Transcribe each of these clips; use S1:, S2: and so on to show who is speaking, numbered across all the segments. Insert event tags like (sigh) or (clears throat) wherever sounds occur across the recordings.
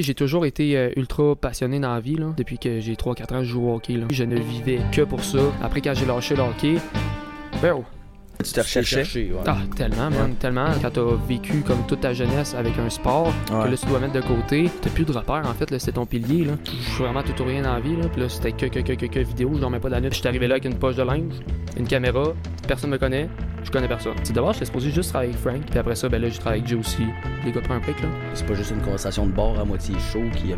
S1: J'ai toujours été euh, ultra passionné dans la vie. Là. Depuis que j'ai 3-4 ans, je joue au hockey. là. Je ne vivais que pour ça. Après, quand j'ai lâché le hockey, ben oh,
S2: Tu te recherchais.
S3: ouais.
S1: ah, tellement, man, tellement. Quand t'as vécu comme toute ta jeunesse avec un sport, que
S2: Ouais.
S1: là, tu dois mettre de côté, t'as plus de repères, en fait, là, c'est ton pilier. Là. Je suis vraiment tout ou rien dans la vie. Là. Puis là, c'était que, que, que, que, que vidéo, je dormais pas de la nuit. J'étais arrivé là avec une poche de linge, une caméra, personne me connaît, je connais personne. C'est d'abord, j'étais supposé juste travailler avec Frank, puis après ça, ben là, j'ai travaillé avec Joe aussi. Les gars, prends un break, là.
S2: C'est pas juste une conversation de bord à moitié chaud qui a,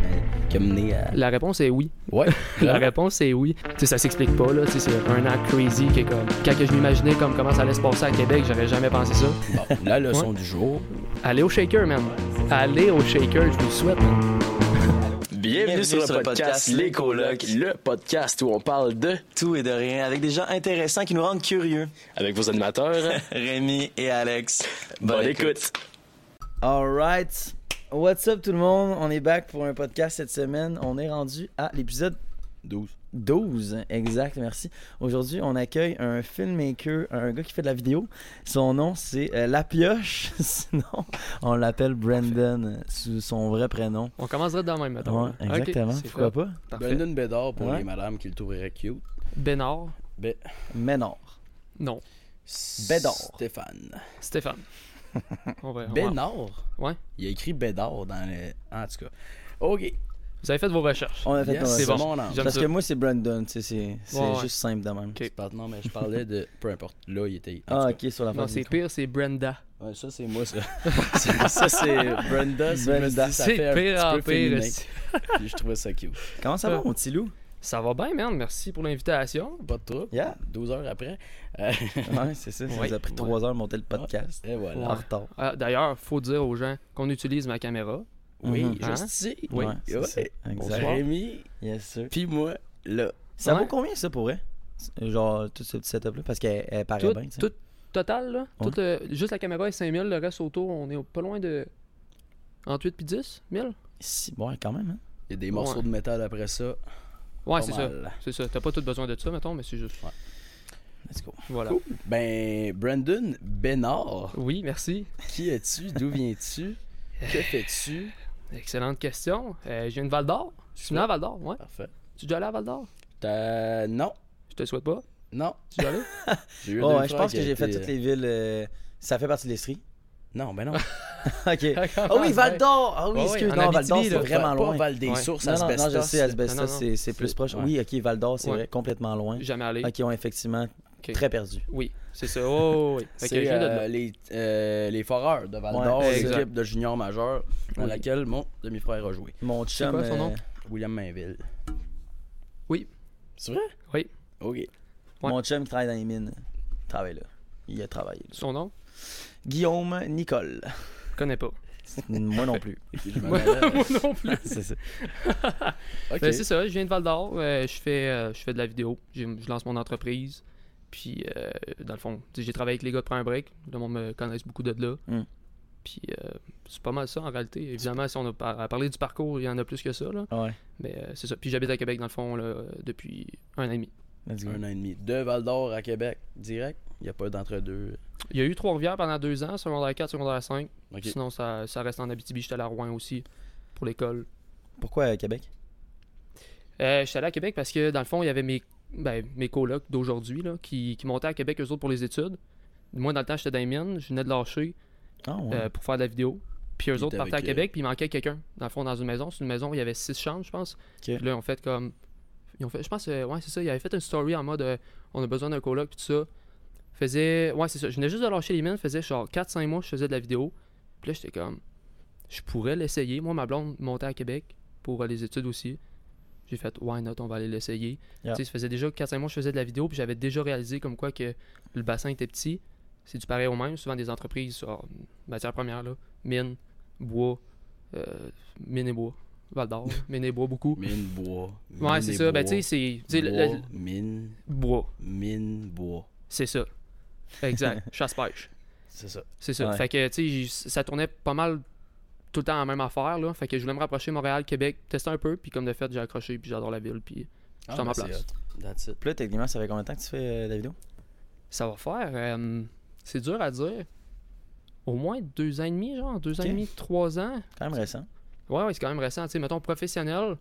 S2: qui a mené à.
S1: La réponse est oui.
S2: Ouais.
S1: (laughs) La réponse est oui. Tu sais, ça s'explique pas, là. Tu sais, c'est un an crazy que, comme, quand que je m'imaginais comme comment ça allait se passer à Québec, j'aurais jamais pensé ça.
S2: (laughs) Bon, la leçon du jour.
S1: Allez au shaker, man. Allez au shaker, je vous le souhaite, man.
S4: Bienvenue sur le podcast Les Colocs, le podcast où on parle de,
S3: Tout et de rien, avec des gens intéressants qui nous rendent curieux.
S4: avec vos animateurs,
S3: (laughs) Rémi et Alex.
S4: bonne écoute.
S3: Alright. What's up tout le monde? On est back pour un podcast cette semaine. On est rendu à l'épisode
S2: 12.
S3: 12. Exact, merci. Aujourd'hui, on accueille un filmmaker, un gars qui fait de la vidéo. Son nom, c'est euh, La Pioche. (laughs) Sinon, on l'appelle Brandon euh, sous son vrai prénom.
S1: On commencerait dans le même, mettons.
S3: Ouais,
S1: là. Ah Ok,
S3: exactement.
S1: c'est
S3: Pourquoi
S1: fait.
S3: pas?
S1: Parfait.
S2: Brandon Bédard pour
S3: Ouais.
S2: les madames qui le trouveraient cute.
S1: Bénard.
S2: Bé-
S3: Ménard.
S1: Non.
S2: Bédard.
S3: Bédard.
S2: Stéphane.
S3: (laughs)
S1: Stéphane. On va- on va-
S2: Bénard?
S1: Ouais.
S2: Il a écrit Bédard dans le. En tout cas. OK.
S1: Vous avez fait vos recherches.
S3: On a fait
S2: Yes,
S3: nos
S2: c'est
S3: recherches.
S1: bon.
S2: mon ange.
S1: J'aime
S3: Parce
S1: ça.
S3: que moi, c'est Brandon. tu sais, C'est c'est
S1: Ouais, ouais.
S3: juste simple de même.
S1: Ok.
S2: Je parle- Non, mais je parlais de. Peu importe. Là, il était. en
S3: Ah,
S2: tout
S3: ok, sur la
S1: Non,
S3: face du
S1: c'est
S3: micro.
S1: pire, c'est Brenda.
S2: cas. Ouais, ça, c'est moi, ça.
S3: (laughs)
S2: Ça, ça, c'est Brenda. si (laughs) je me suis
S3: Brenda.
S2: dit, ça
S1: C'est
S2: fait un
S1: pire
S2: petit
S1: en
S2: peu féminin.
S1: pire. esti.
S2: Puis je trouvais ça cute.
S3: Comment ça
S1: Ah.
S3: va, mon petit loup?
S1: Ça va bien, man. Merci pour l'invitation.
S2: Pas de trouble.
S3: Yeah.
S2: 12 heures après. Euh,
S1: (laughs)
S3: Ouais, c'est ça. Ça
S1: Ouais.
S3: nous a pris
S1: Ouais.
S3: trois heures de monter le (laughs) podcast.
S2: Et voilà.
S3: En
S1: Ouais.
S3: retard.
S1: Ah, D'ailleurs, faut dire aux gens qu'on utilise ma caméra.
S2: Oui,
S3: Mhm.
S1: Hein?
S2: je sais.
S1: Oui.
S3: Ouais, c'est
S2: Ouais.
S3: ça. Exact.
S1: Bonsoir.
S2: Rémi,
S3: Yes, sir.
S2: puis moi, là.
S3: Ça
S1: Ouais.
S3: vaut combien, ça, pour vrai? Genre, tout ce petit setup-là? Parce qu'elle elle paraît
S1: Tout,
S3: bien, tu sais.
S1: tout total, là.
S3: Ouais.
S1: Tout, euh, juste la caméra est 5000, le reste autour, on est pas loin de. Entre 8 puis 10 1000
S3: Si, bon, quand même, hein.
S2: Il y a des morceaux
S1: Ouais.
S2: de métal après ça.
S1: Ouais,
S2: Pas
S1: c'est ça.
S2: mal.
S1: C'est ça. T'as pas tout besoin de ça, mettons, mais c'est juste.
S3: Let's go.
S1: Voilà.
S2: Ben, Brandon Bénard,
S1: Oui, merci.
S2: qui es-tu? D'où viens-tu? Que fais-tu?
S1: Excellente question. Euh, je viens de Val d'Or. Je suis né à Val d'Or, ouais.
S2: Parfait.
S1: Tu es déjà allé à Val d'Or?
S2: T'as- Non,
S1: Je te le souhaite pas.
S2: non.
S1: Tu es
S3: (laughs)
S1: déjà allé?
S2: J'ai eu
S3: Oh,
S2: deux
S3: ouais, je
S2: frères
S3: pense
S2: qui
S3: que j'ai fait
S2: étaient-
S3: toutes les villes. euh, Ça fait partie de l'Estrie. (laughs)
S2: Non, ben non.
S1: (laughs)
S3: ok. Ah oui, Val d'Or! Ah oui,
S2: Ouais, ouais,
S3: excuse
S1: en
S3: moi Val d'Or,
S1: Abitibi,
S3: c'est
S1: là,
S3: vraiment
S2: Pas
S3: loin.
S2: Val des
S1: Ouais.
S2: Sources,
S3: Non, non, non, je
S2: Asbestos.
S3: sais, Asbestos,
S1: Non, non,
S3: c'est- c'est plus proche.
S2: ouais.
S3: Oui, ok, Val d'Or, c'est
S1: Ouais.
S3: vrai, complètement loin.
S1: Jamais allé.
S3: Ok, ouais, effectivement,
S1: Ok.
S3: très perdu.
S1: Oui, c'est ça. Oh, oui. Fait que je
S2: C'est
S1: viens de
S2: euh,
S1: là.
S2: les, euh, les Foreurs de Val
S3: Ouais,
S2: d'Or,
S1: exact.
S2: l'équipe de junior majeur dans
S1: Oui.
S2: laquelle mon demi-frère a joué.
S3: Mon chum.
S1: quoi son nom?
S3: euh,
S2: William Mainville.
S1: Oui.
S2: C'est vrai?
S1: Oui.
S2: OK.
S1: (laughs) Ouais.
S3: Mon chum qui travaille dans les mines, travaille là. Il a travaillé. là.
S1: Son nom?
S3: Guillaume Nicole. (laughs)
S1: Je connais pas.
S3: Moi
S1: (laughs)
S3: non plus.
S2: Je me
S1: Moi
S2: demandais-
S1: moi non plus.
S3: c'est ça.
S2: OK.
S1: Ben, c'est ça, je viens de Val d'Or, euh, je fais euh, je fais de la vidéo, J'ai- je lance mon entreprise. Puis euh, dans le fond, tu sais, j'ai travaillé avec les gars de Prends un break, le monde me connaissent beaucoup de là.
S2: Hmm.
S3: Mm.
S1: Puis euh, c'est pas mal ça en réalité. Évidemment, si on a par- à parler du parcours, il y en a plus que ça là.
S3: Ouais.
S1: Mais euh, c'est ça. Puis j'habite à Québec dans le fond là, euh, depuis un an et demi.
S3: Let's go.
S2: Un an et demi. De Val d'Or à Québec, direct. Il n'y a pas d'entre-deux.
S1: Il y a eu Trois-Rivières pendant deux ans, secondaire 4, secondaire 5.
S2: OK.
S1: Sinon, ça, ça reste en Abitibi, j'étais allé à Rouen aussi pour l'école.
S3: Pourquoi euh, Québec?
S1: Euh, j'étais allé à Québec parce que, dans le fond, il y avait mes, ben, mes colocs d'aujourd'hui là, qui, qui montaient à Québec, eux autres, pour les études. Moi, dans le temps, j'étais dans les mines, je venais de lâcher
S3: Ah ouais.
S1: euh, pour faire de la vidéo. Puis eux
S2: Ils
S1: autres
S2: étaient
S1: partaient à
S2: avec, euh,
S1: Québec, puis il manquait quelqu'un. Dans le fond, dans une maison, c'est une maison où il y avait six chambres, je pense. Puis là, ils ont fait comme. Ils ont fait, je pense, euh, ouais, c'est ça, ils avaient fait une story en mode euh, on a besoin d'un coloc, puis tout ça. Faisait. Ouais, c'est ça, je venais juste de lâcher les mines, faisait genre 4-5 mois, je faisais de la vidéo. Puis là, j'étais comme. Je pourrais l'essayer. Moi, ma blonde montait à Québec pour euh, les études aussi. J'ai fait, why not, on va aller l'essayer.
S3: Yeah.
S1: Tu sais, ça faisait déjà 4-5 mois que je faisais de la vidéo, puis j'avais déjà réalisé comme quoi que le bassin était petit. C'est du pareil au même. Souvent, des entreprises, genre, matières premières, là, mines, bois, euh, mines et bois, Val
S2: (laughs)
S1: d'Or, là, mines et bois beaucoup.
S2: Mine, bois.
S1: Ouais,
S2: mine
S1: c'est
S2: et
S1: ça. Ben,
S2: bois,
S1: tu sais, c'est. tu sais, le-
S2: bois,
S1: le-
S2: Mine,
S1: Bois.
S2: mine, bois.
S1: C'est ça.
S2: (laughs)
S1: Exact. Chasse-pêche.
S2: C'est ça.
S1: C'est ça.
S3: Ouais.
S1: Fait que, tu sais, j'ai- ça tournait pas mal tout le temps à la même affaire, là. Fait que je voulais me rapprocher Montréal, Québec, tester un peu, puis comme de fait, j'ai accroché, puis j'adore la ville, puis je suis à ma
S2: ben,
S1: place.
S2: c'est hot. That's it.
S3: Puis là, techniquement, ça fait combien de temps que tu fais euh, de la vidéo?
S1: Ça va faire. euh, c'est dur à dire. Au moins deux ans et demi, genre. Deux ans et
S3: Ok.
S1: demi, trois ans.
S3: Quand même récent.
S1: Ouais, ouais, c'est quand même récent. Tu sais, mettons, professionnel,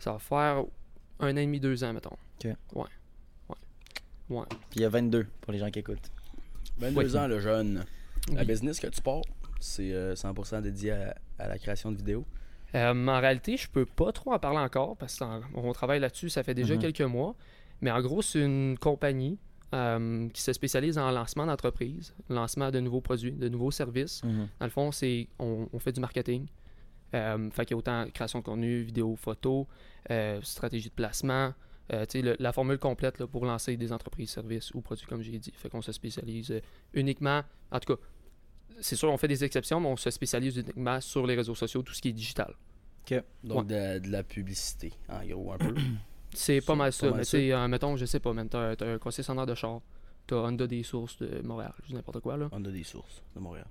S1: ça va faire un an et demi, deux ans, mettons.
S3: Ok.
S1: Ouais. Ouais. Ouais.
S3: Puis il y a 22 pour les gens qui écoutent.
S2: 22 ans, le jeune. La
S1: Oui.
S2: business que tu pars, c'est euh, 100% dédié à, à la création de vidéos.
S1: Euh, en réalité, je peux pas trop en parler encore parce qu'on travaille là-dessus, ça fait déjà
S3: Mhm.
S1: quelques mois. Mais en gros, c'est une compagnie euh, qui se spécialise en lancement d'entreprise, lancement de nouveaux produits, de nouveaux services.
S3: Mhm.
S1: Dans le fond, c'est on, on fait du marketing. Euh, fait qu'il y a autant création de contenu, vidéo, photo, euh, stratégie de placement, euh, tu sais, le- la formule complète là, pour lancer des entreprises, services ou produits, comme j'ai dit. Fait qu'on se spécialise euh, uniquement, en tout cas, c'est sûr, on fait des exceptions, mais on se spécialise uniquement sur les réseaux sociaux, tout ce qui est digital.
S2: Donc, de, la- de la publicité, en gros,
S1: (clears throat)
S2: un peu.
S1: C'est pas mal
S2: C'est
S1: ça,
S2: pas mal
S1: mais tu
S2: ça.
S1: sais, euh, mettons, je sais pas, man, t'as t'as un concessionnaire de char, t'as Honda des sources de Montréal, je dis n'importe quoi, là.
S2: On a des sources de Montréal.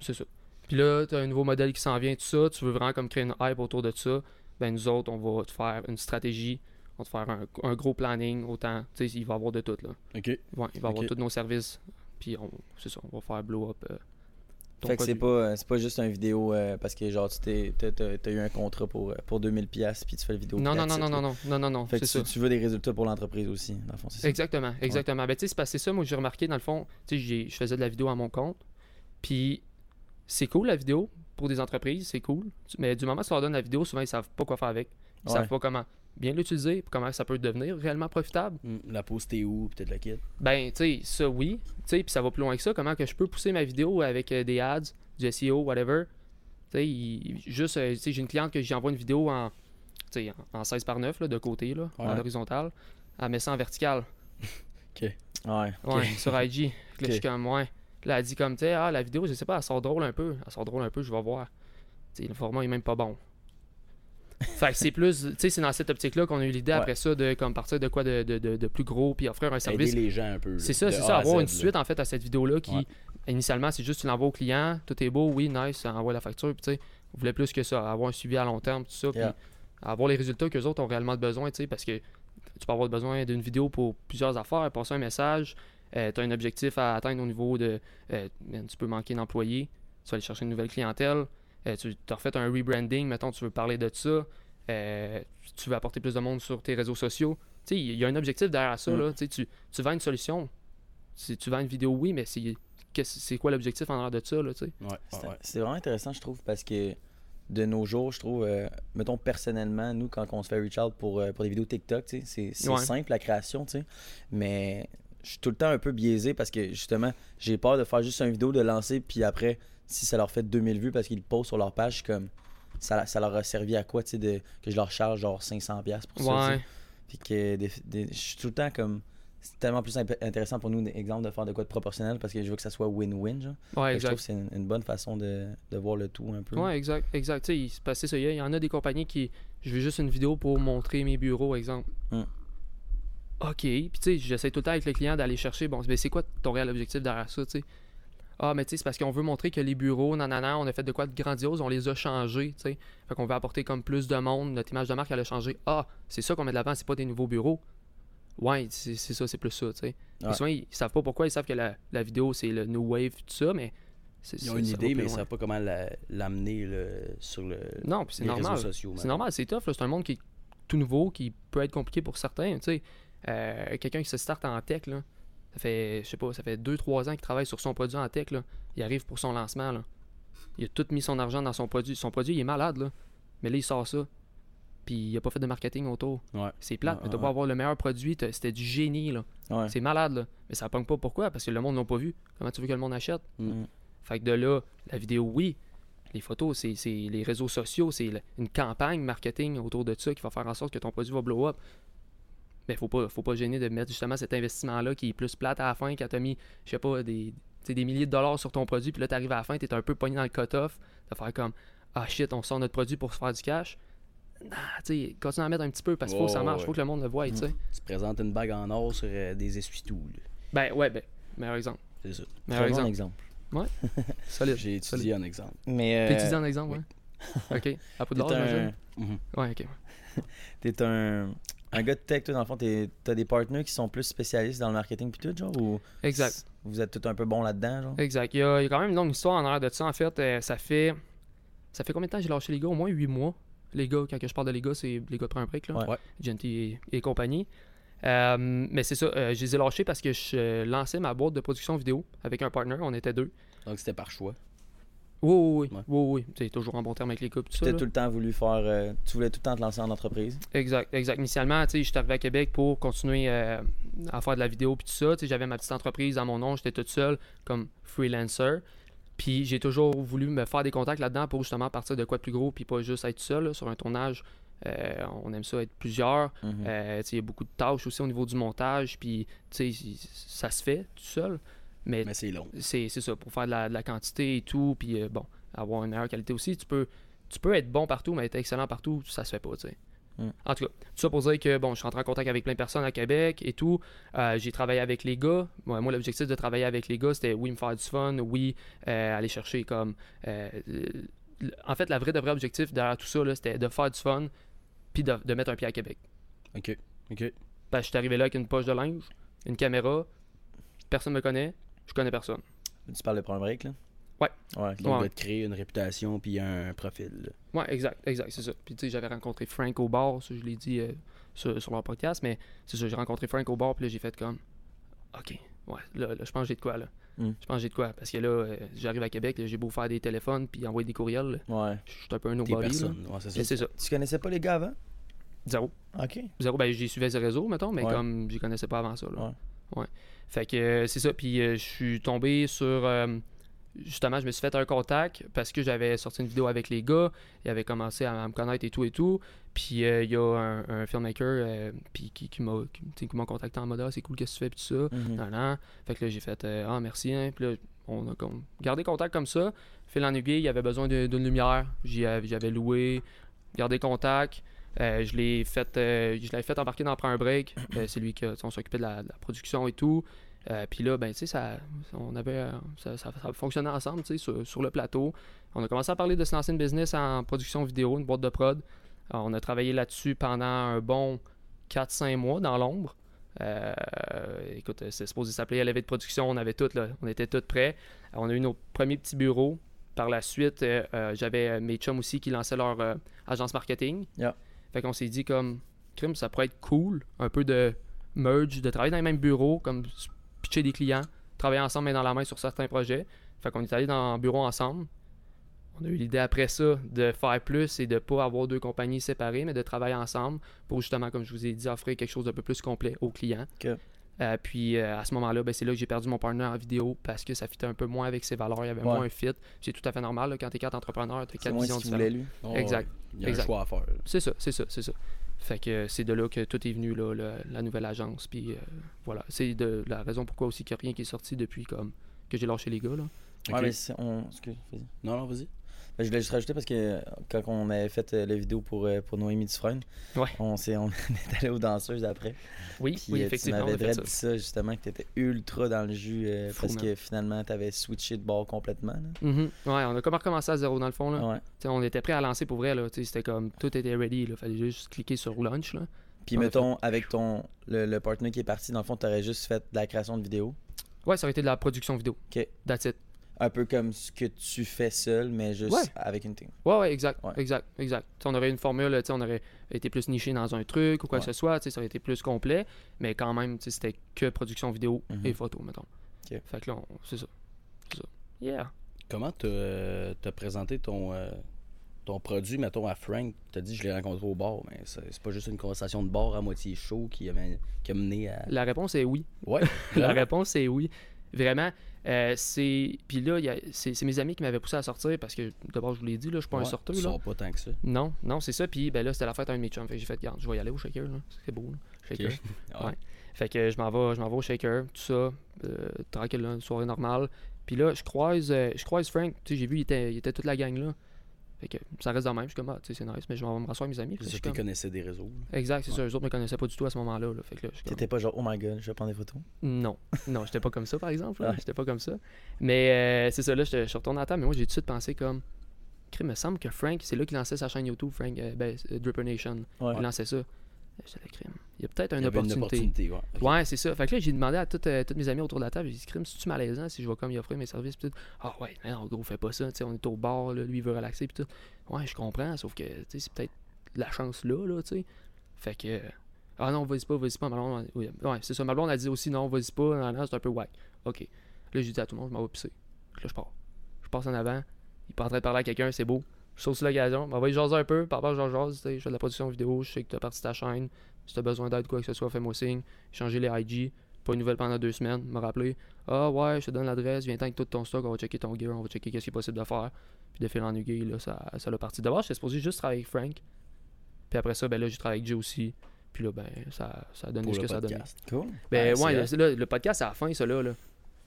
S1: C'est ça. Puis là, tu as un nouveau modèle qui s'en vient, tout ça. Tu veux vraiment comme créer une hype autour de ça. Ben, nous autres, on va te faire une stratégie. On va te faire un, un gros planning autant. Tu sais, il va y avoir de tout, là.
S2: OK.
S1: Ouais, il va y avoir
S2: Ok.
S1: tous nos services. Puis on, c'est ça, on va faire blow up. euh, ton
S3: Fait que c'est
S1: produit.
S3: pas, euh, c'est pas juste un vidéo euh, parce que genre tu t'es, t'as, t'as- t'as eu un contrat pour, euh, pour 2000$ piastres, puis tu fais le vidéo.
S1: Non, non, non,
S3: créatif,
S1: non,
S3: là.
S1: non, non, non, non, non,
S3: Fait que
S1: c'est ça.
S3: tu, tu veux des résultats pour l'entreprise aussi, dans le fond, c'est ça.
S1: Exactement, exactement. Ben, tu sais, c'est parce que c'est ça, moi, que j'ai remarqué, dans le fond, tu sais, j'ai- je faisais de la vidéo à mon compte. Puis, c'est cool, la vidéo, pour des entreprises, c'est cool. Tu- Mais du moment que tu leur donnes la vidéo, souvent, ils savent pas quoi faire avec. Ils
S3: Ouais.
S1: savent pas comment bien l'utiliser, comment ça peut devenir réellement profitable.
S2: Mm, La pause, t'es où, peut-être le kit.
S1: Ben, tu sais, ça, oui. Tu sais, puis ça va plus loin que ça. Comment que je peux pousser ma vidéo avec euh, des ads, du SEO, whatever. Tu sais, il- juste, euh, tu sais, j'ai une cliente que j'envoie une vidéo en, tu sais, en, en 16 par 9, là, de côté, là, en
S2: Ouais.
S1: horizontal. Elle met ça en vertical.
S3: Ouais.
S1: Ouais, sur IG. Fait que là, je suis
S2: Ok.
S1: comme, ouais. Là, elle dit comme, tu sais, ah, la vidéo, je sais pas, elle sort drôle un peu. Elle sort drôle un peu, je vais voir. Tu sais, le format est même pas bon. fait que c'est plus, tu sais, c'est dans cette optique-là qu'on a eu l'idée
S2: Ouais.
S1: après ça de comme partir de quoi de, de- de- de plus gros puis offrir un service.
S2: Aider les gens un peu. là,
S1: C'est ça,
S2: de
S1: c'est
S2: A
S1: ça,
S2: à
S1: avoir
S2: Z,
S1: une
S2: là.
S1: suite en fait à cette vidéo-là qui,
S2: Ouais.
S1: initialement, c'est juste tu l'envoies au client, tout est beau, oui, nice, envoie la facture, puis tu sais, on voulait plus que ça, avoir un suivi à long terme, tout ça, puis
S3: Yeah.
S1: avoir les résultats qu'eux autres ont réellement besoin, tu sais, parce que tu peux avoir besoin d'une vidéo pour plusieurs affaires, passer un message, tu as un objectif à atteindre au niveau de, euh, man, tu peux manquer d'employés, tu vas aller chercher une nouvelle clientèle, euh, tu as refait un rebranding, mettons, tu veux parler de ça, euh, tu veux apporter plus de monde sur tes réseaux sociaux, tu sais, il y a un objectif derrière ça,
S3: Mm.
S1: là, tu sais, tu, tu vends une solution, si tu vends une vidéo, oui, mais c'est qu'est-ce- c'est quoi l'objectif en arrière de ça, là, tu sais?
S2: Ouais,
S3: C'est,
S2: ouais, ouais.
S3: c'est vraiment intéressant, je trouve, parce que de nos jours, je trouve, euh, mettons personnellement, nous, quand on se fait reach out pour, euh, pour des vidéos TikTok, tu sais, c'est, c'est
S1: Ouais.
S3: simple la création, tu sais, mais je suis tout le temps un peu biaisé parce que justement, j'ai peur de faire juste une vidéo, de lancer, puis après, si ça leur fait 2000 vues parce qu'ils le postent sur leur page, je suis comme. Ça, ça leur a servi à quoi, tu sais, de- que je leur charge genre 500$ piastres pour ça, tu sais.
S1: Ouais,
S3: Puis que des- des- je suis tout le temps comme. C'est tellement plus imp- intéressant pour nous, exemple, de faire de quoi de proportionnel parce que je veux que ça soit win-win. genre.
S1: ouais,
S3: Fait que Je trouve
S1: exact.
S3: que c'est une, une bonne façon de, de voir le tout un peu.
S1: Ouais, exact, exact. Tu sais, il se passe ça. Il y a- il y en a des compagnies qui. Je veux juste une vidéo pour montrer mes bureaux, exemple.
S3: Hmm.
S1: Ok. Puis, tu sais, j'essaie tout le temps avec le client d'aller chercher. Bon, mais c'est quoi ton réel objectif derrière ça, tu sais? Ah, mais tu sais, c'est parce qu'on veut montrer que les bureaux, nanana, on a fait de quoi de grandiose, on les a changés, tu sais. Fait qu'on veut apporter comme plus de monde, notre image de marque, elle a changé. Ah, c'est ça qu'on met de l'avant, c'est pas des nouveaux bureaux. Ouais, c'est c'est ça, c'est plus ça, tu sais. Puis
S3: Ouais.
S1: Souvent, ils savent pas pourquoi, ils savent que la, la vidéo, c'est le new wave, tout ça, mais. c'est-
S2: Ils ont
S1: c'est-
S2: une
S1: ça va plus
S2: idée, mais ils
S1: loin.
S2: savent pas comment la- l'amener là, sur le,
S1: Non, puis c'est
S2: les
S1: normal.
S2: réseaux sociaux.
S1: C'est
S2: man.
S1: normal, c'est tough. là. C'est un monde qui est tout nouveau, qui peut être compliqué pour certains. tu sais. Euh, Quelqu'un qui se start en tech, là, ça fait, je sais pas, ça fait 2-3 ans qu'il travaille sur son produit en tech. Là. Il arrive pour son lancement. Là. Il a tout mis son argent dans son produit. Son produit, il est malade. Là. Mais là, il sort ça. Puis il a pas fait de marketing autour.
S2: Ouais.
S1: C'est plate,
S2: Ouais,
S1: mais t'as
S2: ouais,
S1: pas
S2: ouais.
S1: avoir le meilleur produit. t'as- C'était du génie. là.
S3: Ouais.
S1: C'est malade. Là. Mais ça pogne pas. Pourquoi Parce que le monde l'a pas vu. Comment tu veux que le monde achète
S2: Mm.
S1: fait que de là, la vidéo, oui. Les photos, c'est c'est les réseaux sociaux, c'est le- une campagne marketing autour de ça qui va faire en sorte que ton produit va blow up. Mais Ben, faut pas, faut pas gêner de mettre justement cet investissement-là qui est plus plate à la fin quand t'as mis, je sais pas, des, tu sais, des milliers de dollars sur ton produit, puis là t'arrives à la fin, t'es un peu pogné dans le cut-off, de faire comme Ah shit, on sort notre produit pour se faire du cash. Nah, tu sais, continue à mettre un petit peu parce qu'il faut que ça
S2: Ouais,
S1: marche,
S2: ouais. Mm.
S1: faut que le monde le voie, tu sais.
S2: Tu présentes une bague en or sur euh, des essuie-tout. là.
S1: Ben ouais, ben, meilleur exemple.
S2: C'est ça.
S1: Meilleur
S3: Prenons un
S1: exemple.
S3: exemple.
S1: Solide.
S2: J'ai étudié un exemple.
S3: Mais.
S1: T'es
S3: euh,
S1: étudiant en exemple,
S2: oui.
S1: hein? Ok. À
S3: t'es
S1: Poudlard,
S3: un,
S1: j'imagine?
S2: Mhm.
S1: Ouais, ok.
S3: t'es un, un gars de tech, toi, dans le fond, t'es- t'as des partenaires qui sont plus spécialistes dans le marketing, puis tout, genre, ou.
S1: Exact.
S3: Vous êtes tout un peu bon là-dedans, genre.
S1: Exact. Il y, a, il y a quand même une longue histoire en arrière de ça. En fait, Euh, ça fait. Ça fait combien de temps que j'ai lâché les gars Au moins 8 mois. Les gars, quand que je parle de les gars, c'est les gars de un break, là.
S3: Ouais.
S2: Ouais.
S1: Genty et, et compagnie. Euh, mais c'est ça, euh, je les ai lâchés parce que je euh, lançais ma boîte de production vidéo avec un partner, on était deux.
S2: Donc c'était par choix.
S1: Oui, oui, oui.
S2: Ouais.
S1: oui, oui. C'est toujours en bon terme avec les couples, tout
S3: Tu
S1: ça.
S3: t'as
S1: là.
S3: tout le temps voulu faire. euh, tu voulais tout le temps te lancer en entreprise.
S1: Exact, exact. Initialement, tu sais, j'étais arrivé à Québec pour continuer euh, à faire de la vidéo puis tout ça. Tu sais, j'avais ma petite entreprise à mon nom, j'étais tout seul comme freelancer. Puis j'ai toujours voulu me faire des contacts là-dedans pour justement partir de quoi de plus gros puis pas juste être seul là, sur un tournage. Euh, on aime ça être plusieurs.
S3: Mhm.
S1: Euh, tu sais, il y a beaucoup de tâches aussi au niveau du montage puis tu sais, ça se fait tout seul. Mais
S2: Mais c'est long.
S1: c'est c'est ça, pour faire de la, de la quantité et tout, puis euh, bon, avoir une meilleure qualité aussi. Tu peux, tu peux être bon partout, mais être excellent partout, ça se fait pas, tu sais.
S3: Mm.
S1: En tout cas, tout ça pour dire que bon, je suis rentré en contact avec plein de personnes à Québec et tout. Euh, j'ai travaillé avec les gars. Moi, moi, l'objectif de travailler avec les gars, c'était oui, me faire du fun, oui, euh, aller chercher comme. euh, l- en fait, la vraie, de vrai objectif derrière tout ça, là, c'était de faire du fun, puis de, de mettre un pied à Québec.
S2: Ok. Ok.
S1: Parce que je suis arrivé là avec une poche de linge, une caméra, personne me connaît, je connais personne.
S3: Tu parles de premier break, là
S1: Ouais.
S3: Ouais.
S2: Donc
S1: Ouais.
S2: de te créer une réputation puis un profil.
S1: Ouais, exact, exact, c'est ça. Puis tu sais, j'avais rencontré Frank au bar, ça je l'ai dit euh, sur, sur leur podcast, mais c'est ça, j'ai rencontré Frank au bar, puis là j'ai fait comme, ok, ouais, là, là, je pense que j'ai de quoi, là.
S2: Hmm.
S3: Mm.
S1: Je pense que j'ai de quoi, parce que là, euh, j'arrive à Québec, là, j'ai beau faire des téléphones, puis envoyer des courriels, là,
S3: Ouais.
S1: je suis un peu un
S2: Des
S1: nobody, là.
S2: personnes. Ouais, c'est ça.
S1: Mais C'est ça,
S3: Tu connaissais pas les gars avant
S1: zéro.
S3: Ok.
S1: Zéro, ben j'y suivais ce réseau, mettons, mais
S3: Ouais.
S1: comme j'y connaissais pas avant ça, là. Ouais. Fait que euh, c'est ça, puis euh, je suis tombé sur... euh, Justement, je me suis fait un contact parce que j'avais sorti une vidéo avec les gars. Ils avaient commencé à, à me connaître et tout et tout. Puis euh, il y a un, un filmmaker euh, puis qui, qui m'a qui- tu sais, qui m'a contacté en mode Ah, c'est cool, qu'est-ce que tu fais, puis tout ça.
S3: Mhm.
S1: Nan, nan. Fait que là, j'ai fait euh, Ah, merci. hein. Puis là, on a comme gardé contact comme ça. Fil en aiguille, il y avait besoin de- d'une lumière. J'y av- J'avais loué, gardé contact. Euh, je l'ai fait, euh, je l'avais fait embarquer dans Prends un break. Euh, c'est lui qui a- on s'occupait de la, de la production et tout. Euh, Puis là, ben, tu sais, ça, on avait, euh, ça, ça, ça fonctionnait ensemble, tu sais, sur, sur le plateau. On a commencé à parler de se lancer une business en production vidéo, une boîte de prod. Euh, on a travaillé là-dessus pendant un bon 4-5 mois dans l'ombre. Euh, écoute, euh, c'est supposé s'appeler à la vie de production. On avait tout, là. On était tout prêts. Euh, on a eu nos premiers petits bureaux. Par la suite, euh, euh, j'avais euh, mes chums aussi qui lançaient leur euh, agence marketing.
S3: Yeah.
S1: Fait qu'on s'est dit, comme, crime, ça pourrait être cool, un peu de merge, de travailler dans les mêmes bureaux, comme s- pitcher des clients, travailler ensemble main dans la main sur certains projets. Fait qu'on est allé dans un bureau ensemble. On a eu l'idée après ça de faire plus et de pas avoir deux compagnies séparées, mais de travailler ensemble pour justement, comme je vous ai dit, offrir quelque chose d'un peu plus complet aux clients.
S3: Ok.
S1: Euh, puis euh, à ce moment-là, ben, c'est là que j'ai perdu mon partner en vidéo parce que ça fitait un peu moins avec ses valeurs, il y avait
S3: Ouais.
S1: moins un fit. C'est tout à fait normal là, quand t'es quatre entrepreneurs, t'as
S3: C'est
S1: quatre
S3: moins ce
S1: visions
S3: qu'il
S1: différentes.
S3: voulait, lui.
S2: Oh,
S1: Exact.
S2: Il y a un
S1: Exact.
S2: choix à faire. là.
S1: C'est ça, c'est ça, c'est ça. Fait que euh, c'est de là que tout est venu, là, le- la nouvelle agence. Puis euh, voilà, c'est de la raison pourquoi aussi qu'il n'y a rien qui est sorti depuis comme que j'ai lâché les gars. Là.
S2: Ok.
S3: Ouais, mais c'est- on. Excuse, vas-y.
S2: Non, non, vas-y.
S3: Ben, je voulais juste rajouter parce que euh, quand on avait fait euh, la vidéo pour, euh, pour Noémie Dufresne,
S1: Ouais.
S3: on, est, on (laughs) est allé aux danseuses après.
S1: Oui,
S3: Puis
S1: oui,
S3: euh,
S1: effectivement,
S3: tu
S1: on a
S3: m'avais
S1: fait
S3: vrai
S1: ça.
S3: dit ça justement, que t'étais ultra dans le jus euh,
S1: Fou,
S3: parce
S1: man.
S3: que finalement t'avais switché de bord complètement. là.
S1: Mhm. Ouais, on a comme recommencé à zéro dans le fond. Là.
S3: Ouais.
S1: T'sais, on était prêt à lancer pour vrai. là. T'sais, C'était comme tout était ready. Il fallait juste cliquer sur launch. Là.
S3: Puis
S1: On a
S3: mettons, avec ton le, le partner qui est parti, dans le fond, t'aurais juste fait de la création de vidéos.
S1: Ouais, ça aurait été de la production vidéo.
S3: Ok.
S1: That's it.
S3: Un peu comme ce que tu fais seul, mais juste
S1: Ouais.
S3: avec une team.
S1: Ouais, ouais, exact.
S3: Ouais.
S1: Exact, exact. T'sais, on aurait une formule, t'sais, on aurait été plus niché dans un truc ou quoi
S3: Ouais.
S1: que ce soit. t'sais, Ça aurait été plus complet. Mais quand même, t'sais, c'était que production vidéo
S3: Mhm.
S1: et photo, mettons.
S3: Ok.
S1: Fait que là, on- c'est ça. C'est ça. Yeah.
S2: Comment t'as euh, t'as présenté ton, euh, ton produit, mettons, à Frank? T'as dit, je l'ai rencontré au bar, mais c'est c'est pas juste une conversation de bar à moitié chaud qui a, men- qui a mené à...
S1: La réponse est
S3: (laughs)
S1: oui.
S2: (laughs) Ouais,
S1: La
S2: vraiment.
S1: réponse est oui. Vraiment, euh, c'est. Puis là, il y a- c'est c'est mes amis qui m'avaient poussé à sortir parce que, d'abord, je vous l'ai dit, là, je suis pas un
S2: Ouais,
S1: sorteur.
S2: Tu
S1: là.
S2: sors pas tant que ça.
S1: Non, non, c'est ça. Puis ben là, c'était la fête à un de mes chums. Fait que j'ai fait, garde, je vais y aller au shaker. là. C'est beau, là. Shaker.
S2: Ok. Ah.
S1: Ouais. Fait que je m'en vais, je m'en vais au shaker, tout ça. euh, tranquille, là, une soirée normale. Puis là, je croise, euh, je croise Frank. Tu sais, j'ai vu, il était, il était toute la gang là. Fait que ça reste dans même. Je suis comme, ah, tu sais, c'est nice, mais je m'en vais me rasseoir avec mes amis. Fait que
S2: Je
S1: je suis
S2: tu
S1: comme-
S2: connaissais des réseaux. là.
S1: Exact, c'est
S2: Ouais.
S1: ça. Eux autres me connaissaient pas du tout à ce moment-là. là. Fait que là, je suis comme-
S3: T'étais pas genre, oh my god, je vais prendre des photos.
S1: non, non, j'étais pas comme ça, par exemple. là.
S3: Ouais.
S1: J'étais pas comme ça. Mais euh, c'est ça, là, je je suis retourné à table, mais moi, j'ai tout de suite pensé comme. Crime, me semble que Frank, c'est là qu'il lançait sa chaîne YouTube, Frank, euh, ben, euh, Dripper Nation.
S3: Ouais.
S1: Il lançait ça. J'étais crime. Il y a peut-être une
S2: Il y avait
S1: opportunité.
S2: Une opportunité ouais. Ok.
S1: Ouais, c'est ça. Fait que là, j'ai demandé à toutes, euh, toutes mes amis autour de la table, j'ai dit, crime, c'est-tu malaisant si je vais comme y offrir mes services? Puis tout. Ah ouais, mais non, gros, fais pas ça. tu sais, on est au bar, là, lui, il veut relaxer. Puis tout. Ouais, je comprends, sauf que tu sais, c'est peut-être la chance là, là, tu sais. Fait que. euh, Ah non, vas-y pas, vas-y pas. Ma blonde, oui, ouais, c'est ça. Ma blonde a dit aussi, non, vas-y pas. Non, non, c'est un peu whack. Ok. Là, j'ai dit à tout le monde, je m'en vais pisser. Puis Là, je pars. Je passe en avant. Il est en train de parler à quelqu'un, c'est beau. Je saute sur l'occasion. Ben, va y jaser un peu. Par rapport, genre, jase. tu sais, Je fais de la production vidéo. Je sais que tu as parti ta chaîne. Si t'as besoin d'aide, quoi que ce soit, fais-moi signe. Changer les IG. Pas une nouvelle pendant deux semaines. Me rappeler. Ah ouais, je te donne l'adresse. Viens-t'en avec tout ton stock. On va checker ton gear. On va checker qu'est-ce qui est possible de faire. Puis de fil en aiguille, là, ça l'a ça l'a parti. D'abord, j'étais supposé juste travailler avec Frank. Puis après ça, ben là, j'ai travaillé avec Jay aussi. Puis là, ben, ça, ça a donné
S2: Pour
S1: ce
S2: le
S1: que ça a donné.
S2: podcast.
S3: Cool.
S1: Ben
S2: Ouais,
S1: ouais,
S2: c'est
S1: là, le podcast, c'est à la fin, ça là. là.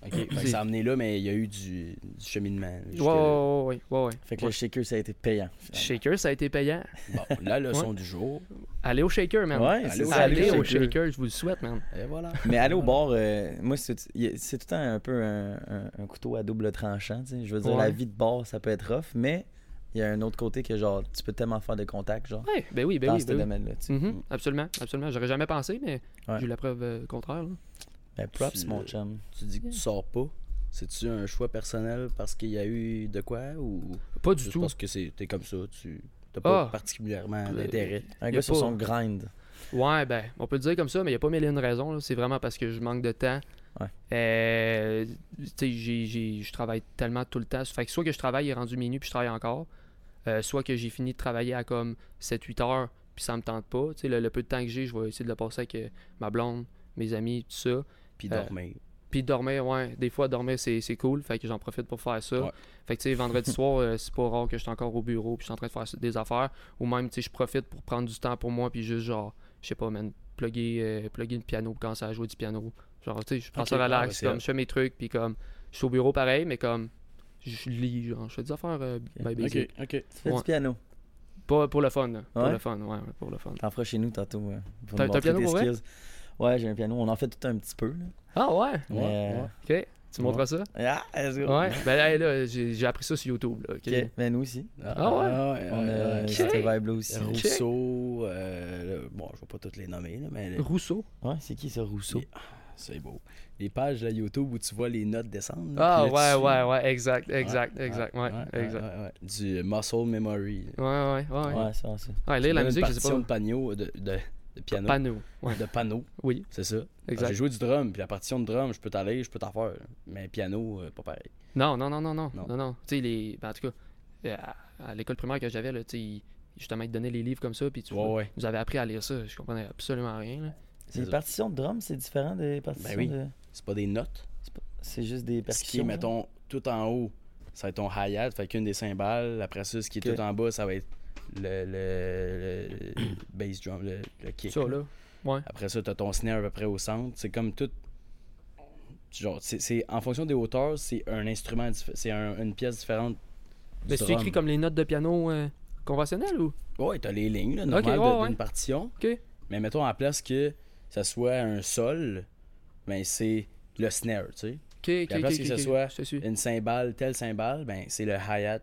S2: Ok, fait que
S1: C'est-
S2: ça a amené là, mais il y a eu du, du cheminement.
S1: Ouais,
S2: jusque-
S1: ouais, ouais, ouais, ouais.
S3: Fait que le shaker, ça a été payant. finalement.
S1: Shaker, ça a été payant.
S2: Bon, la leçon du jour.
S1: Allez au Shaker, man.
S3: Ouais,
S2: Allez
S3: c'est
S2: au
S3: ça,
S1: Allez
S3: aller
S1: au Shaker, je vous le souhaite, man.
S2: Et
S1: (laughs)
S2: voilà.
S3: Mais aller au bar, euh, moi, c'est y a- c'est tout le temps un peu un, un- un couteau à double tranchant. tu sais. Je veux dire,
S1: Ouais.
S3: la vie de bar, ça peut être rough, mais il y a un autre côté que, genre, tu peux tellement faire de contacts, genre,
S1: Ouais, ben oui, ben
S3: dans
S1: oui.
S3: ce
S1: ben oui.
S3: domaine-là. tu sais.
S1: Mhm, absolument, absolument. J'aurais jamais pensé, mais
S3: Ouais.
S1: j'ai eu la preuve euh, contraire. là.
S3: Ben, props,
S2: Tu-
S3: mon chum.
S1: euh,
S2: Tu dis que tu sors pas. C'est-tu un choix personnel parce qu'il y a eu de quoi ou
S1: Pas du
S2: juste
S1: tout.
S2: parce que c'est- t'es comme ça, tu t'as pas
S1: Ah.
S2: particulièrement
S1: Euh,
S2: d'intérêt.
S3: Un
S1: Y a
S3: gars sur
S1: pas-
S3: son grind.
S1: Ouais, ben, on peut le dire comme ça, mais il n'y a pas mille et une raisons. là. C'est vraiment parce que je manque de temps.
S3: Ouais.
S1: Euh, tu sais, j'ai- j'ai- je travaille tellement tout le temps. Fait que soit que je travaille, il est rendu minuit, puis je travaille encore. Euh, soit que j'ai fini de travailler à comme 7-8 heures, puis ça me tente pas. Tu sais, le, le peu de temps que j'ai, je vais essayer de le passer avec euh, ma blonde, mes amis, tout ça.
S2: Puis
S1: Euh,
S2: dormir.
S1: Puis dormir, ouais, des fois dormir c'est c'est cool, fait que j'en profite pour faire ça.
S2: Ouais.
S1: Fait que tu sais,
S2: (laughs)
S1: vendredi soir, euh, c'est pas rare que je suis encore au bureau, puis je suis en train de faire des affaires. Ou même, tu sais, je profite pour prendre du temps pour moi, puis juste genre, je sais pas, man, plugger, euh, plugger le piano quand ça joue du piano. Genre, tu sais, je prends ça
S2: Ok, ah ouais,
S1: relax,
S2: c'est
S1: comme
S2: hot.
S1: je fais mes trucs, puis comme, je suis au bureau pareil, mais comme, je lis, genre, je fais des affaires, euh, ben
S2: Ok,
S1: basic.
S2: ok.
S3: Tu fais
S1: Ouais.
S3: du piano.
S1: Pas pour le fun, là. Pour
S3: Ouais?
S1: le fun, ouais, ouais, pour le fun.
S3: T'en feras chez nous tantôt. euh, pour
S1: T'as- t'as
S3: nous
S1: un
S3: montrer
S1: piano
S3: tes
S1: pour vrai?
S3: skills. Ouais, j'ai un piano. On en fait tout un petit peu. Là.
S1: Ah ouais,
S2: Ouais,
S3: Mais,
S2: ouais.
S1: ok, tu
S3: Ouais.
S1: montres ça?
S3: euh, Ah, let's go.
S1: Ouais, ben hey, là, j'ai j'ai appris ça sur YouTube, là, ok?
S3: Ok, ben, nous aussi.
S1: Ah ouais?
S3: On a
S2: ouais,
S1: Ok.
S3: cette vibe-là aussi.
S1: Ok.
S2: Rousseau, euh, le- bon, je vais pas toutes les nommer, là, mais le-
S1: Rousseau.
S3: Ouais, c'est qui ce Rousseau?
S2: Yeah. c'est beau. Les pages de YouTube où tu vois les notes descendre.
S1: Ah
S2: puis là,
S1: ouais,
S2: tu-
S1: ouais, ouais, exact, exact, exact, ouais, exact.
S2: ouais, ouais. Du muscle memory.
S1: Ouais, ouais, ouais.
S3: Ouais,
S1: Ouais,
S3: c'est ça, ça.
S1: lire la
S2: Même
S1: musique,
S2: une
S1: je sais
S2: partition de
S1: pas.
S2: panneau, euh, de, de, de piano,
S1: Panneau. Ouais,
S2: (laughs) de panneau,
S1: oui,
S2: c'est ça. Ah,
S1: exact.
S2: J'ai joué du drum, puis la partition de drum, je peux t'aller, je peux t'en faire. Mais piano, euh, pas pareil.
S1: Non, non, non, non, non,
S2: Non.
S1: non, non. Tu sais, les... ben, en tout cas, euh, à, à l'école primaire que j'avais, là, tu sais, ils- justement, ils te donnaient les livres comme ça, puis tu
S2: Ouais, ouais.
S1: nous avais appris à lire ça, je comprenais absolument rien, là.
S3: Les
S2: ça.
S3: partitions de drum, c'est différent des partitions
S1: Ben
S2: oui.
S3: de...
S2: C'est pas des notes.
S3: c'est pas- C'est juste des
S2: Ce qui est,
S3: percussions. genre?
S2: mettons, tout en haut, ça va être ton hi-hat, fait qu'une des cymbales. Après ça, ce qui est
S3: Ok.
S2: tout en bas, ça va être le, le, le- le bass drum, le, le kick.
S1: Ça, là. Ouais.
S2: Après ça, t'as ton snare à peu près au centre. C'est comme tout. Genre, c'est, c'est- en fonction des hauteurs, c'est un instrument, diff- c'est un- une pièce différente. du
S1: Mais c'est
S2: drum.
S1: écrit comme les notes de piano euh, conventionnelles ou
S2: Ouais, t'as les lignes, là, normales
S1: ouais,
S2: de-
S1: ouais.
S2: d'une partition.
S1: Ok.
S2: Mais mettons en place que ça soit un sol, ben c'est le snare, tu sais.
S1: Ok, ok,
S2: Puis après,
S1: ok,
S2: si
S1: ok,
S2: ce
S1: ok,
S2: soit
S1: je te suis.
S2: Une cymbale, telle cymbale, ben c'est le hi-hat.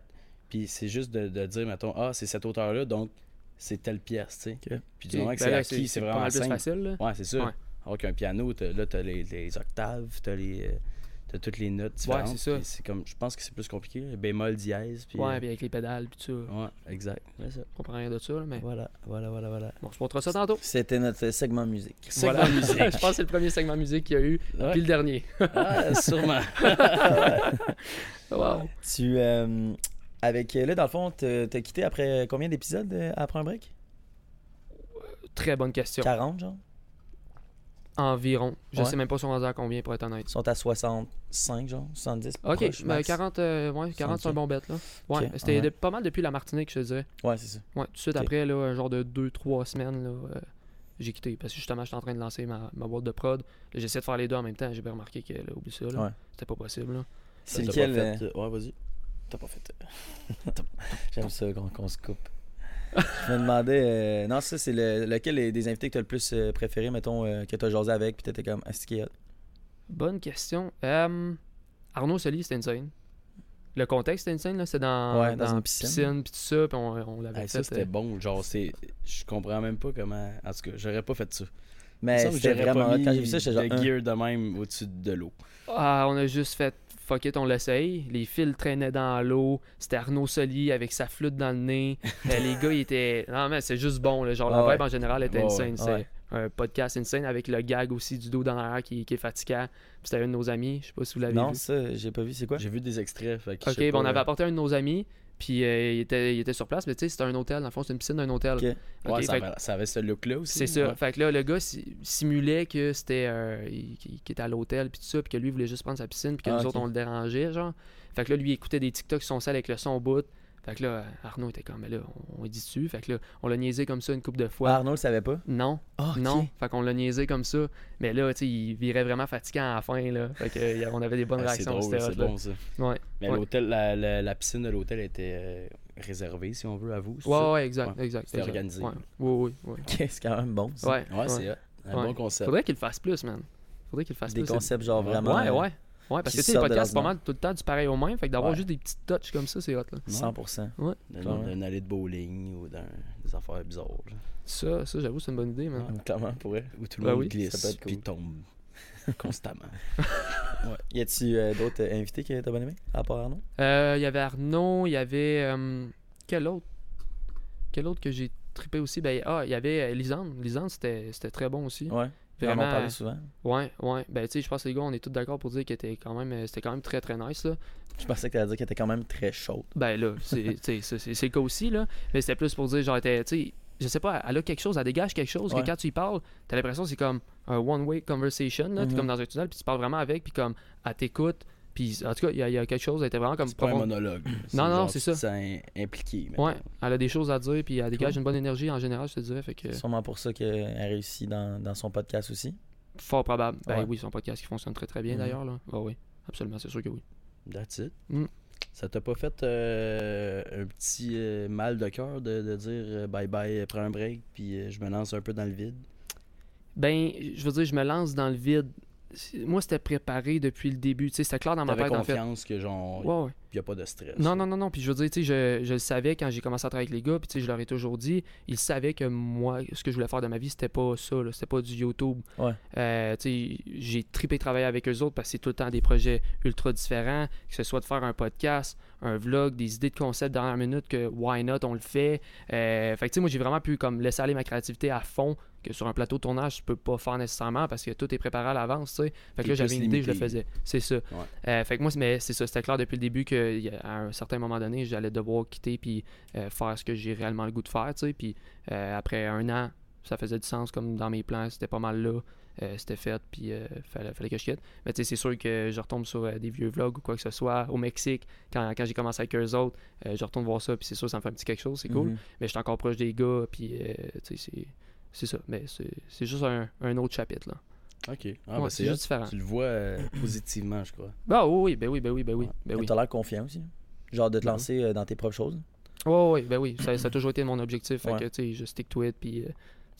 S2: Puis c'est juste de, de dire, mettons, ah, c'est cette hauteur-là, donc c'est telle pièce, tu sais.
S3: Ok.
S2: Puis du moment que c'est
S1: Ben là,
S2: acquis, c'est
S1: pas
S2: vraiment
S1: mal plus
S2: simple.
S1: facile, là.
S2: Ouais, c'est sûr.
S1: Ouais.
S2: Alors qu'un piano, t'as- là, t'as les, les octaves, t'as les. euh, T'as toutes les notes différentes.
S1: c'est ça.
S2: puis C'est comme, je pense que c'est plus compliqué. là, Bémol, dièse. Puis, euh,
S1: Ouais, puis avec les pédales, puis tout ça.
S2: Ouais, exact. C'est ça.
S1: Je comprends rien de ça, là, mais
S3: Voilà, voilà, voilà, voilà.
S1: bon, on se montrera ça tantôt. (laughs)
S3: C'était notre segment musique.
S1: Voilà.
S2: Segment musique.
S1: je pense que c'est le premier segment musique qu'il y a eu,
S2: (laughs) Ouais.
S1: puis le dernier.
S2: Ah, sûrement.
S1: Wow.
S3: Tu, euh, avec... Là, dans le fond, t'as t'as quitté après combien d'épisodes euh, après un break?
S1: Très bonne question.
S3: 40, genre?
S1: Environ. Je
S3: Ouais.
S1: sais même pas si on rendu à combien pour être honnête.
S3: Ils sont à 65, genre? 70,
S1: Ok,
S2: ben,
S3: proche,
S1: mais
S3: max.
S1: 40, euh, ouais, 40 c'est un
S3: Sentier.
S1: bon bête là. Ouais,
S3: Ok,
S1: c'était
S3: ouais.
S1: de- pas mal depuis la Martinique, je te dirais.
S3: Ouais, c'est ça.
S1: Ouais, tout de suite
S3: Ok.
S1: après, là, un genre de 2-3 semaines, là, euh, j'ai quitté. Parce que justement, j'étais en train de lancer ma, ma boîte de prod. Là, J'essaie de faire les deux en même temps. J'ai bien remarqué que, là, oublie ça, là,
S3: Ouais.
S1: c'était pas possible. Là.
S3: (laughs) C'est
S2: T'as pas
S3: lequel... euh,
S2: fait, euh, Ouais, vas-y.
S3: T'as pas fait. euh. (laughs) J'aime ça qu'on qu'on se coupe. Je me demandais. euh, non, ça, c'est le, lequel est- des invités que t'as le plus euh, préféré, mettons, euh, que t'as jasé avec, puis t'étais comme, ah, c'est qui, hot?
S1: Bonne question. Euh, Arnaud Soli, c'était insane. Le contexte c'était insane, là. C'est dans,
S3: Ouais, dans une
S1: la
S3: piscine.
S1: piscine, puis tout ça, puis on, on l'avait
S2: Hey,
S1: fait.
S2: ça, c'était
S1: euh,
S2: bon. Genre, c'est. Je comprends même pas comment. En tout cas, j'aurais pas fait ça. Il me
S3: Mais
S2: semble que
S3: Ben, c'était
S2: j'aurais pas
S3: vraiment hot.
S2: mis
S3: Quand j'ai vu ça, j'étais genre.
S2: Le
S3: hein.
S2: gear de même au-dessus de l'eau.
S1: Ah, on a juste fait fuck it, on l'essaye. Les fils traînaient dans l'eau. C'était Arnaud Soli avec sa flûte dans le
S2: (laughs)
S1: nez. Euh, les gars, ils étaient. Non, mais c'est juste bon. là. Genre,
S3: Ah
S1: la
S3: ouais.
S1: vibe en général était
S2: Ouais,
S1: insane.
S2: ouais,
S1: C'est
S3: ouais.
S1: un podcast insane avec le gag aussi du dos dans l'arrière qui, qui est fatigant. Puis C'était un de nos amis. Je sais pas si vous l'avez
S3: Non,
S1: vu.
S3: ça, j'ai pas vu, c'est quoi
S2: J'ai vu des extraits. Fait que je
S1: Ok,
S2: sais
S1: ben, on
S2: pas,
S1: avait
S2: euh,
S1: apporté un de nos amis. Puis euh, il, était, il était sur place. Mais tu sais, c'était un hôtel. Dans le fond, c'est une piscine d'un hôtel.
S3: Ok.
S1: Ok,
S2: Ouais, ça,
S1: fait
S2: avait, ça avait ce look-là aussi.
S1: C'est ça.
S2: Ouais.
S1: Fait que là, le gars si- simulait que c'était. euh, il- qu'il qu'il était à l'hôtel, puis tout ça, puis que lui voulait juste prendre sa piscine, puis que
S3: Ah,
S1: nous
S3: ok.
S1: autres, on le dérangeait, genre. Fait que là, lui, il écoutait des TikTok son sale avec le son au bout. Fait que là, Arnaud était comme, mais là, on, on dit dessus. Fait que là, on l'a niaisé comme ça une couple de fois.
S3: Ah, Arnaud le savait pas.
S1: Non,
S3: Ah, ok.
S1: non. Fait qu'on l'a niaisé comme ça. Mais là, tu sais, il virait vraiment fatiguant à la fin, là. Fait que, euh, on avait des bonnes
S2: Ah, c'est
S1: réactions,
S2: drôle,
S1: c'était
S2: c'est
S1: hot, là.
S2: bon ça.
S1: Ouais.
S2: Mais
S1: Ouais.
S2: l'hôtel, la, la- la piscine de l'hôtel était euh, réservée, si on veut, à vous. c'est
S1: Ouais,
S2: ça?
S1: ouais, exact, exact.
S2: C'était
S1: exact.
S2: organisé.
S1: Ouais. Oui, oui,
S3: (laughs)
S1: oui.
S3: Ok, c'est quand même bon. ça.
S1: Ouais,
S2: Ouais, c'est hot. un
S1: Ouais.
S2: bon concept.
S1: Faudrait qu'il le fasse plus, man. Faudrait qu'il le fasse
S3: Des
S1: plus. C'est-
S3: concepts, genre
S2: Ouais,
S3: vraiment.
S1: Ouais,
S3: euh,
S1: ouais. Ouais, parce
S3: qui
S1: que tu sais, les
S3: sortent de
S1: podcasts, c'est pas
S3: l'ordinaire.
S1: mal tout le temps du pareil au même. Fait que d'avoir
S3: Ouais.
S1: juste des petites touches comme ça, c'est hot. Là.
S3: euh, 100%.
S2: D'un
S3: Clairement.
S2: d'un allée de bowling ou d'un des affaires bizarres. là.
S1: Ça, ça j'avoue, c'est une bonne idée, man.
S3: Ouais, Clairement, pour elle.
S2: Où tout le
S1: Ben
S2: monde
S1: oui,
S3: ça peut
S2: glisse
S3: être
S2: puis
S1: (laughs)
S3: cool.
S2: tombe constamment.
S3: Y a-tu euh, d'autres euh, invités que t'as bien aimé à part Arnaud
S1: Euh, Il y avait Arnaud, il y avait. euh, quel autre Quel autre que j'ai trippé aussi ben, Ah, il y avait euh, Lisande. Lisande, c'était c'était très bon aussi.
S3: Ouais. On en
S1: Vraiment,
S3: parlait
S1: euh,
S3: souvent.
S1: Ouais, ouais. Ben, tu sais, je pense que les gars, on est tous d'accord pour dire que c'était quand, même, euh, c'était quand même très, très nice. Là.
S3: Je pensais que t'allais dire qu'elle était quand même très chaude.
S1: Ben là, c'est (laughs) tu sais, ça, c'est- c'est le cas aussi, là. Mais c'était plus pour dire, genre, était- tu sais, je sais pas, elle a quelque chose, elle dégage quelque chose
S3: Ouais.
S1: que quand tu y parles, t'as l'impression que c'est comme un one-way conversation, là. T'es
S3: Mhm.
S1: comme dans un tunnel, puis tu parles vraiment avec, puis comme, elle t'écoute, puis en tout cas, il y, a- il y a quelque chose, elle était vraiment comme
S2: C'est pas un
S1: profonde.
S2: monologue.
S1: Non, non,
S2: genre,
S1: c'est
S2: tu
S1: ça.
S2: te sens impliqué. mettons.
S1: Ouais, elle a des choses à dire, puis elle dégage une bonne énergie en général, je te dirais, fait que
S3: Sûrement pour ça qu'elle a réussi dans, dans son podcast aussi.
S1: fort probable. Ben
S3: Ouais.
S1: oui, son podcast qui fonctionne très très bien
S3: Mhm.
S1: d'ailleurs, là. Ben oui, absolument, c'est sûr que oui.
S2: That's it.
S1: Mm.
S2: Ça t'a pas fait euh, un petit euh, mal de cœur de, de dire euh, bye bye, euh, prends un break, puis euh, je me lance un peu dans le vide?
S1: Ben, je veux dire, je me lance dans le vide. Moi, c'était préparé depuis le début, tu sais, c'était clair dans ma
S2: T'avais
S1: tête, en fait.
S2: confiance que genre,
S1: Ouais, ouais.
S2: y a pas de stress.
S1: Non, non, non, non. Puis je veux dire, tu sais, je, je le savais quand j'ai commencé à travailler avec les gars, puis tu sais, je leur ai toujours dit, ils savaient que moi, ce que je voulais faire de ma vie, c'était pas ça, là, c'était pas du YouTube.
S3: Ouais.
S1: Euh, tu sais, j'ai tripé travailler avec eux autres parce que c'est tout le temps des projets ultra différents, que ce soit de faire un podcast, un vlog, des idées de concepts dernière minute que why not, on le fait. Euh, fait que tu sais, moi, j'ai vraiment pu comme laisser aller ma créativité à fond que sur un plateau de tournage, je peux pas faire nécessairement parce que tout est préparé à l'avance, tu sais. Fait que
S2: T'es
S1: là, j'avais
S2: plus
S1: une idée, je le
S2: limité.
S1: faisais. C'est ça. Euh, fait que moi, c'est- mais c'est ça, c'était clair depuis le début qu'à un certain moment donné, j'allais devoir quitter puis euh, faire ce que j'ai réellement le goût de faire, tu sais. Puis euh, après un an, ça faisait du sens comme dans mes plans, c'était pas mal là, euh, c'était fait, puis euh, fallait, fallait que je quitte. Mais tu sais, c'est sûr que je retombe sur euh, des vieux vlogs ou quoi que ce soit au Mexique, quand, quand j'ai commencé avec eux autres, euh, je retourne voir ça, puis c'est sûr, ça me fait un petit quelque chose, c'est cool. Ben
S3: Mhm.
S1: Mais je suis encore proche des gars, puis euh, tu sais, c'est. C'est ça, mais c'est c'est juste un, un autre chapitre. là.
S2: Ok. Ah,
S1: Ouais,
S2: bah,
S1: c'est
S2: c'est hot.
S1: juste différent.
S2: Tu le
S1: (clears throat)
S2: vois euh, positivement, je crois.
S1: Bah oui, oui, ben oui, ben oui, ben oui.
S2: Ouais.
S1: Ben oui.
S3: T'as l'air confiant aussi. Genre de te
S1: Ben oui.
S3: lancer euh, dans tes propres choses.
S1: Ouais, ouais, ben oui, ça, ça a toujours été mon objectif. Fait
S3: Ouais.
S1: que, tu sais, je stick to it, puis, euh,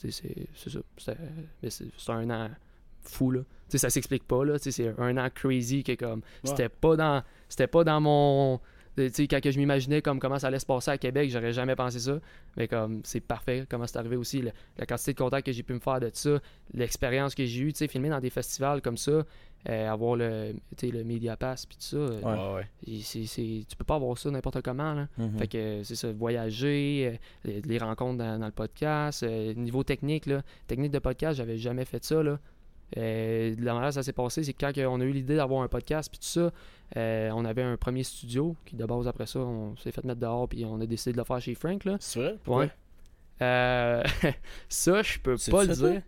S1: tu sais, c'est- c'est ça. C'est- mais C'est c'est un an fou, là. Tu sais, ça s'explique pas, là. Tu sais, c'est un an crazy que, comme, c'était pas dans c'était pas dans mon. Tu sais, quand que je m'imaginais comme comment ça allait se passer à Québec, j'aurais jamais pensé ça. Mais comme, c'est parfait comment c'est arrivé aussi. le- la quantité de contacts que j'ai pu me faire de ça, l'expérience que j'ai eue, tu sais, filmer dans des festivals comme ça, euh, avoir le, tu sais, le Media Pass, puis tout ça. euh,
S3: Ouais.
S2: ouais.
S1: et c'est- c'est- tu peux pas avoir ça n'importe comment, là.
S2: Mm.
S1: Fait que euh, c'est ça, voyager, euh, les, les rencontres dans, dans le podcast, euh, niveau technique, là, technique de podcast, j'avais jamais fait ça. Là. Euh, de la manière dont ça s'est passé, c'est que quand euh, on a eu l'idée d'avoir un podcast, puis tout ça, euh, on avait un premier studio, qui de base après ça, on s'est fait mettre dehors, puis on a décidé de le faire chez Frank. Là.
S2: C'est vrai?
S1: Ouais. Euh, (laughs) ça, je peux
S2: C'est
S1: pas le
S2: ça, toi?
S1: dire.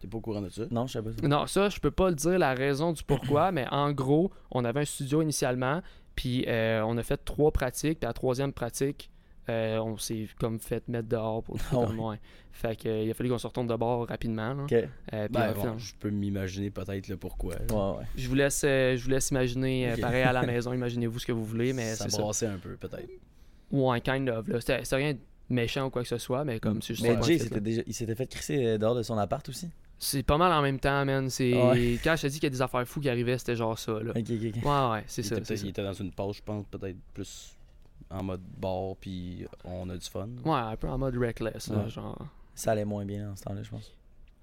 S2: T'es pas au courant de ça?
S3: Non, je sais pas. ça.
S1: Non, ça, je peux pas le dire la raison du pourquoi, mais en gros, on avait un studio initialement, puis euh, on a fait trois pratiques, puis à la troisième pratique, euh, on s'est comme fait mettre dehors pour
S3: Ah ouais.
S1: comme, ouais. Fait que, euh, il a fallu qu'on se retourne de bord rapidement. là.
S3: Ok. Ouais,
S1: Euh, puis,
S2: Ben,
S1: en
S2: bon,
S1: fait,
S2: je peux m'imaginer peut-être le pourquoi.
S3: ouais.
S1: je vous laisse, euh, je vous laisse imaginer, euh,
S2: Ok.
S1: pareil à la maison, imaginez-vous ce que vous voulez, mais
S2: ça
S1: c'est ça.
S2: brassait un peu, peut-être.
S1: Ouais, kind of. là. C'était c'était rien de méchant ou quoi que ce soit, mais comme c'est juste
S3: Mais
S1: ça qu'on
S3: Jay,
S1: a fait, là.
S3: s'était déjà- il s'était fait crisser euh, dehors de son appart aussi.
S1: c'est pas mal en même temps, man. C'est...
S3: Ouais.
S1: Quand je te dis qu'il y a des affaires fous qui arrivaient, c'était genre ça, là.
S3: Ok, ok, ok.
S1: Ouais, ouais, c'est
S2: Il
S1: ça. c'est
S2: était, peut-être-
S1: ça.
S2: il était dans une pause, je pense, peut-être plus en mode bar, puis on a du fun.
S1: Ouais, un peu en mode reckless, là,
S2: Ouais.
S1: genre.
S3: Ça allait moins bien en ce temps-là, je pense.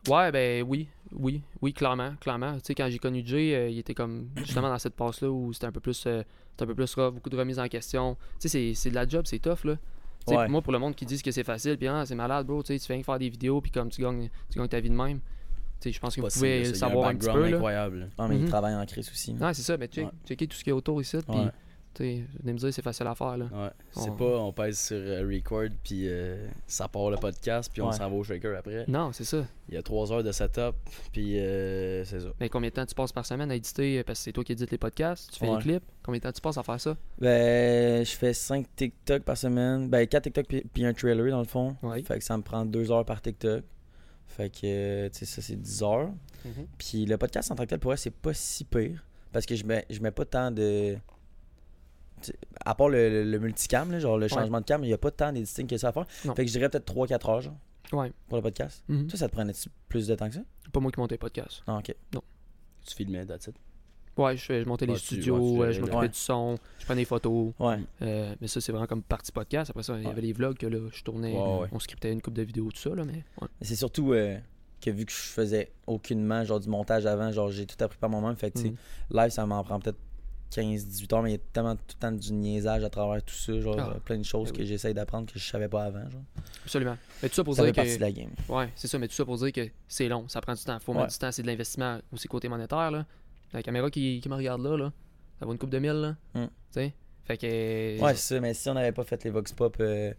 S1: Ouais, ben oui, oui, oui, clairement, clairement. Tu sais, quand j'ai connu Jay, euh, il était comme justement dans cette passe-là où c'était un peu plus euh, c'était un peu plus rough, beaucoup de remises en question. Tu sais, c'est- c'est de la job, c'est tough, là. Tu sais,
S3: Ouais.
S1: pour Moi, pour le monde qui dit que c'est facile, puis ah, c'est malade, bro, tu sais, tu fais rien que faire des vidéos, puis comme tu gagnes, tu gagnes ta vie de même. Tu sais, je pense que vous
S2: Possible,
S1: pouvez
S2: ça, il y a
S1: le savoir un, petit
S2: background
S1: peu, là.
S2: incroyable.
S3: Ah, mais il
S1: Mhm.
S3: travaille en crise aussi. là.
S1: Non, c'est ça, mais check,
S2: Ouais.
S1: checker tout ce qui est autour ici, puis
S3: Ouais.
S1: tu sais, venez me dire c'est facile à faire, là.
S2: Ouais. C'est
S3: Oh.
S1: On-
S2: pas on pèse sur euh, record, puis euh, ça part le podcast, puis on
S3: Ouais.
S2: s'en va au shaker après.
S1: Non, c'est ça.
S2: Il y a trois heures de setup, puis euh, c'est ça.
S1: Mais combien de temps tu passes par semaine à éditer euh, Parce que c'est toi qui édites les podcasts, tu fais
S3: Ouais.
S1: les clips. Combien de temps tu passes à faire ça
S3: Ben, je fais 5 TikTok par semaine. Ben, 4 TikTok puis, puis un trailer dans le fond.
S1: Ouais.
S3: Fait que ça me prend 2 heures par TikTok. Fait que, euh, tu sais, ça c'est 10 heures.
S1: Mhm.
S3: Puis le podcast en tant que tel, pour vrai, c'est pas si pire. Parce que je mets, je mets pas tant de. tu sais, À part le, le- le multicam, là, genre le changement de cam, il y a pas tant d'éditing que ça à faire.
S1: Non.
S3: Fait que je dirais peut-être 3-4 heures, genre,
S1: Ouais.
S3: pour le podcast.
S1: Mhm.
S3: Toi, ça te prenait plus de temps que ça?
S1: C'est Pas moi qui monte les podcasts.
S3: Ah, ok.
S2: Tu filmais, that's it.
S1: Ouais, je, fais- je montais
S2: Ouais,
S1: les
S2: tu- ouais,
S1: studios,
S2: tu
S1: euh,
S2: gérais
S1: je
S2: le-
S1: m'occupais
S3: Ouais.
S1: du son, je prenais des photos.
S3: Ouais.
S1: euh, mais ça, c'est vraiment comme partie podcast. Après ça, il y
S2: Ouais.
S1: avait les vlogs que là, je tournais,
S2: Ouais, ouais.
S1: on scriptait une coupe de vidéos, tout ça. Là, mais ouais.
S3: Mais C'est surtout euh, que vu que je faisais aucunement genre du montage avant, genre j'ai tout appris par moi-même. Fait que tu sais,
S1: Mhm.
S3: live, ça m'en prend peut-être 15-18 heures, mais il y a tellement tout le temps du niaisage à travers tout ça, genre
S1: Ah,
S3: euh, plein de choses
S1: ben
S3: que j'essaye d'apprendre que je savais pas avant. Genre.
S1: absolument. Mais tout ça pour
S3: Ça fait
S1: dire
S3: partie
S1: que.
S3: de la game.
S1: Ouais, c'est ça, mais tout ça pour dire que c'est long, ça prend du temps. Faut
S3: Ouais.
S1: mettre du temps, c'est de l'investissement aussi côté monétaire. Là. La caméra qui, qui me regarde là, là, ça vaut une coupe de mille. Là.
S3: Mm.
S1: Tu sais? Fait que.
S3: Ouais, c'est ça, mais si on n'avait pas fait les Vox Pop euh,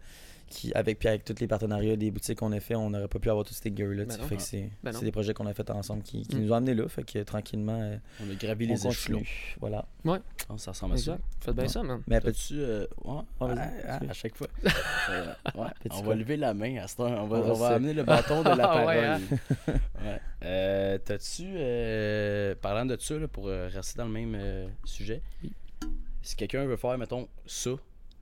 S3: qui, avec puis avec tous les partenariats des boutiques qu'on a fait, on n'aurait pas pu avoir tous ces gears-là. tu
S1: Ben
S3: sais.
S1: non.
S3: fait que c'est
S1: Ben
S3: c'est
S1: non.
S3: des projets qu'on a fait ensemble qui, qui
S1: Mm.
S3: nous ont amenés là. Fait que euh, tranquillement, euh,
S2: On a gravi
S3: on
S2: les échelons.
S3: continue. Voilà.
S2: Oh, ça ressemble à ça.
S1: Exact. Faites bien
S3: Ouais.
S1: ça, man.
S3: Mais après,
S2: T'as-tu. euh, ouais,
S3: Ah, vas-y,
S2: ouais,
S3: vas-y.
S1: (laughs)
S2: à chaque fois. Euh, ouais,
S3: Petit
S2: on
S3: con.
S2: va lever la main à cette heure. On va,
S3: On va
S2: on va
S3: se-
S2: amener le bâton
S1: (laughs)
S2: de la
S1: Ah,
S2: parole.
S1: ouais,
S2: ouais, (laughs) Euh, T'as-tu. euh, parlant de ça, là, pour euh, rester dans le même euh, sujet,
S1: Oui.
S2: si quelqu'un veut faire, mettons, ça,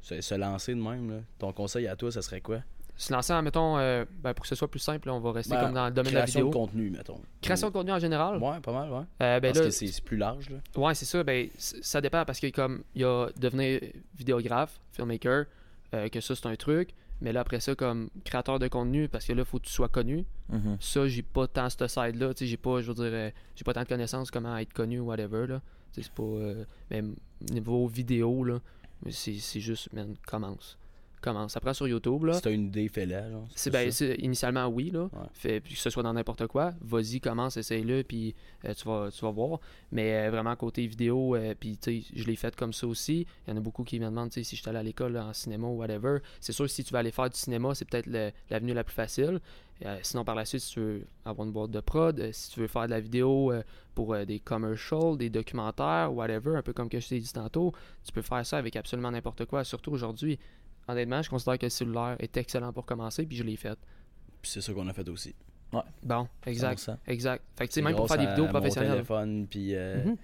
S2: se, se lancer de même, là, ton conseil à toi, ça serait quoi
S1: Se lancer, mettons, euh, ben, pour que ce soit plus simple, là, on va rester
S2: Ben,
S1: comme dans le domaine de la
S2: Création
S1: vidéo.
S2: de contenu, mettons.
S1: Création de contenu en général.
S2: Ouais, pas mal, ouais.
S1: Euh, ben
S2: Parce
S1: là,
S2: que c'est c'est plus large, là.
S1: Ouais, c'est ça. Ben, c- ça dépend parce que comme il y a devenir vidéographe, filmmaker, euh, que ça c'est un truc. Mais là après ça comme créateur de contenu, parce que là faut que tu sois connu.
S3: Mhm.
S1: Ça j'ai pas tant ce side là. Tu sais, j'ai pas, je veux dire, euh, j'ai pas tant de connaissances comment être connu ou whatever là. Tu sais, c'est pas euh, même niveau vidéo là. mais C'est c'est juste, man, commence, commence. Après sur YouTube là.
S2: Si t'as une idée, fais-la, genre.
S1: C'est
S2: plus
S1: ben,
S2: ça.
S1: c'est- initialement oui là.
S2: Ouais.
S1: Fait puis que ce soit dans n'importe quoi, vas-y, commence, essaye-le puis euh, tu vas tu vas voir. Mais euh, vraiment côté vidéo euh, puis tu sais, je l'ai fait comme ça aussi. Il y en a beaucoup qui me demandent tu sais, si je suis allé à l'école en cinéma ou whatever. C'est sûr si tu vas aller faire du cinéma, c'est peut-être le- l'avenue la plus facile. Euh, sinon par la suite si tu veux avoir une boîte de prod, euh, si tu veux faire de la vidéo euh, pour euh, des commercials, des documentaires, whatever, un peu comme que je t'ai dit tantôt, tu peux faire ça avec absolument n'importe quoi, surtout aujourd'hui. Honnêtement, je considère que le cellulaire est excellent pour commencer, puis je l'ai fait.
S2: Puis c'est ça qu'on a fait aussi.
S1: Bon, exact,
S3: 100%.
S1: exact. Fait que tu sais,
S2: C'est
S1: même pour
S2: grâce
S1: faire des
S2: à
S1: vidéos
S2: euh, mon
S1: professionnelles.
S2: téléphone, puis euh,
S1: Mhm.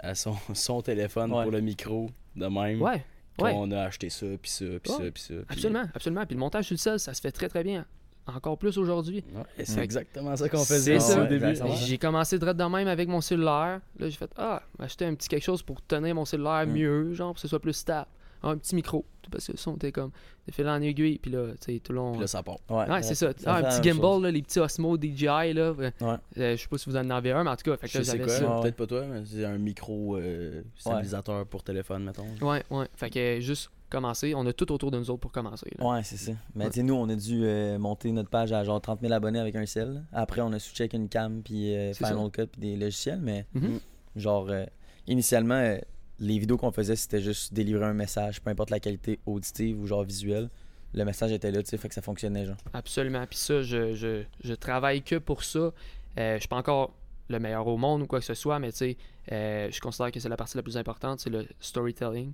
S2: à son, (laughs) son téléphone
S3: Ouais.
S2: pour le micro, de même.
S1: Ouais, ouais,
S2: On a acheté ça, puis ça, puis ça,
S1: Ouais.
S2: puis ça. puis-
S1: absolument, absolument. Puis le montage sur le sel, ça se fait très très bien. Encore plus aujourd'hui.
S2: Ouais, et c'est
S1: Mm.
S2: exactement ça qu'on faisait
S1: C'est
S2: au
S1: ça.
S2: début.
S3: Exactement. Ouais.
S1: J'ai commencé direct de même avec mon cellulaire. Là, j'ai fait Ah, acheter un petit quelque chose pour tenir mon cellulaire
S2: Mmh.
S3: Mm.
S1: mieux, genre, pour que ce soit plus stable. Un petit micro. Parce que le son était comme de fil en aiguille, puis là, tu sais, tout le long.
S2: Puis là, ça part.
S3: Ouais, Euh,
S1: Ouais, c'est ça. Ah,
S3: fait
S1: un
S3: la
S1: petit
S3: même chose.
S1: gimbal, là, les petits Osmo DJI, là. Euh, je sais pas si vous en avez un, mais en tout cas, fait que
S2: Je
S1: là,
S2: sais
S1: j'avais
S2: quoi,
S1: ça.
S3: ça.
S2: peut-être pas toi, mais c'est un micro euh, stabilisateur pour téléphone, mettons.
S1: Ouais, ouais. Fait que euh, juste commencer. On a tout autour de nous autres pour commencer. là.
S3: Euh, Ouais, c'est ça. Mais
S1: Ouais.
S3: tu sais, nous, on a dû euh, monter notre page à genre 30 000 abonnés avec un sel. Après, on a switché avec une cam, puis euh,
S1: C'est
S3: Final Cut, puis des logiciels. Mais
S1: Mhm.
S3: genre, euh, initialement, euh, les vidéos qu'on faisait, c'était juste délivrer un message, peu importe la qualité auditive ou genre visuelle. Le message était là, tu sais, fait que ça fonctionnait, genre.
S1: Absolument. Puis ça, je, je, je travaille que pour ça. Euh, je suis pas encore le meilleur au monde ou quoi que ce soit, mais tu sais, euh, je considère que c'est la partie la plus importante, c'est le storytelling,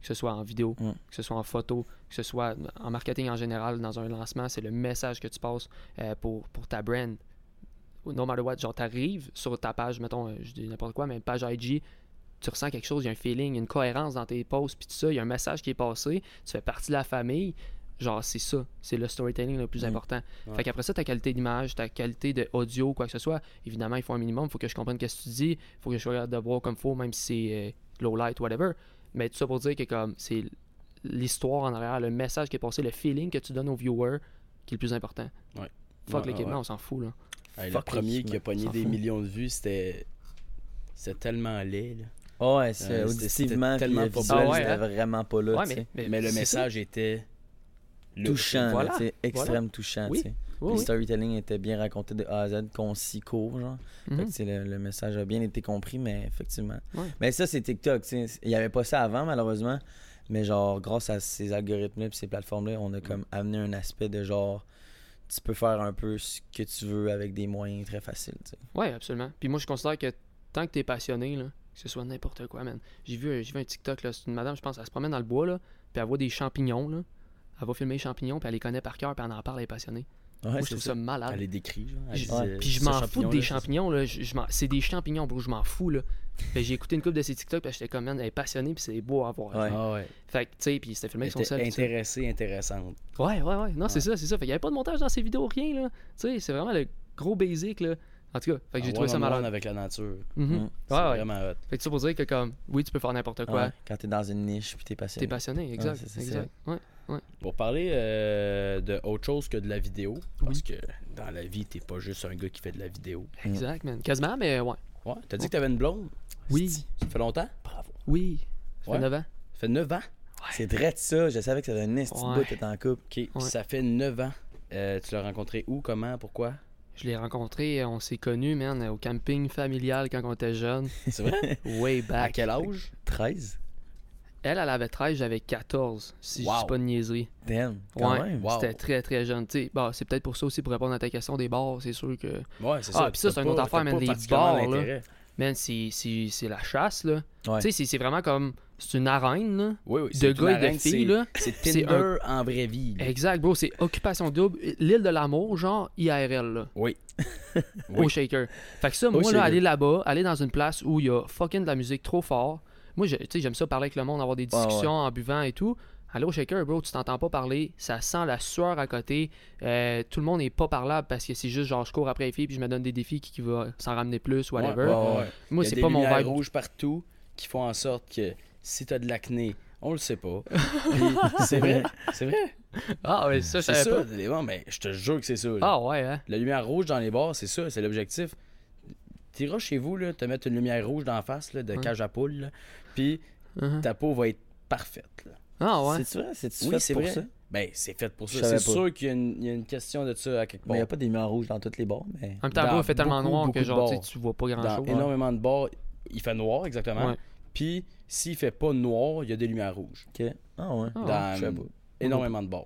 S1: que ce soit en vidéo,
S3: Mm.
S1: que ce soit en photo, que ce soit en marketing en général, dans un lancement, c'est le message que tu passes euh, pour, pour ta brand. No matter what, genre t'arrives sur ta page, mettons, euh, je dis n'importe quoi, mais une page IG, tu ressens quelque chose, il y a un feeling, il y a une cohérence dans tes posts, puis tout ça, il y a un message qui est passé, tu fais partie de la famille, genre c'est ça, c'est le storytelling le plus
S3: Mm.
S1: important.
S2: Ouais.
S1: Fait qu'après ça, ta qualité d'image, ta qualité d'audio, quoi que ce soit, évidemment, il faut un minimum, faut que je comprenne ce que tu dis, faut que je regarde de voir comme faut, même si c'est euh, low light, whatever. Mais tout ça pour dire que comme c'est l'histoire en arrière, le message qui est passé, le feeling que tu donnes aux viewers qui est le plus important. Fuck
S2: Ouais,
S1: l'équipement,
S2: ouais.
S1: on s'en fout là.
S2: Hey, le
S3: Fuck
S2: premier
S3: l'équipement,
S2: qui a pogné
S1: s'en
S2: des
S1: fout.
S2: millions de vues, c'était. C'était tellement laid. là.
S3: Ah ouais, c'est
S2: Euh, c'était-
S3: auditivement,
S2: c'était
S3: puis
S2: tellement
S3: le
S2: pas
S3: visuel,
S1: bon. Ah ouais,
S3: c'était
S1: hein?
S3: vraiment pas là,
S1: ouais,
S3: tu sais.
S1: mais, mais,
S2: Euh, Mais le
S1: c'est ça.
S2: message était. lourd.
S3: touchant, là,
S1: Voilà,
S3: tu sais, extrême
S1: voilà.
S3: touchant.
S1: Oui,
S3: tu sais.
S1: Oui,
S3: le
S1: oui.
S3: storytelling était bien raconté de A à Z, concis, court, genre. Fait que,
S1: Mhm.
S3: tu sais, le, le message a bien été compris, mais effectivement.
S1: Ouais.
S3: Mais ça, c'est TikTok. tu sais. Il n'y avait pas ça avant, malheureusement. Mais genre, grâce à ces algorithmes-là et ces plateformes-là, on a comme amené un aspect de genre, tu peux faire un peu ce que tu veux avec des moyens très faciles. tu sais.
S1: Ouais, absolument. Puis moi, je considère que tant que t'es passionné, là, que ce soit n'importe quoi, man. J'ai vu, un- j'ai vu un TikTok, là, c'est une madame, je pense, elle se promène dans le bois, là, puis elle voit des champignons, là. Elle va filmer les champignons, puis elle les connaît par cœur, puis elle en parle, elle est passionnée.
S3: Ouais,
S1: moi, je
S3: c'est
S1: trouve
S3: ça.
S1: ça malade.
S2: Elle est décrit. genre. Elle
S1: Je-
S2: dit,
S3: ouais.
S2: euh,
S1: Puis je
S2: ce
S1: m'en fous des
S2: champignon-là, c'est-
S1: champignons, là. Je, je m'en- c'est des champignons, bro, je m'en fous, là. Fait que j'ai écouté une coupe de ces TikTok, puis j'étais comme, man, elle est passionnée, puis c'est beau à voir.
S3: Ouais.
S2: Ah ouais.
S1: Fait que, tu sais, puis c'était filmé avec son
S2: était
S1: sel. puis ça.
S2: intéressée, intéressante.
S1: Ouais, ouais, ouais. Non, c'est
S2: Ouais.
S1: ça, c'est ça. Fait qu'il n'y avait pas de montage dans ces vidéos, rien, là. Tu sais, c'est vraiment le gros basic, là. En tout cas, fait que j'ai
S2: En
S1: trouvé ça
S2: one-on-one
S1: malade.
S2: avec la nature.
S1: Mhm.
S3: Mm.
S2: C'est
S1: Ouais, ouais.
S2: vraiment hot.
S1: Fait que ça pour dire que comme oui tu peux faire n'importe quoi,
S3: Ouais, quand t'es dans une niche puis t'es passionné.
S1: t'es passionné,
S3: Ouais,
S1: exact,
S3: c'est- c'est
S1: exact. Ouais.
S2: Pour parler euh, de autre chose que de la vidéo, parce que dans la vie, t'es pas juste un gars qui fait de la vidéo.
S1: exact, man. Quasiment, mais ouais.
S2: Ouais. T'as dit que t'avais une blonde?
S1: Oui,
S2: Ça fait longtemps? Bravo.
S1: oui. Ça fait
S2: Ouais.
S1: 9 ans.
S2: Ça fait 9 ans.
S3: C'est vrai de ça. Je savais que ça donnait ce petit
S1: Ouais.
S3: bout t'étais en couple.
S2: OK. Puis
S1: Ouais.
S2: Ça fait 9 ans. Euh, tu l'as rencontré où, comment, pourquoi?
S1: Je l'ai rencontré, on s'est connus, man, au camping familial quand on était jeune. (laughs)
S2: C'est vrai?
S1: Way back.
S2: à quel âge?
S3: 13?
S1: Elle, elle avait 13, j'avais 14, si je
S2: Wow.
S1: dis pas de niaiserie.
S3: Damn, quand
S1: Ouais.
S3: même.
S2: Wow.
S1: C'était très très jeune. Tu sais, bah, c'est peut-être pour ça aussi pour répondre à ta question des bars, c'est sûr que.
S2: Ouais, c'est
S1: Ah, puis ça,
S2: T'as
S1: c'est une autre
S2: pas-
S1: affaire,
S2: t'as
S1: man,
S2: pas
S1: les
S2: particulièrement
S1: bars, là.
S2: d'intérêt.
S1: Man, c'est c'est- c'est la chasse, là.
S3: Ouais.
S1: Tu sais, c'est- c'est vraiment comme. C'est une arène, là.
S2: Oui, oui. c'est
S1: De
S2: une
S1: gars et de
S2: arène,
S1: filles,
S2: c'est-
S1: là.
S2: C'est
S1: C'est
S2: Tinder en vraie vie. là.
S1: Exact, bro, c'est occupation double, l'île de l'amour, genre IRL, là. (laughs)
S2: Oui.
S1: au shaker. Fait que ça, moi,
S2: shaker.
S1: là, aller là-bas, aller dans une place où il y a fucking de la musique trop fort. Moi, je- tu sais, j'aime ça parler avec le monde, avoir des
S3: ouais.
S1: discussions en buvant et tout. Aller au shaker, bro, tu t'entends pas parler, ça sent la sueur à côté. Euh, tout le monde est pas parlable parce que c'est juste genre je cours après les filles puis je me donne des défis qui, qui va s'en ramener plus,
S2: Ouais,
S1: whatever.
S2: ouais, ouais.
S1: Moi,
S2: Il y a
S1: c'est
S2: des
S1: pas mon
S2: lumières
S1: vibe.
S2: rouges partout qui font en sorte que si t'as de l'acné, on le sait pas. Puis, c'est vrai, c'est vrai.
S1: Ah, ouais, ça, je
S2: C'est
S1: savais
S2: ça.
S1: pas.
S2: les- ouais, mais je te jure que c'est ça. là.
S1: Ah, ouais, hein.
S2: La lumière rouge dans les bars, c'est ça, c'est l'objectif. T'iras chez vous, là, te mettre une lumière rouge d'en face là, de
S1: Ouais.
S2: cage à poule, là, puis
S1: Mhm.
S2: ta peau va être parfaite. là.
S1: Ah, ouais.
S3: C'est vrai? C'est-tu
S2: Oui,
S3: fait
S2: c'est
S3: pour
S2: vrai.
S3: ça?
S2: Ben, c'est fait pour
S3: Je
S2: ça. C'est
S3: savais pas.
S2: sûr qu'il y a, une, il y a une question de ça à quelque
S3: Mais il
S2: part.
S3: n'y a pas des murs rouges dans toutes les bars, mais.
S1: En même temps,
S2: dans
S1: bro, il fait tellement
S2: beaucoup,
S1: noir
S2: beaucoup
S1: que
S2: de
S1: genre, tu sais,
S2: bars.
S1: tu vois pas grand
S2: Dans
S1: chose.
S2: énormément de bars, il fait noir, exactement.
S1: Ouais.
S2: Puis, s'il fait pas noir, il y a des lumières rouges.
S3: Ok. Ah ouais.
S1: Ah, ouais.
S2: dans
S3: je sais pas.
S2: énormément de bars.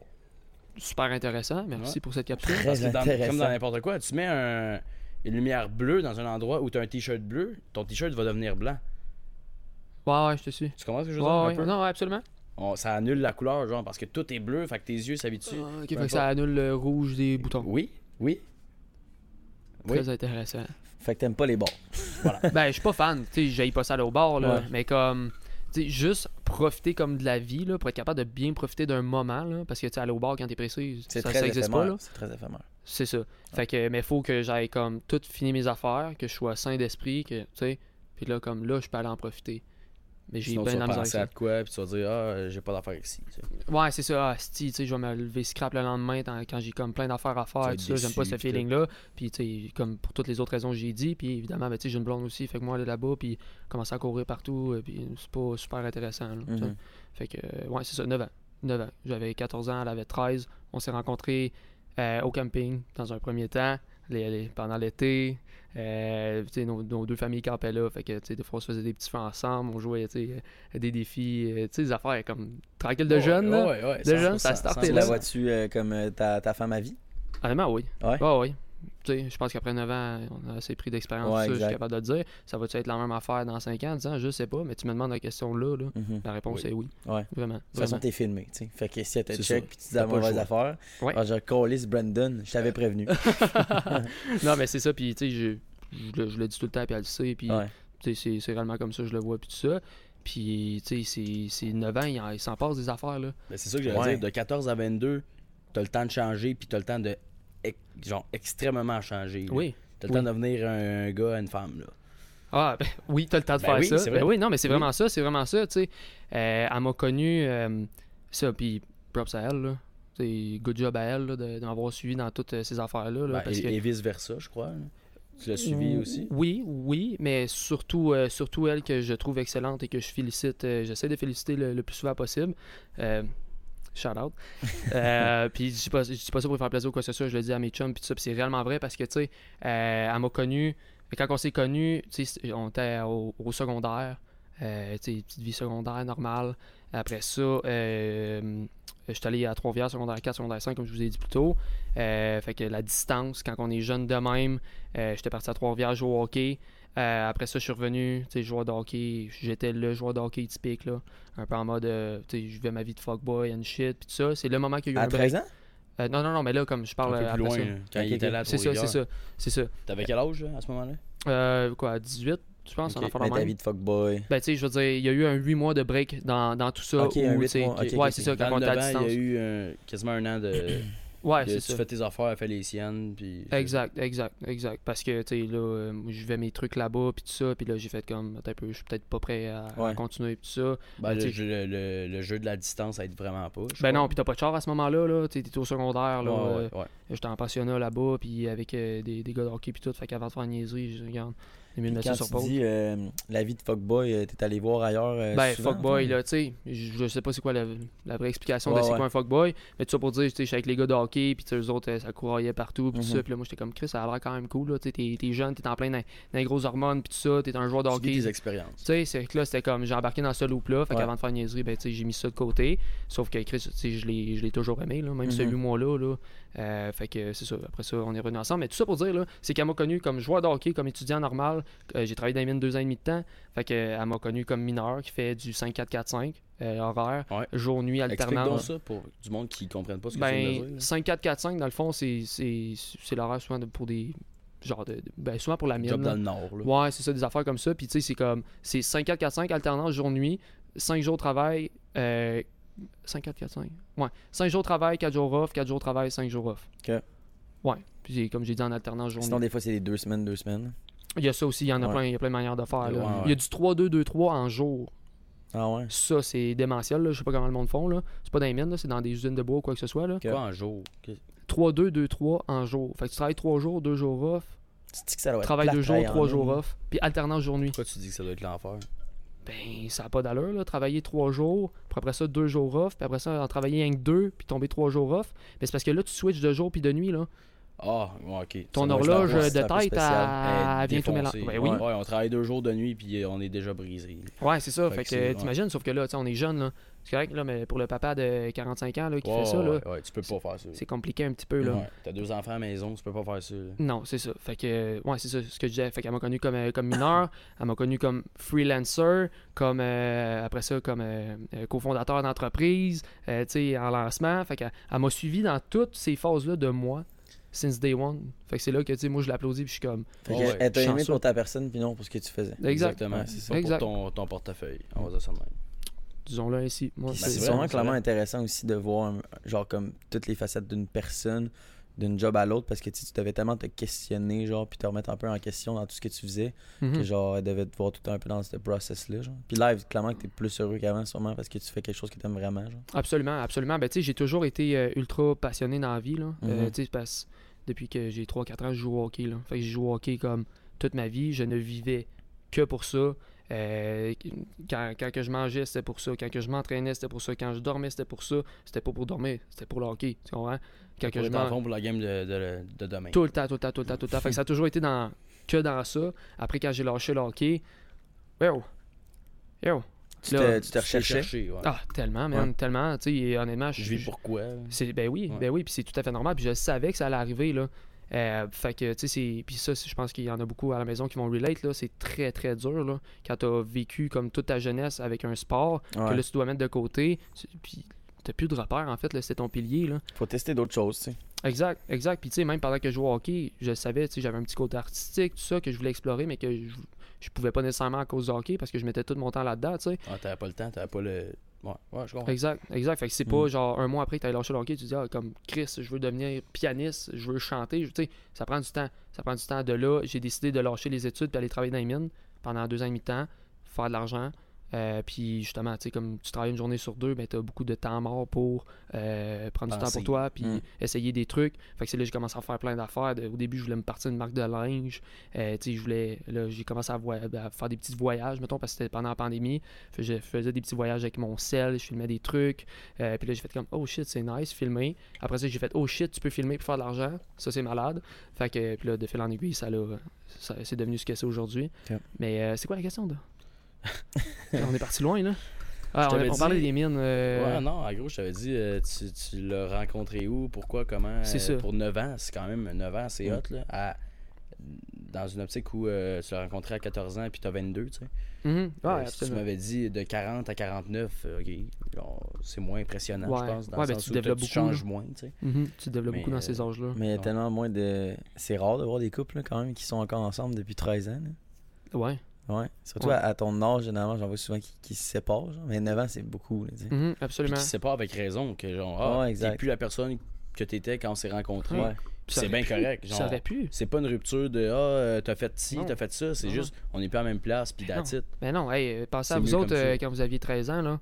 S1: Super intéressant, merci
S2: Ouais.
S1: pour cette capsule.
S3: Très
S2: Parce que dans-
S3: intéressant.
S2: comme dans n'importe quoi, tu mets un- une lumière bleue dans un endroit où tu as un t-shirt bleu, ton t-shirt va devenir blanc.
S1: Ouais, ouais, je te suis.
S2: Tu comprends ce que je
S1: Ouais,
S2: veux dire? un
S1: ouais,
S2: peu?
S1: non, ouais, absolument.
S2: On- ça annule la couleur, genre, parce que tout est bleu, fait que tes yeux s'habituent.
S1: Ah, ok,
S2: peu
S1: fait que ça annule le rouge des boutons.
S2: Oui, oui. Oui.
S1: Très intéressant. (laughs)
S3: Fait que t'aimes pas les bars.
S1: ben, je suis pas fan, tu sais, j'aille pas ça au bord, là,
S3: Ouais.
S1: mais comme, tu sais, juste profiter comme de la vie, là, pour être capable de bien profiter d'un moment, là, parce que, tu sais, aller au bord quand t'es pressé,
S3: C'est
S1: ça,
S3: très
S1: ça existe pas, là.
S3: éphémère. C'est très éphémère.
S1: C'est ça. Fait que, mais faut que j'aille comme tout finir mes affaires, que je sois sain d'esprit, que, tu sais, puis là, comme là, je peux aller en profiter. Mais j'ai
S2: Sinon,
S1: bien
S2: tu
S1: de
S2: vas
S1: la misère avec
S2: penser à
S1: ça.
S2: de quoi, puis tu vas dire, ah, euh, j'ai pas d'affaires ici. tu sais.
S1: Ouais, c'est ça. Ah, sti, tu sais, je vais me lever scrap le lendemain tant- quand j'ai comme plein d'affaires à
S2: vas
S1: faire.
S2: être
S1: Tout ça, j'aime pas
S2: déçu,
S1: ce
S2: puis tout.
S1: feeling-là. Puis, tu sais, comme pour toutes les autres raisons que j'ai dit. Puis, évidemment, ben, tu sais, j'ai une blonde aussi. Fait que moi, aller là-bas, puis commencer à courir partout, euh, puis c'est pas super intéressant. là, tu sais.
S3: Mhm.
S1: Fait que, euh, ouais, c'est ça, 9 ans. 9 ans. J'avais 14 ans, elle avait 13. On s'est rencontrés euh, au camping dans un premier temps, les- les- pendant l'été. Euh, tu sais, nos, nos deux familles campaient là. Fait que, tu sais, des fois, on se faisait des petits feux ensemble. On jouait, tu sais, euh, des défis, euh, tu sais, des affaires comme tranquille de
S2: Ouais,
S1: jeunes. là.
S2: ouais, ouais,
S1: De
S2: 100%,
S1: jeunes, ça a starté,
S3: Tu
S2: 100%.
S3: la vois-tu euh, comme euh, ta, ta femme à vie?
S1: Honnêtement, oui.
S3: Ouais.
S1: Ouais, ouais. Tu sais, je pense qu'après 9 ans, on a assez pris d'expérience,
S3: Ouais,
S1: ça, je suis
S3: exact.
S1: capable de le dire. Ça va-tu être la même affaire dans 5 ans, 10 ans, je sais pas, mais tu me demandes la question là, là.
S3: Mhm.
S1: La réponse
S2: Oui.
S1: est oui.
S3: Ouais.
S1: Vraiment.
S3: De toute façon,
S1: vraiment.
S3: t'es filmé, tu sais. Fait que si elle te
S2: C'est
S3: check
S2: ça.
S3: puis tu dis la
S2: T'as pas le
S3: mauvaise
S2: choix.
S3: affaire,
S1: Ouais.
S3: alors genre Callis Brandon, je
S1: (laughs)
S3: t'avais prévenu.
S1: non, mais c'est ça, puis tu sais, je, je le- je le dis tout le temps, puis elle le sait, puis
S3: ouais.
S1: tu sais, c'est- c'est réellement comme ça, je le vois, puis tout ça. Puis, tu sais, c'est- c'est 9 ans, il en- il s'en passe des affaires, là.
S2: Ben, c'est ça que j'allais
S3: Ouais.
S2: dire. De 14 à 22, t'as le temps de changer, puis t'as le temps de. genre, extrêmement changer. là.
S1: Oui.
S2: T'as le temps de devenir un, un gars, une femme, là.
S1: Ah, (laughs) ben, oui, t'as le temps de
S2: Ben
S1: faire
S2: oui,
S1: ça.
S2: c'est vrai.
S1: Ben oui, non, mais c'est
S2: Oui.
S1: vraiment ça, c'est vraiment ça, tu sais. Euh, elle m'a connu, euh, ça, puis props à elle, là. C'est good job à elle là, de- de m'avoir suivi dans toutes euh, ces affaires-là. là,
S2: Ben,
S1: parce
S2: et,
S1: que...
S2: et vice-versa, je crois. là. Tu l'as suivi
S1: Ou-
S2: aussi.
S1: Oui, oui, mais surtout, euh, surtout elle que je trouve excellente et que je félicite, euh, j'essaie de féliciter le, le plus souvent possible. Euh, shout out. Euh, puis je dis pas, je dis pas ça pour faire plaisir ou quoi que ce soit, je le dis à mes chums, puis tout ça, puis c'est réellement vrai parce que, tu sais, euh, elle m'a connu, mais quand on s'est connu, tu sais, on était au, au secondaire, euh, tu sais, petite vie secondaire normale. Après ça, euh, je suis allé à Trois-Rivières, secondaire 4, secondaire 5, comme je vous ai dit plus tôt. Euh, fait que la distance, quand on est jeune de même, euh, j'étais parti à Trois-Rivières jouer au hockey. Euh, après ça, je suis revenu, tu sais, joueur de hockey. J'étais le joueur de hockey typique, là. Un peu en mode, euh, tu sais, je vivais ma vie de fuckboy and shit, puis tout ça. C'est le moment qu'il y a eu
S3: À
S1: un break.
S3: 13 ans
S1: Euh, non, non, non, mais là, comme je
S2: Un
S1: parle
S2: peu
S1: euh,
S2: plus
S1: après
S2: loin,
S1: ça.
S2: là, quand
S3: Ok,
S2: il était
S3: ok.
S2: là à
S1: C'est ça, c'est ça, c'est ça.
S2: T'avais quel âge, là, à ce moment-là?
S1: Euh, quoi, à 18, je pense,
S2: Ok,
S1: en enfant
S3: Mais
S1: de
S3: ben, ta
S1: même.
S3: vie de fuckboy.
S1: Ben, tu sais, je veux dire, il y a eu un 8 mois de break dans, dans tout ça.
S3: Ok, un
S1: où,
S3: huit
S1: tu sais,
S3: mois, ok,
S1: ouais,
S3: ok,
S1: c'est ça,
S3: ok.
S1: quand
S2: Dans
S1: on
S2: le
S1: était à
S2: neuf ans,
S1: distance.
S2: il y a eu un- quasiment un
S1: (coughs)
S2: an de...
S1: Ouais,
S2: de-
S1: c'est
S2: tu
S1: ça.
S2: fais tes affaires, elle fait les siennes, puis...
S1: Exact, exact, exact. Parce que, tu sais, là, euh, moi, je vivais mes trucs là-bas, puis tout ça, puis là, j'ai fait comme, attends un peu, je suis peut-être pas prêt à, à
S3: Ouais.
S1: continuer, puis tout ça.
S2: Ben,
S1: Tu
S2: le,
S1: sais-
S2: jeu, le, le- le jeu de la distance aide vraiment pas. je
S1: Ben
S2: crois.
S1: non, puis t'as pas de char à ce moment-là, là, tu sais, t'es au secondaire, là.
S2: Ouais,
S1: euh,
S2: ouais, ouais.
S1: J'étais en pensionnat là-bas, puis avec euh, des, des gars de hockey, puis tout, fait qu'avant de faire une niaiserie, je dis, regarde, les
S3: Puis
S1: mille
S3: Quand
S1: messieurs sur
S3: tu
S1: pause.
S3: dis euh, la vie de fuckboy, euh, t'es allé voir ailleurs. euh,
S1: Ben,
S3: souvent,
S1: fuckboy,
S3: enfin?
S1: là, tu sais, je je sais pas c'est quoi la, la vraie explication
S3: Ouais,
S1: de c'est
S3: ouais.
S1: quoi un fuckboy, mais tout ça pour dire, tu sais, j'étais avec les gars de hockey, puis tu sais, eux autres, euh, ça couraillait partout, puis tout
S3: Mhm.
S1: ça, puis là, moi, j'étais comme Chris, ça a l'air quand même cool, là, tu sais, t'es- t'es jeune, t'es en plein dans, dans les grosses hormones, puis tout ça, t'es un joueur de
S2: Tu vis
S1: hockey.
S2: des expériences.
S1: Tu sais, c'est que là, c'était comme, j'ai embarqué dans ce loop-là, fait
S3: Ouais.
S1: qu'avant de faire une niaiserie, ben, tu sais, j'ai mis ça de côté. Sauf que Chris, tu sais, je l'ai je l'ai toujours aimé, là,
S2: Mm-hmm.
S1: même ce
S3: Mhm.
S1: 8 mois-là. Là, Euh, fait que c'est ça, après ça, on est revenu ensemble. Mais tout ça pour dire, là, c'est qu'elle m'a connu comme joueur de hockey, comme étudiant normal. Euh, j'ai travaillé dans les mines deux ans et demi de temps. Fait qu'elle m'a connu comme mineur qui fait du 5-4-4-5, euh, horaire,
S2: Ouais.
S1: jour-nuit,
S2: Explique donc
S1: alternance.
S2: ça pour du monde qui ne comprenne pas ce que tu viens de
S1: Ben,
S2: dire.
S1: 5-4-4-5, dans le fond, c'est c'est- c'est l'horaire souvent de- pour des. Genre de, de- ben, souvent pour la
S2: là.
S1: mine.
S2: Job
S1: là.
S2: dans le Nord. là.
S1: Ouais, c'est ça, des affaires comme ça. Puis tu sais, c'est comme, c'est 5-4-4-5, alternance jour-nuit, 5 jours de travail, euh, 5-4-4-5. Ouais, 5 jours de travail, 4 jours off, 4 jours de travail, 5 jours off.
S3: Ok.
S1: Ouais, puis j'ai- comme j'ai dit, en alternance
S3: Sinon,
S1: jour-nuit.
S3: des fois, c'est des deux semaines, deux semaines.
S1: Il y a ça aussi, il y en a
S3: Ouais.
S1: plein, il y a plein de manières de faire. là.
S2: Ouais, ouais.
S1: Il y a du 3-2-2-3 en jour.
S3: Ah ouais.
S1: Ça, c'est démentiel, là. je sais pas comment le monde font. là. C'est pas dans les mines, là, c'est dans des usines de bois ou quoi que ce soit. là.
S2: Quoi en jour? Qu'est-
S1: 3-2-2-3 en jour. Fait que tu travailles 3 jours, 2 jours off,
S3: C'est que ça doit être
S1: travail
S3: plate, hein,
S1: 2 jours,
S3: travailler en
S1: 3 jours
S3: ligne.
S1: off, puis alternance jour-nuit.
S2: Pourquoi tu dis que ça doit être l'enfer?
S1: Ben, ça n'a pas d'allure, là. Travailler trois jours, puis après ça, deux jours off, puis après ça, en travailler rien que deux, puis tomber trois jours off. Mais c'est parce que là, tu switches de jour puis de nuit, là.
S2: Ah, ouais, ok.
S1: Ton
S2: Ça doit être
S1: horloge
S2: l'enfer.
S1: de
S3: c'est un peu
S1: tête, elle-
S3: spécial.
S1: elle vient tout
S2: Défoncé.
S1: mélanger. Ben oui.
S2: Ouais, ouais, on travaille deux jours de nuit, puis on est déjà brisé.
S1: Ouais, c'est ça.
S2: Fait
S1: Fait,
S2: que
S1: que,
S2: c'est- ouais.
S1: t'imagines, sauf que là, tu sais, on est jeune, là. C'est correct, là, mais pour le papa de 45 ans, là, qui
S2: Ouais,
S1: fait ça, là,
S2: ouais, ouais, tu peux pas faire ça.
S1: c'est compliqué un petit peu, là.
S2: Ouais, T'as deux enfants à la maison, tu peux pas faire ça. là.
S1: Non, c'est ça. Fait que, euh, ouais, c'est ça ce que je disais. Fait qu'elle m'a connu comme, euh, comme mineur, (coughs) elle m'a connu comme freelancer, comme, euh, après ça, comme euh, euh, cofondateur d'entreprise, euh, tu sais, en lancement. Fait qu'elle elle m'a suivi dans toutes ces phases-là de moi, since day one. Fait que c'est là que, tu sais, moi, je l'applaudis, puis je suis comme,
S3: Fait
S2: Ouais,
S3: que
S2: ouais.
S3: Elle t'a aimé
S1: Ah Chanceux.
S3: pour ta personne, puis non pour ce que tu faisais.
S1: exact.
S2: Exactement.
S3: Ouais,
S2: c'est
S3: c'est
S2: ça.
S1: Exact.
S2: Pour ton, ton portefeuille. On va dire ça de même.
S1: Disons-le ainsi. Moi,
S3: Puis
S2: Ben, c'est
S3: c'est
S2: vrai,
S3: vraiment
S2: c'est
S3: clairement
S2: vrai.
S3: intéressant aussi de voir euh, genre comme toutes les facettes d'une personne d'une job à l'autre parce que tu sais, tu devais tellement te questionner genre puis te remettre un peu en question dans tout ce que tu faisais
S1: Mhm.
S2: Hmm.
S3: que genre elle devait te voir tout le temps un peu dans ce process là genre puis live clairement que t'es plus heureux qu'avant sûrement parce que tu fais quelque chose que t'aimes vraiment genre
S1: Absolument, absolument. Ben, tu sais, j'ai toujours été euh, ultra passionné dans la vie, là. Euh,
S3: Mhm.
S1: tu sais, parce- depuis que j'ai 3-4 ans, je joue au hockey, là. Fait que je joue au hockey comme toute ma vie. Je ne vivais que pour ça. Euh, quand, quand que je mangeais, c'était pour ça. Quand que je m'entraînais, c'était pour ça. Quand je dormais, c'était pour ça. C'était pas pour dormir, c'était pour le hockey. Tu comprends? Quand que
S2: Pour
S1: je
S2: être en
S1: m'en-
S2: forme pour la game de, de- de demain.
S1: tout le temps, tout le temps, tout le temps, tout le temps. Fait que ça a toujours été dans que dans ça. Après, quand j'ai lâché le hockey, yo, yo.
S3: tu
S1: Là,
S3: te, tu te
S2: t'es
S3: recherchais
S2: recherché, ouais.
S1: Ah, tellement, man, tellement. Tu sais, et honnêtement,
S2: Je vis pourquoi. là.
S1: c'est- ben oui,
S2: Ouais.
S1: ben oui, puis c'est tout à fait normal. Puis je savais que ça allait arriver là. Euh, fait que tu sais, c'est- puis ça, c'est- je pense qu'il y en a beaucoup à la maison qui vont relate là. C'est très très dur là quand t'as vécu comme toute ta jeunesse avec un sport que
S3: Ouais.
S1: là tu dois mettre de côté. tu- Puis t'as plus de repères en fait là, c'est ton pilier là.
S3: faut tester d'autres choses tu sais
S1: Exact, exact. Puis tu sais, même pendant que je jouais au hockey, je savais, tu sais, j'avais un petit côté artistique, tout ça que je voulais explorer, mais que je, je pouvais pas nécessairement à cause du hockey parce que je mettais tout mon temps là-dedans, tu sais.
S2: Ah, t'avais pas le temps, t'avais pas le. Ouais, ouais, je comprends.
S1: Exact, exact. Fait que c'est pas genre un mois après que t'avais lâché le hockey, tu dis ah, comme Chris, je veux devenir pianiste, je veux chanter, je- tu sais, ça prend du temps. Ça prend du temps de là. J'ai décidé de lâcher les études puis aller travailler dans les mines pendant deux ans et demi de temps, faire de l'argent. Euh, puis justement, tu sais, comme tu travailles une journée sur deux, ben t'as beaucoup de temps mort pour euh, prendre du temps
S2: Penser.
S1: pour toi, puis
S3: Mm.
S1: essayer des trucs. Fait que c'est là que j'ai commencé à faire plein d'affaires. De- Au début, je voulais me partir une marque de linge. Euh, tu sais, je voulais, là, j'ai commencé à, voy- à faire des petits voyages, mettons, parce que c'était pendant la pandémie. Fait que je faisais des petits voyages avec mon sel, je filmais des trucs. Euh, puis là, j'ai fait comme, oh shit, c'est nice, filmer. Après ça, j'ai fait, oh shit, tu peux filmer pour faire de l'argent. Ça, c'est malade. Fait que, puis là, de fil en aiguille, ça, l'a- ça- c'est devenu ce que c'est aujourd'hui.
S3: Ok.
S1: Mais euh, c'est quoi la question,
S2: (laughs)
S1: là? on est parti loin, là. Ah,
S2: Je
S1: on,
S2: t'avais
S1: on
S2: dit-
S1: parlait des mines. euh,
S2: Ouais, non, en gros, je t'avais dit, euh, tu, tu l'as rencontré où, pourquoi, comment. euh,
S1: C'est ça.
S2: Pour 9 ans, c'est quand même 9 ans, c'est
S3: Mm.
S2: hot, là. à- dans une optique où euh, tu l'as rencontré à 14 ans puis t'as 22, tu sais.
S1: mhm, ouais,
S2: Euh, si tu
S1: absolument.
S2: m'avais dit de 40 à 49, euh, ok, genre, c'est moins impressionnant, je
S1: Ouais.
S2: pense. Dans
S1: Ouais,
S2: le
S1: ben,
S2: sens
S1: tu
S2: où t'as-
S1: développes
S2: tu
S1: beaucoup,
S2: changes
S1: là.
S2: moins, tu sais.
S1: Mhm, tu te développes
S2: Mais,
S1: beaucoup dans ces
S2: euh,
S1: âges-là.
S3: Mais il y a
S2: Non.
S3: tellement moins de. C'est rare de voir des couples là, quand même qui sont encore ensemble depuis 13 ans. là.
S1: Ouais.
S3: Ouais. Surtout
S1: Ouais.
S3: À, à ton âge, généralement, j'en vois souvent qui, qui se séparent. genre. Mais 9 ans, c'est beaucoup. là, tu sais.
S2: Hmm.
S1: Mhm,
S2: Puis
S1: absolument.
S2: qui sait pas avec raison que, genre, ah,
S3: Ouais,
S2: t'es
S3: exact.
S2: plus la personne que t'étais quand on s'est rencontrés.
S3: Ouais.
S2: Puis c'est bien correct.
S1: Ça
S2: Genre,
S1: aurait pu.
S2: c'est pas une rupture de ah, euh, t'as fait ci,
S1: Non.
S2: t'as fait ça. C'est
S1: Non,
S2: juste, on est plus à la même place, puis
S1: Non.
S2: that's it.
S1: Ben non, hey, euh, pensez à
S2: C'est
S1: vous
S2: mieux
S1: autres
S2: comme ça.
S1: euh, quand vous aviez 13 ans, là.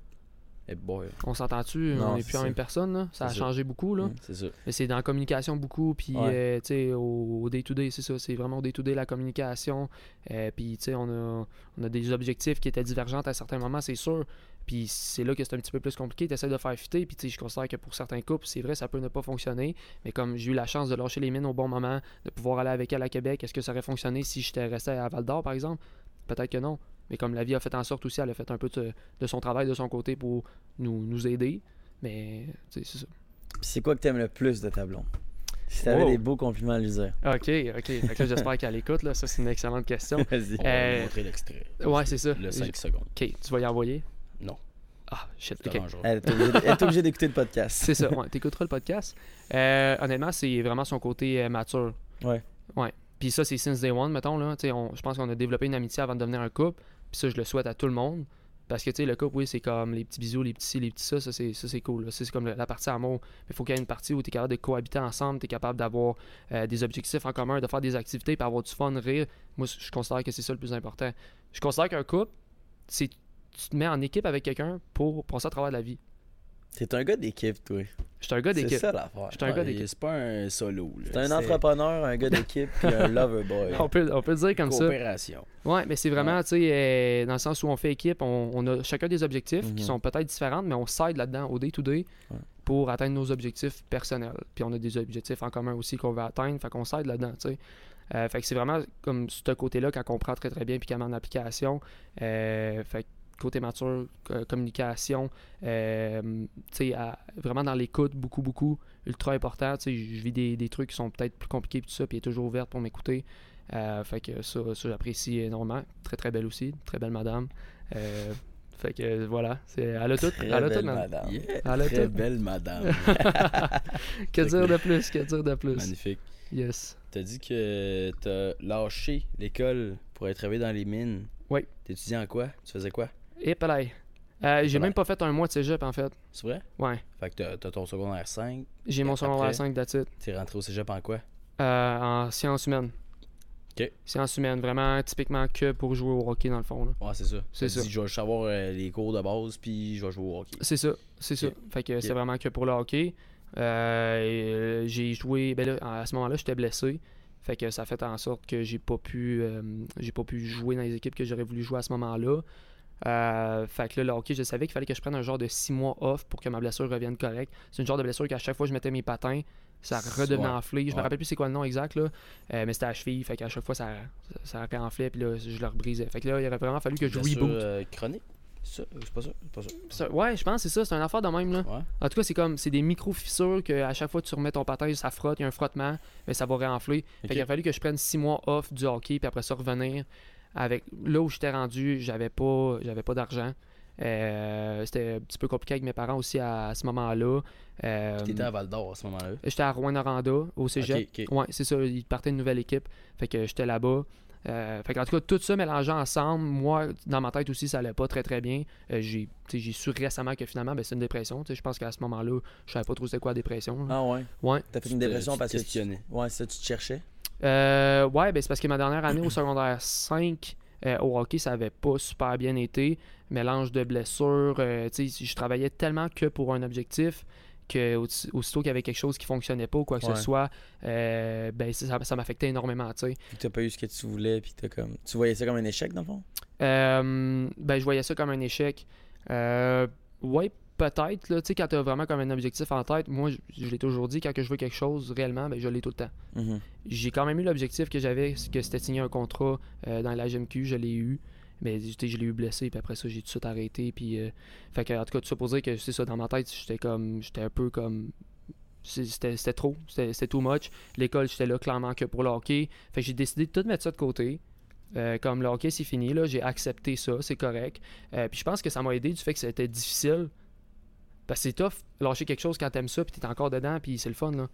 S2: Eh boy,
S1: On s'entend-tu,
S3: Non,
S1: on n'est
S3: c'est
S1: plus en
S3: ça.
S1: même personne, là. Ça a
S2: C'est ça. Mhm.
S1: changé beaucoup, là.
S3: Mm.
S1: (laughs)
S2: c'est ça.
S1: Mais c'est dans la communication beaucoup, puis,
S3: Ouais.
S1: euh, tu sais, au au day-to-day, c'est ça. C'est vraiment au day-to-day, la communication. Euh, puis, tu sais, on a, on a des objectifs qui étaient divergents à certains moments, c'est sûr. Puis c'est là que c'est un petit peu plus compliqué. Tu essaies de faire fitter, puis tu sais, je considère que pour certains couples, c'est vrai, ça peut ne pas fonctionner. Mais comme j'ai eu la chance de lâcher les mines au bon moment, de pouvoir aller avec elle à Québec, est-ce que ça aurait fonctionné si j'étais resté à Val d'Or, par exemple Peut-être que non. Mais comme la vie a fait en sorte aussi, elle a fait un peu de, de son travail de son côté pour nous, nous aider. Mais, tu sais, c'est ça.
S3: Puis c'est quoi que t'aimes le plus de ta blonde Si t'avais
S1: Wow.
S3: des beaux compliments à lui dire.
S1: OK, OK. Fait que là, j'espère qu'elle écoute. Là. Ça, c'est une excellente
S2: (laughs)
S1: question.
S3: Vas-y.
S2: On va
S1: Euh,
S2: lui montrer l'extrait.
S1: Ouais, c'est ça.
S2: Le
S1: Je-
S2: 5 secondes.
S1: OK, tu vas y envoyer?
S2: Non.
S1: Ah, shit.
S2: C'est
S1: OK.
S2: dangereux.
S3: Elle est obligée- elle est obligée d'écouter
S1: (laughs)
S3: le podcast.
S1: C'est ça, ouais. T'écouteras le podcast. Euh, honnêtement, c'est vraiment son côté euh, mature.
S3: Ouais.
S1: Ouais. Puis ça, c'est since day one, mettons, là. Tu sais, on- je pense qu'on a développé une amitié avant de devenir un couple. Puis ça, je le souhaite à tout le monde. Parce que, tu sais, le couple, oui, c'est comme les petits bisous, les petits ci, les petits ça. Ça, c'est, ça, c'est cool. là. Ça, C'est comme la, la partie amour. Mais il faut qu'il y ait une partie où tu es capable de cohabiter ensemble, tu es capable d'avoir euh, des objectifs en commun, de faire des activités, puis avoir du fun, rire. Moi, je considère que c'est ça le plus important. Je considère qu'un couple, c'est tu te mets en équipe avec quelqu'un pour passer à travers la vie.
S3: T'es un gars d'équipe, toi.
S1: Je suis un gars
S3: C'est
S1: d'équipe.
S3: ça l'affaire.
S1: J'étais un gars
S2: Ouais,
S1: d'équipe.
S2: C'est pas un solo. là.
S3: T'es un
S2: C'est
S3: entrepreneur, un gars d'équipe, puis un lover boy.
S1: On peut, on peut le dire comme ça.
S2: Coopération.
S1: Ouais, mais c'est vraiment, tu sais, euh, dans le sens où on fait équipe, on, on a chacun des objectifs qui
S3: Mhm.
S1: sont peut-être différents, mais on s'aide là-dedans au day-to-day
S3: Ouais.
S1: pour atteindre nos objectifs personnels. Puis on a des objectifs en commun aussi qu'on veut atteindre, fait qu'on s'aide là-dedans, tu sais. Euh, fait que c'est vraiment comme ce côté-là qu'on comprend très très bien puis qu'on met en application. Euh, fait que côté mature, co- communication, euh, tu sais, à- vraiment dans l'écoute, beaucoup, beaucoup, ultra important. Tu sais, je vis des, des trucs qui sont peut-être plus compliqués puis tout ça, puis elle est toujours ouverte pour m'écouter. Euh, fait que ça, ça, j'apprécie énormément. Très, très belle aussi, très belle madame. Euh, fait que euh, voilà, c'est, elle a tout,
S3: Très
S1: elle a tout,
S3: belle
S1: man.
S3: madame.
S2: Yeah,
S1: Elle a
S2: Très
S1: tout.
S2: belle madame.
S1: (laughs) Que dire de plus, que dire de plus.
S2: Magnifique.
S1: Yes.
S2: T'as dit que t'as lâché l'école pour aller travailler dans les mines.
S1: Oui.
S2: T'étudiais en quoi? Tu faisais quoi?
S1: Et palais. Euh, j'ai
S2: palais.
S1: même pas fait un mois de cégep, en fait.
S2: C'est vrai?
S1: Ouais.
S2: Fait que t'as t'as ton secondaire 5,
S1: J'ai mon
S2: Après-
S1: secondaire 5 d'attitude.
S2: t'es rentré au cégep en quoi?
S1: Euh, en sciences humaines.
S2: Ok.
S1: Sciences humaines, vraiment typiquement que pour jouer au hockey dans le fond. là.
S2: Ouais, c'est ça.
S1: C'est
S2: T'as
S1: ça.
S2: dit, je vais savoir euh, les cours de base, puis je vais jouer au hockey.
S1: C'est ça, c'est
S2: Ok.
S1: ça. Fait que c'est
S2: Ok.
S1: vraiment que pour le hockey. Euh, et, euh, j'ai joué, ben là, à ce moment-là, j'étais blessé. Fait que ça a fait en sorte que j'ai pas pu, euh, j'ai pas pu jouer dans les équipes que j'aurais voulu jouer à ce moment-là. Euh, fait que là, le hockey, je savais qu'il fallait que je prenne un genre de 6 mois off pour que ma blessure revienne correcte. C'est une genre de blessure qu'à chaque fois que je mettais mes patins, ça redevenait
S2: Ouais.
S1: enflé. Je me
S2: Ouais.
S1: rappelle plus c'est quoi le nom exact, là. Euh, mais c'était à la cheville. Fait qu'à chaque fois, ça, ça, ça enflait. Puis là, je le rebrisais. Fait que là, il aurait vraiment fallu que je
S2: Blessure,
S1: reboot.
S2: euh, chronique? C'est ça? euh, C'est pas ça? C'est pas ça?
S1: Ça- Ouais, je pense que c'est ça, c'est un affaire de même là.
S2: Ouais.
S1: En tout cas, c'est comme c'est des micro fissures que à chaque fois que tu remets ton patin, ça frotte, il y a un frottement, mais ça va réenfler.
S2: Ok.
S1: Fait qu'il a fallu que je prenne six mois off du hockey puis après ça revenir avec là où j'étais rendu, j'avais pas j'avais pas d'argent. Euh, c'était un petit peu compliqué avec mes parents aussi à, à ce moment-là. Euh,
S2: Tu étais à Val d'Or à ce moment-là.
S1: J'étais à Rouen-Noranda, au cégep.
S2: Ok, ok.
S1: Ouais, c'est ça. Ils partaient une nouvelle équipe. Fait que j'étais là-bas. Euh, fait que, en tout cas, tout ça mélangeant ensemble, moi, dans ma tête aussi, ça allait pas très très bien. Euh, j'ai tu sais, j'ai su récemment que finalement, ben, c'est une dépression. Tu sais, Je pense qu'à ce moment-là, je savais pas trop c'était quoi la dépression. là.
S3: Ah ouais.
S1: Ouais.
S3: T'as fait
S2: Tu
S3: une
S2: te-
S3: dépression
S2: tu te
S3: parce que tu...
S2: questionnais.
S3: Ouais, ça, tu te cherchais.
S1: Euh, ouais, ben, c'est parce que ma dernière année au secondaire 5 euh, au hockey, ça avait pas super bien été. Mélange de blessures. euh, tu sais, je travaillais tellement que pour un objectif que aussi- aussitôt qu'il y avait quelque chose qui fonctionnait pas ou quoi que
S3: Ouais.
S1: ce soit, euh, ben, ça, ça m'affectait énormément. tu sais.
S3: Puis que t'as pas eu ce que tu voulais, puis t'as comme... Tu voyais ça comme un échec, dans le fond?
S1: Euh, ben, je voyais ça comme un échec. Euh, ouais, peut-être. Là, tu sais, quand tu as vraiment comme un objectif en tête, moi, je, je l'ai toujours dit, quand que je veux quelque chose réellement, ben, je l'ai tout le temps.
S3: Mhm.
S1: J'ai quand même eu l'objectif que j'avais, c'est que c'était signer un contrat euh, dans la GMQ, je l'ai eu. Mais tu sais, je l'ai eu blessé, puis après ça, j'ai tout de suite arrêté. Puis, euh, fait que, en tout cas, tout ça pour dire que c'est ça, dans ma tête, j'étais comme. J'étais un peu comme. c'est- C'était c'était trop, c'était c'était too much. L'école, j'étais là clairement que pour le hockey. Fait que j'ai décidé de tout mettre ça de côté. Euh, comme le hockey, c'est fini, là, j'ai accepté ça, c'est correct. Euh, puis je pense que ça m'a aidé du fait que c'était difficile. Parce que c'est tough, lâcher quelque chose quand t'aimes ça, puis t'es encore dedans, puis c'est le fun, là.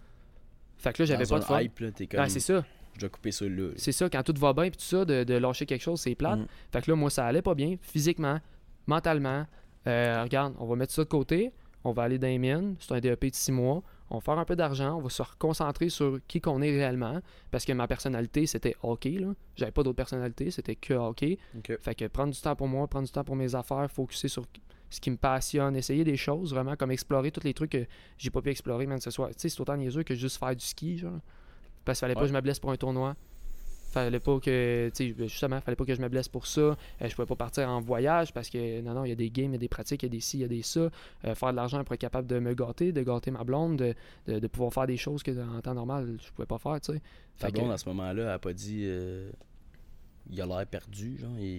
S1: Fait que là, j'avais
S2: Dans
S1: pas de
S2: un
S1: fun.
S2: hype, là, t'es comme,
S1: Ouais, Ben, c'est ça.
S2: je dois couper ça là.
S1: C'est ça, quand tout va bien, puis tout ça, de, de lâcher quelque chose, c'est plate.
S3: Mm.
S1: Fait que là, moi, ça allait pas bien, physiquement, mentalement. Euh, regarde, on va mettre ça de côté, on va aller dans les mines, c'est un DEP de six mois, on va faire un peu d'argent, on va se reconcentrer sur qui qu'on est réellement, parce que ma personnalité, c'était hockey, là. J'avais pas d'autre personnalité, c'était que hockey.
S2: Ok.
S1: Fait que prendre du temps pour moi, prendre du temps pour mes affaires, focuser sur ce qui me passionne, essayer des choses, vraiment, comme explorer tous les trucs que j'ai pas pu explorer, même ce soir. Tu sais, c'est autant niaiseux que juste faire du ski, genre. Parce qu'il fallait pas
S2: Ouais.
S1: que je me blesse pour un tournoi. Fallait pas que, tu sais, ben, justement, fallait pas que je me blesse pour ça. Euh, je pouvais pas partir en voyage parce que, non, non, il y a des games, il y a des pratiques, il y a des ci, il y a des ça. Euh, faire de l'argent pour être capable de me gâter, de gâter ma blonde, de, de- de pouvoir faire des choses que, en temps normal, je pouvais pas faire, tu sais.
S2: Ta
S1: Fait que-
S2: blonde, à ce moment-là, elle a pas dit. euh, il a l'air perdu, genre. Il,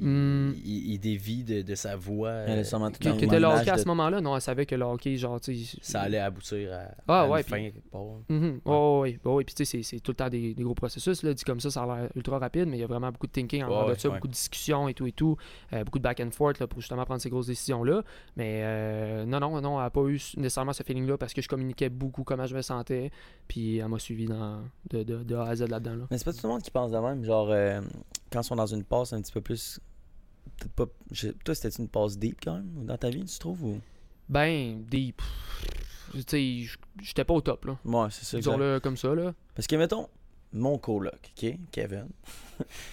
S2: il,
S1: Hmm.
S2: il- il dévie de, de sa voix.
S3: Elle
S2: euh,
S3: est sûrement tout
S1: Qui
S3: dans
S1: qui était le
S3: l'image
S1: hockey à
S3: de-
S1: ce moment-là, non, elle savait que le hockey, genre, tu sais,
S2: ça allait aboutir à,
S1: Ah,
S2: à une
S1: ouais,
S2: fin quelque part.
S1: Mhm. Oh, oui, Bah oui, puis tu sais, c'est- c'est tout le temps des, des gros processus. Là. Dit comme ça, ça a l'air ultra rapide, mais il y a vraiment beaucoup de thinking en
S2: Ouais,
S1: dehors
S2: ouais,
S1: de ça,
S2: ouais.
S1: beaucoup de discussions et tout et tout, euh, beaucoup de back and forth là, pour justement prendre ces grosses décisions-là. Mais euh, non, non, non, elle n'a pas eu nécessairement ce feeling-là parce que je communiquais beaucoup comment je me sentais, puis elle m'a suivi dans, de, de, de A à Z là-dedans. Là.
S3: Mais c'est pas tout le monde qui pense de même. Genre, euh, quand ils sont dans une passe un petit peu plus. peut-être pas. je- Toi, c'était une passe deep quand même, ou dans ta vie, tu trouves ou...
S1: Ben, des. pff, Tu sais, j- j'étais pas au top, là.
S3: Ouais, c'est ça. exact.
S1: Disons-le comme ça, là.
S3: Parce que, mettons, mon coloc, OK, Kevin, (laughs)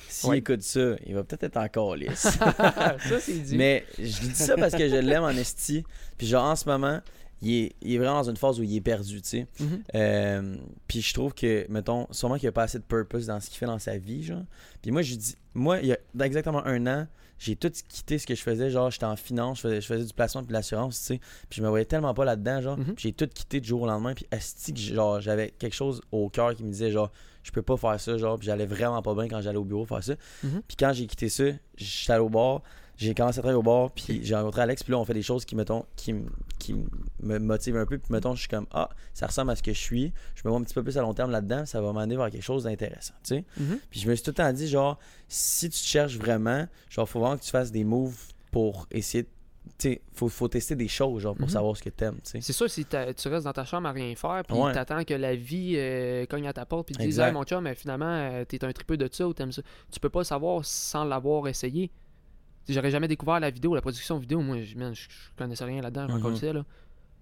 S3: s'il
S1: Ouais.
S3: écoute ça, il va peut-être être encore lisse.
S1: ça, c'est dit.
S3: Mais je lui dis ça parce que je l'aime en esti. Puis, genre, en ce moment, il est, il est vraiment dans une phase où il est perdu, tu sais.
S1: Mhm.
S3: Euh, puis je trouve que, mettons, sûrement qu'il n'y a pas assez de purpose dans ce qu'il fait dans sa vie, genre. Puis moi, je dis, moi, il y a dans exactement un an, j'ai tout quitté ce que je faisais, genre, j'étais en finance, je faisais, je faisais du placement puis de l'assurance, tu sais. Puis je me voyais tellement pas là-dedans, genre.
S1: Mhm.
S3: Puis j'ai tout quitté du jour au lendemain, puis asti que j- genre, j'avais quelque chose au cœur qui me disait, genre, je peux pas faire ça, genre, puis j'allais vraiment pas bien quand j'allais au bureau faire ça.
S1: Mhm.
S3: Puis quand j'ai quitté ça, j'étais allé au bar, j'ai commencé à travailler au bar, puis j'ai rencontré Alex, puis là, on fait des choses qui, mettons, qui, m- qui m- me motivent un peu, puis mettons, je suis comme, ah, ça ressemble à ce que je suis, je me vois un petit peu plus à long terme là-dedans, ça va m'amener vers quelque chose d'intéressant, tu sais.
S1: Mhm.
S3: Puis je me suis tout le temps dit, genre, si tu te cherches vraiment, genre, faut vraiment que tu fasses des moves pour essayer de. Tu sais, faut, faut tester des choses, genre, pour
S1: Mhm.
S3: savoir ce que t'aimes, tu sais.
S1: C'est sûr, si t'as- tu restes dans ta chambre à rien faire, puis
S3: Ouais.
S1: t'attends que la vie euh, cogne à ta porte, puis te dise
S3: Exact.
S1: Hey, mon chum, mais finalement, euh, t'es un tripeux de ça ou t'aimes ça. Tu peux pas savoir sans l'avoir essayé. T'sais, J'aurais jamais découvert la vidéo, la production vidéo. Moi, je, man, je- je connaissais rien là-dedans, je m'en
S3: Mhm.
S1: colissais, là.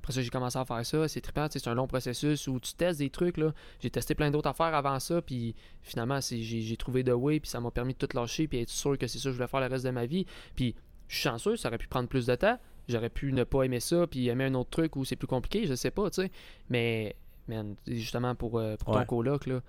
S1: Après ça, j'ai commencé à faire ça. C'est trippant, t'sais, c'est un long processus où tu testes des trucs, là. J'ai testé plein d'autres affaires avant ça, puis finalement, c'est- j'ai j'ai trouvé The Way, puis ça m'a permis de tout lâcher, puis être sûr que c'est ça que je voulais faire le reste de ma vie. Puis je suis chanceux, ça aurait pu prendre plus de temps. J'aurais pu ne pas aimer ça, puis aimer un autre truc où c'est plus compliqué, je sais pas, tu sais. Mais, man, justement, pour, euh, pour
S3: Ouais.
S1: ton coloc, là,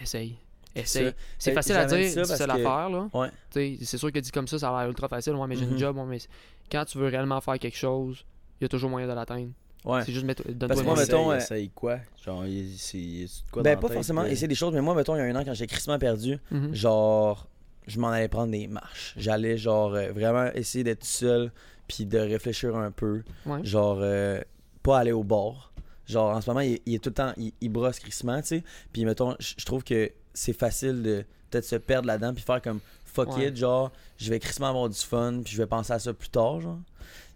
S1: essaye.
S3: ça.
S1: Essaye. C'est
S3: Ben,
S1: facile à
S3: j'amène
S1: dire,
S3: ça parce
S1: difficile à
S3: que-
S1: faire, là.
S3: Ouais.
S1: Tu sais, C'est sûr que dit comme ça, ça a l'air ultra facile. Ouais, mais j'ai
S3: Mhm.
S1: une job, ouais, mais c'est- quand tu veux réellement faire quelque chose, il y a toujours moyen de l'atteindre.
S3: Ouais.
S1: C'est juste, mettre-
S3: Parce
S1: donne-toi
S3: que moi,
S1: une-
S3: mettons, euh,
S2: essaye quoi Genre, il- c'est il- c'est de quoi
S3: Ben,
S2: dans la
S3: pas
S2: tête,
S3: forcément
S2: euh,
S3: essayer des choses, mais moi, mettons, il y a un an, quand j'ai crissement perdu,
S1: Mhm.
S3: genre, je m'en allais prendre des marches. J'allais, genre, euh, vraiment essayer d'être seul, puis de réfléchir un peu.
S1: Ouais.
S3: Genre, euh, pas aller au bord. Genre, en ce moment, il, il est tout le temps, il, il brosse crissement, tu sais. Puis, mettons, je je trouve que c'est facile de peut-être se perdre là-dedans, puis faire comme fuck
S1: Ouais.
S3: it, genre, je vais crissement avoir du fun, puis je vais penser à ça plus tard, genre.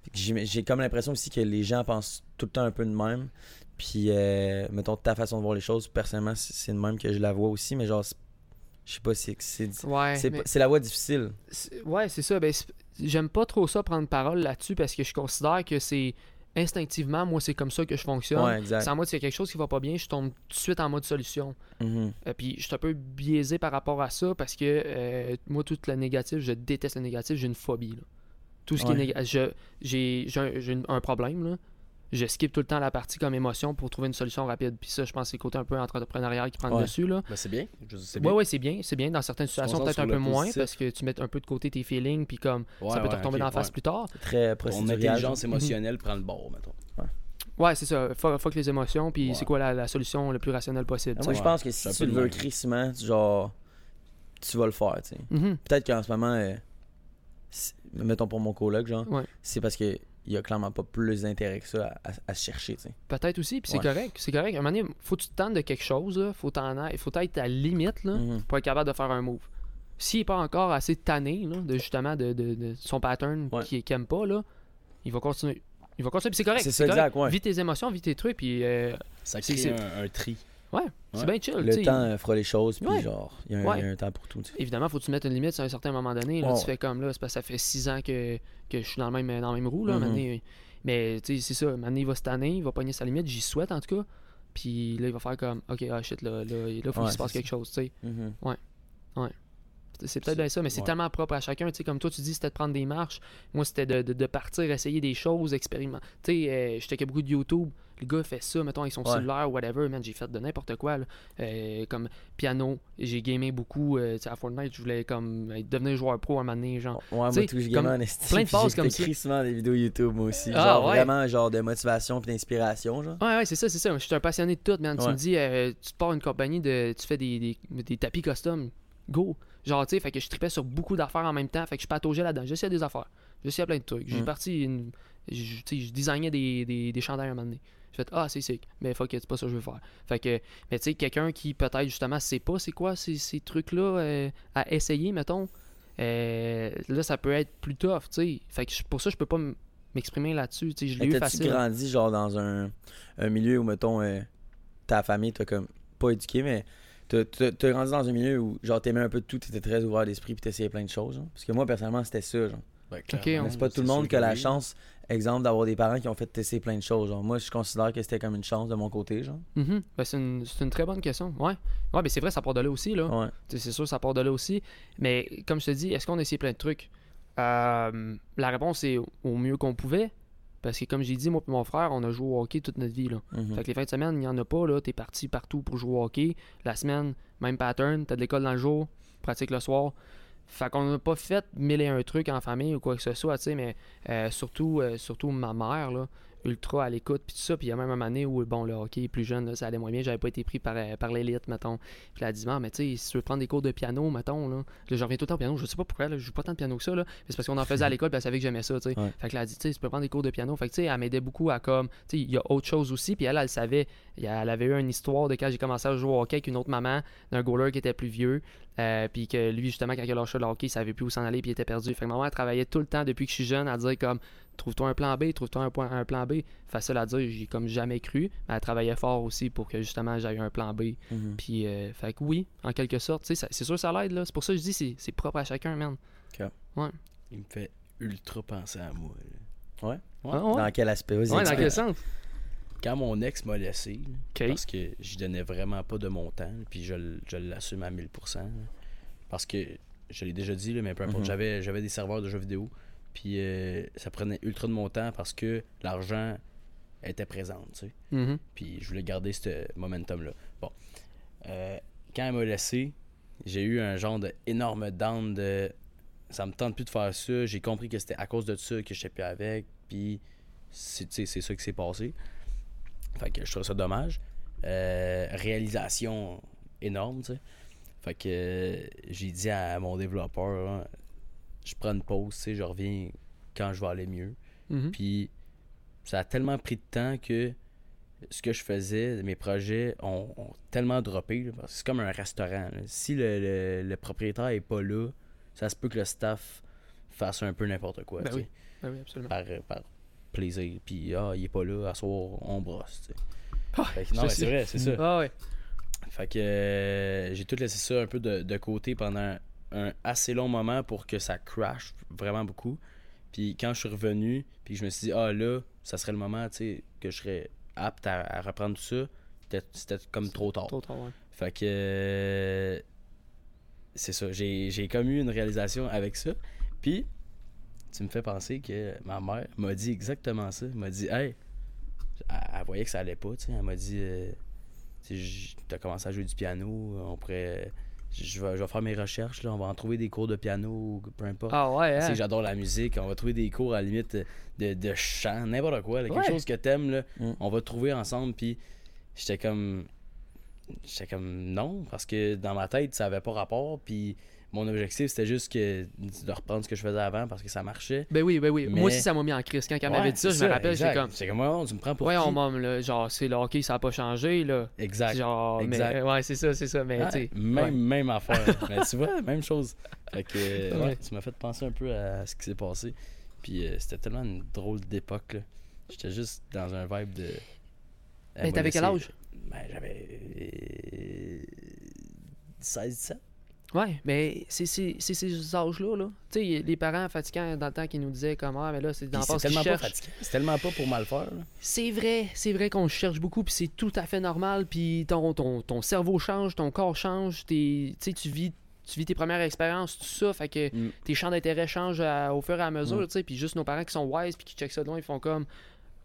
S3: Fait que J'ai j'ai comme l'impression aussi que les gens pensent tout le temps un peu de même. Puis, euh, mettons, ta façon de voir les choses, personnellement, c'est c'est de même que je la vois aussi, mais genre, c'est- je sais pas, c'est c'est-
S1: Ouais,
S3: c'est
S1: mais-
S3: pas- c'est la voie difficile.
S1: c'est- ouais, c'est ça. Ben, c'est- j'aime pas trop ça prendre parole là-dessus parce que je considère que c'est instinctivement, moi, c'est comme ça que je fonctionne.
S3: Ouais, exact.
S1: Sans moi, s'il y a quelque chose qui va pas bien, je tombe tout de suite en mode solution.
S3: Mhm.
S1: Euh, puis je suis un peu biaisé par rapport à ça parce que euh, moi, tout le négatif, je déteste le négatif, j'ai une phobie. là. Tout ce qui
S3: Ouais.
S1: est négatif. J'ai j'ai un, j'ai une- un problème. Là. Je skip tout le temps la partie comme émotion pour trouver une solution rapide. Puis ça, je pense que c'est le côté un peu entrepreneurial qui prend
S3: Ouais.
S1: le dessus. Là.
S2: Ben, c'est bien. Je veux dire, c'est
S1: Ouais,
S2: bien.
S1: ouais, c'est bien, c'est bien. Dans certaines situations,
S2: concentres
S1: peut-être
S2: sur
S1: un
S2: le
S1: peu moins
S2: positif.
S1: parce que tu mets un peu de côté tes feelings, puis comme
S2: Ouais,
S1: ça peut te
S2: ouais,
S1: retomber
S2: ok,
S1: dans la face
S2: ouais.
S1: plus tard.
S3: Très
S2: Ton
S3: procédural. genre.
S1: (laughs)
S2: intelligence émotionnelle prend le bord, mettons.
S1: Ouais, c'est ça. Fuck, fuck les émotions, puis
S2: Ouais.
S1: c'est quoi la, la solution le plus rationnelle possible.
S3: Ah,
S1: tu
S3: Moi,
S1: sais.
S3: je pense que
S2: c'est
S3: si
S2: un
S3: tu
S2: peu
S3: le
S2: le
S3: veux
S2: même.
S3: crissement, tu- genre, tu vas le faire, tu sais.
S1: Mhm.
S3: Peut-être qu'en ce moment, euh, si- mettons pour mon coloc, genre,
S1: Ouais.
S3: c'est parce que il y a clairement pas plus d'intérêt que ça à, à- à se chercher, tu sais.
S1: Peut-être aussi, puis c'est
S3: Ouais.
S1: correct. C'est correct. À un moment donné, faut que tu te tentes de quelque chose, là. faut t'en a- faut être à la limite là,
S3: Mhm.
S1: pour être capable de faire un move. S'il n'est pas encore assez tanné là, de justement de, de- de son pattern
S3: Ouais.
S1: qui qu'il aime pas, là, il va continuer. Il va continuer, puis c'est correct.
S3: C'est ça, exact,
S1: correct.
S3: ouais.
S1: Vis tes émotions, vis tes trucs, puis euh,
S2: Ça
S1: C'est-
S2: crée
S1: c'est-
S2: un, un tri.
S1: ouais, c'est
S2: Ouais.
S1: bien chill.
S3: Le
S1: tu sais.
S3: temps euh, fera les choses, puis
S1: Ouais.
S3: genre, il y, a un-
S1: Ouais.
S3: il y a un temps pour tout, tu sais.
S1: Évidemment, faut que tu mettes une limite à un certain moment donné. Là,
S3: Ouais,
S1: tu
S3: ouais.
S1: fais comme là, c'est parce que ça fait six ans que, que je suis dans le même, dans le même roue. Là, à un moment
S3: Mhm.
S1: donné. mais tu sais, c'est ça. Maintenant, il va se tanner, il va pogner sa limite, j'y souhaite en tout cas. Puis là, il va faire comme, ok, ah shit, là, là, là faut
S3: Ouais,
S1: qu'il se passe
S3: c'est
S1: quelque chose. tu sais.
S3: Mhm.
S1: C'est- C'est peut-être bien ça, mais c'est
S2: ouais.
S1: tellement propre à chacun. Tu sais, comme toi, tu dis, c'était de prendre des marches. Moi, c'était de, de- de partir, essayer des choses, expérimenter. Tu sais, euh, j'étais que beaucoup de YouTube. Le gars fait ça, mettons, avec son
S3: Ouais.
S1: cellulaire, whatever. Man, j'ai fait de n'importe quoi. là. Euh, comme piano, j'ai gamé beaucoup. euh, tu sais, à Fortnite, je voulais comme être- devenir joueur pro à un moment donné, genre.
S3: Ouais,
S1: Tu
S3: moi,
S1: sais,
S3: tout, je
S1: comme
S3: gagne en esti,
S1: plein de
S3: puis
S1: passes
S3: j'écoutais
S1: comme ça.
S3: crissement des vidéos YouTube, moi aussi.
S1: Ah,
S3: genre,
S1: ouais.
S3: vraiment, genre, de motivation puis d'inspiration, genre.
S1: Ouais, ouais, c'est ça, c'est ça. Je suis un passionné de tout, man. Tu
S3: Ouais.
S1: me dis, euh, tu te pars une compagnie, de, tu fais des, des, des tapis custom, go. Genre, tu sais, fait que je tripais sur beaucoup d'affaires en même temps, fait que je pataugeais là-dedans. J'essayais des affaires, j'essayais plein de trucs. J'ai
S3: Mm.
S1: parti une. je- Tu sais, je designais des, des, des chandails à un moment donné. J'ai fait, ah, c'est sick, mais fuck it, c'est pas ça que je veux faire. Fait que, mais tu sais, quelqu'un qui peut-être justement sait pas c'est quoi ces, ces trucs-là euh, à essayer, mettons, euh, là, ça peut être plus tough, tu sais. Fait que je- pour ça, je peux pas m- m'exprimer là-dessus, tu sais, je l'ai
S3: Mais
S1: eu
S3: t'as-tu
S1: facile.
S3: grandi, genre, dans un, un milieu où, mettons, euh, ta famille t'a comme pas éduqué, mais t'as- t'as t'as grandi dans un milieu où, genre, t'aimais un peu de tout, t'étais très ouvert d'esprit, puis t'essayais plein de choses, genre. Parce que moi, personnellement, c'était ça, genre.
S2: Ben,
S1: on-
S2: clairement,
S3: C'est pas tout le
S2: sûr
S3: monde
S2: que
S3: qui a la
S2: oui.
S3: chance, exemple, d'avoir des parents qui ont fait tester plein de choses. Genre, moi, je considère que c'était comme une chance de mon côté, genre.
S1: Mhm. Ben, c'est, une, c'est une très bonne question. Ouais. Ouais, mais c'est vrai, ça part de là aussi. Là.
S3: Ouais.
S1: Tu sais, C'est sûr, ça part de là aussi. Mais comme je te dis, est-ce qu'on a essayé plein de trucs Euh, La réponse est au mieux qu'on pouvait. Parce que comme j'ai dit, moi et mon frère, on a joué au hockey toute notre vie. Là.
S3: Mhm.
S1: Fait que les fins de semaine, il n'y en a pas. Là. T'es parti partout pour jouer au hockey. La semaine, même pattern. T'as de l'école dans le jour, pratique le soir. Fait qu'on n'a pas fait mille et un trucs en famille ou quoi que ce soit, tu sais, mais euh, surtout, euh, surtout ma mère, là, ultra à l'écoute, puis tout ça. Puis il y a même une année où, bon, le hockey plus jeune, là, ça allait moins bien, j'avais pas été pris par, euh, par l'élite, mettons. Puis elle a dit, Ah, mais tu sais, si tu veux prendre des cours de piano, mettons, là, là je reviens tout le temps au piano, je sais pas pourquoi, là, je joue pas tant de piano que ça, là, mais c'est parce qu'on en faisait à l'école, puis elle savait que j'aimais ça, tu sais.
S3: Ouais.
S1: Fait que là, elle a dit, tu sais, tu peux prendre des cours de piano. Fait que tu sais, elle m'aidait beaucoup à comme, tu sais, il y a autre chose aussi, puis elle, elle savait, il y a- elle avait eu une histoire de quand j'ai commencé à jouer au hockey avec une autre maman d'un goaler qui était plus vieux. Euh, puis que lui, justement, quand il a lâché le hockey, il savait plus où s'en aller, puis il était perdu. Fait que ma mère travaillait tout le temps depuis que je suis jeune à dire comme trouve-toi un plan B, trouve-toi un, point- un plan B. Facile à dire, j'ai comme jamais cru. Mais elle travaillait fort aussi pour que justement j'aille un plan B.
S3: Mhm.
S1: Puis, euh, fait que oui, en quelque sorte, tu sais, ça- c'est sûr ça l'aide, là. C'est pour ça que je dis, c'est, c'est propre à chacun, man.
S2: Il me fait ultra penser à moi. là. Ouais.
S1: Ah, ouais.
S3: Dans quel aspect Vas-y,
S1: Ouais, dans
S3: explique.
S1: quel sens?
S2: Quand mon ex m'a laissé, là,
S1: Ok.
S2: parce que j'y donnais vraiment pas de mon temps, puis je, l- je l'assume à 1000%. là. Parce que, je l'ai déjà dit, là, mais peu importe,
S3: Mhm.
S2: j'avais, j'avais des serveurs de jeux vidéo, puis euh, ça prenait ultra de mon temps parce que l'argent était présent, tu sais.
S1: Mhm.
S2: Puis je voulais garder ce momentum-là. Bon. Euh, quand elle m'a laissé, j'ai eu un genre d'énorme down de. Ça me tente plus de faire ça. J'ai compris que c'était à cause de ça que je n'étais plus avec. Puis c'est tu sais, c'est ça qui s'est passé. Fait que je trouve ça dommage. Euh, réalisation énorme, tu sais. Fait que euh, j'ai dit à mon développeur, hein, je prends une pause, tu sais, je reviens quand je vais aller mieux.
S1: Mhm.
S2: Puis ça a tellement pris de temps que ce que je faisais, mes projets ont, ont tellement droppé. là, parce que C'est comme un restaurant. là. Si le, le- le propriétaire est pas là, ça se peut que le staff fasse un peu n'importe quoi.
S1: Ben
S2: tu sais,
S1: oui. Ben oui, absolument.
S2: par, par plaisir. Puis, ah, il est pas là, à soir, on brosse. tu sais.
S1: Ah,
S2: Fait que- non,
S1: je
S2: mais
S1: sais.
S2: c'est vrai, c'est ça.
S1: Ah ouais.
S2: Fait que euh, j'ai tout laissé ça un peu de, de côté pendant un, un assez long moment pour que ça crash vraiment beaucoup. Puis quand je suis revenu, puis je me suis dit, ah là, ça serait le moment, tu sais, que je serais apte à, à reprendre tout ça, c'était- c'était comme trop tard.
S1: Trop tard, ouais.
S2: Fait que. euh, C'est ça. J'ai, j'ai comme eu une réalisation avec ça. Puis, tu me fais penser que ma mère m'a dit exactement ça. Elle m'a dit, hey, elle, elle voyait que ça allait pas, tu sais. Elle m'a dit, euh, Tu sais, j- t'as commencé à jouer du piano, on pourrait. Je vais, je vais faire mes recherches, là. on va en trouver des cours de piano, ou peu importe.
S1: Ah ouais,
S2: Tu
S1: hein.
S2: sais, j'adore la musique, on va trouver des cours à la limite de, de chant, n'importe quoi, là, quelque
S1: Ouais.
S2: chose que t'aimes, là,
S3: Mm.
S2: on va trouver ensemble. Puis j'étais comme. J'étais comme non, parce que dans ma tête, ça avait pas rapport. Puis mon objectif, c'était juste que, de reprendre ce que je faisais avant parce que ça marchait.
S1: Ben oui, ben oui.
S2: Mais-
S1: Moi aussi, ça m'a mis en crise. Quand elle m'avait dit ça, je me rappelle, j'étais comme.
S2: C'est comme, voyons, tu me prends pour.
S1: Ouais, on
S2: qui?
S1: m'a là. Genre, c'est le hockey, ça a pas changé, là.
S2: Exact.
S1: Genre, mais.
S2: Exact.
S1: Ouais, c'est ça, c'est ça. Mais,
S2: Ouais,
S1: tu sais.
S2: Ben, même,
S1: Ah, ouais.
S2: même affaire.
S1: (laughs)
S2: Mais tu vois, même chose. Fait que, euh,
S1: Ouais.
S2: ouais, tu m'as fait penser un peu à ce qui s'est passé. Puis euh, c'était tellement une drôle d'époque. là. J'étais juste dans un vibe de. Eh,
S1: Mais
S2: moi,
S1: Ben, t'avais quel
S2: c'est-
S1: âge?
S2: Ben, euh, j'avais. 16-17.
S1: Ouais, mais c'est c'est- c'est ces âges-là, là. Tu sais, les parents fatigants dans le temps qui nous disaient comme Ah, mais là, c'est dans
S2: Puis
S1: le
S2: C'est
S1: passé qu'ils
S2: tellement pas
S1: cherchent.
S2: fatigué. C'est tellement pas pour mal faire. là.
S1: C'est vrai, c'est vrai qu'on cherche beaucoup, puis c'est tout à fait normal, puis ton, ton, ton cerveau change, ton corps change, t'es- tu sais, tu vis, tu vis tes premières expériences, tout ça, fait que
S2: Mm.
S1: tes champs d'intérêt changent à- au fur et à mesure,
S3: Mm.
S1: tu sais, puis juste nos parents qui sont wise, puis qui checkent ça de loin, ils font comme,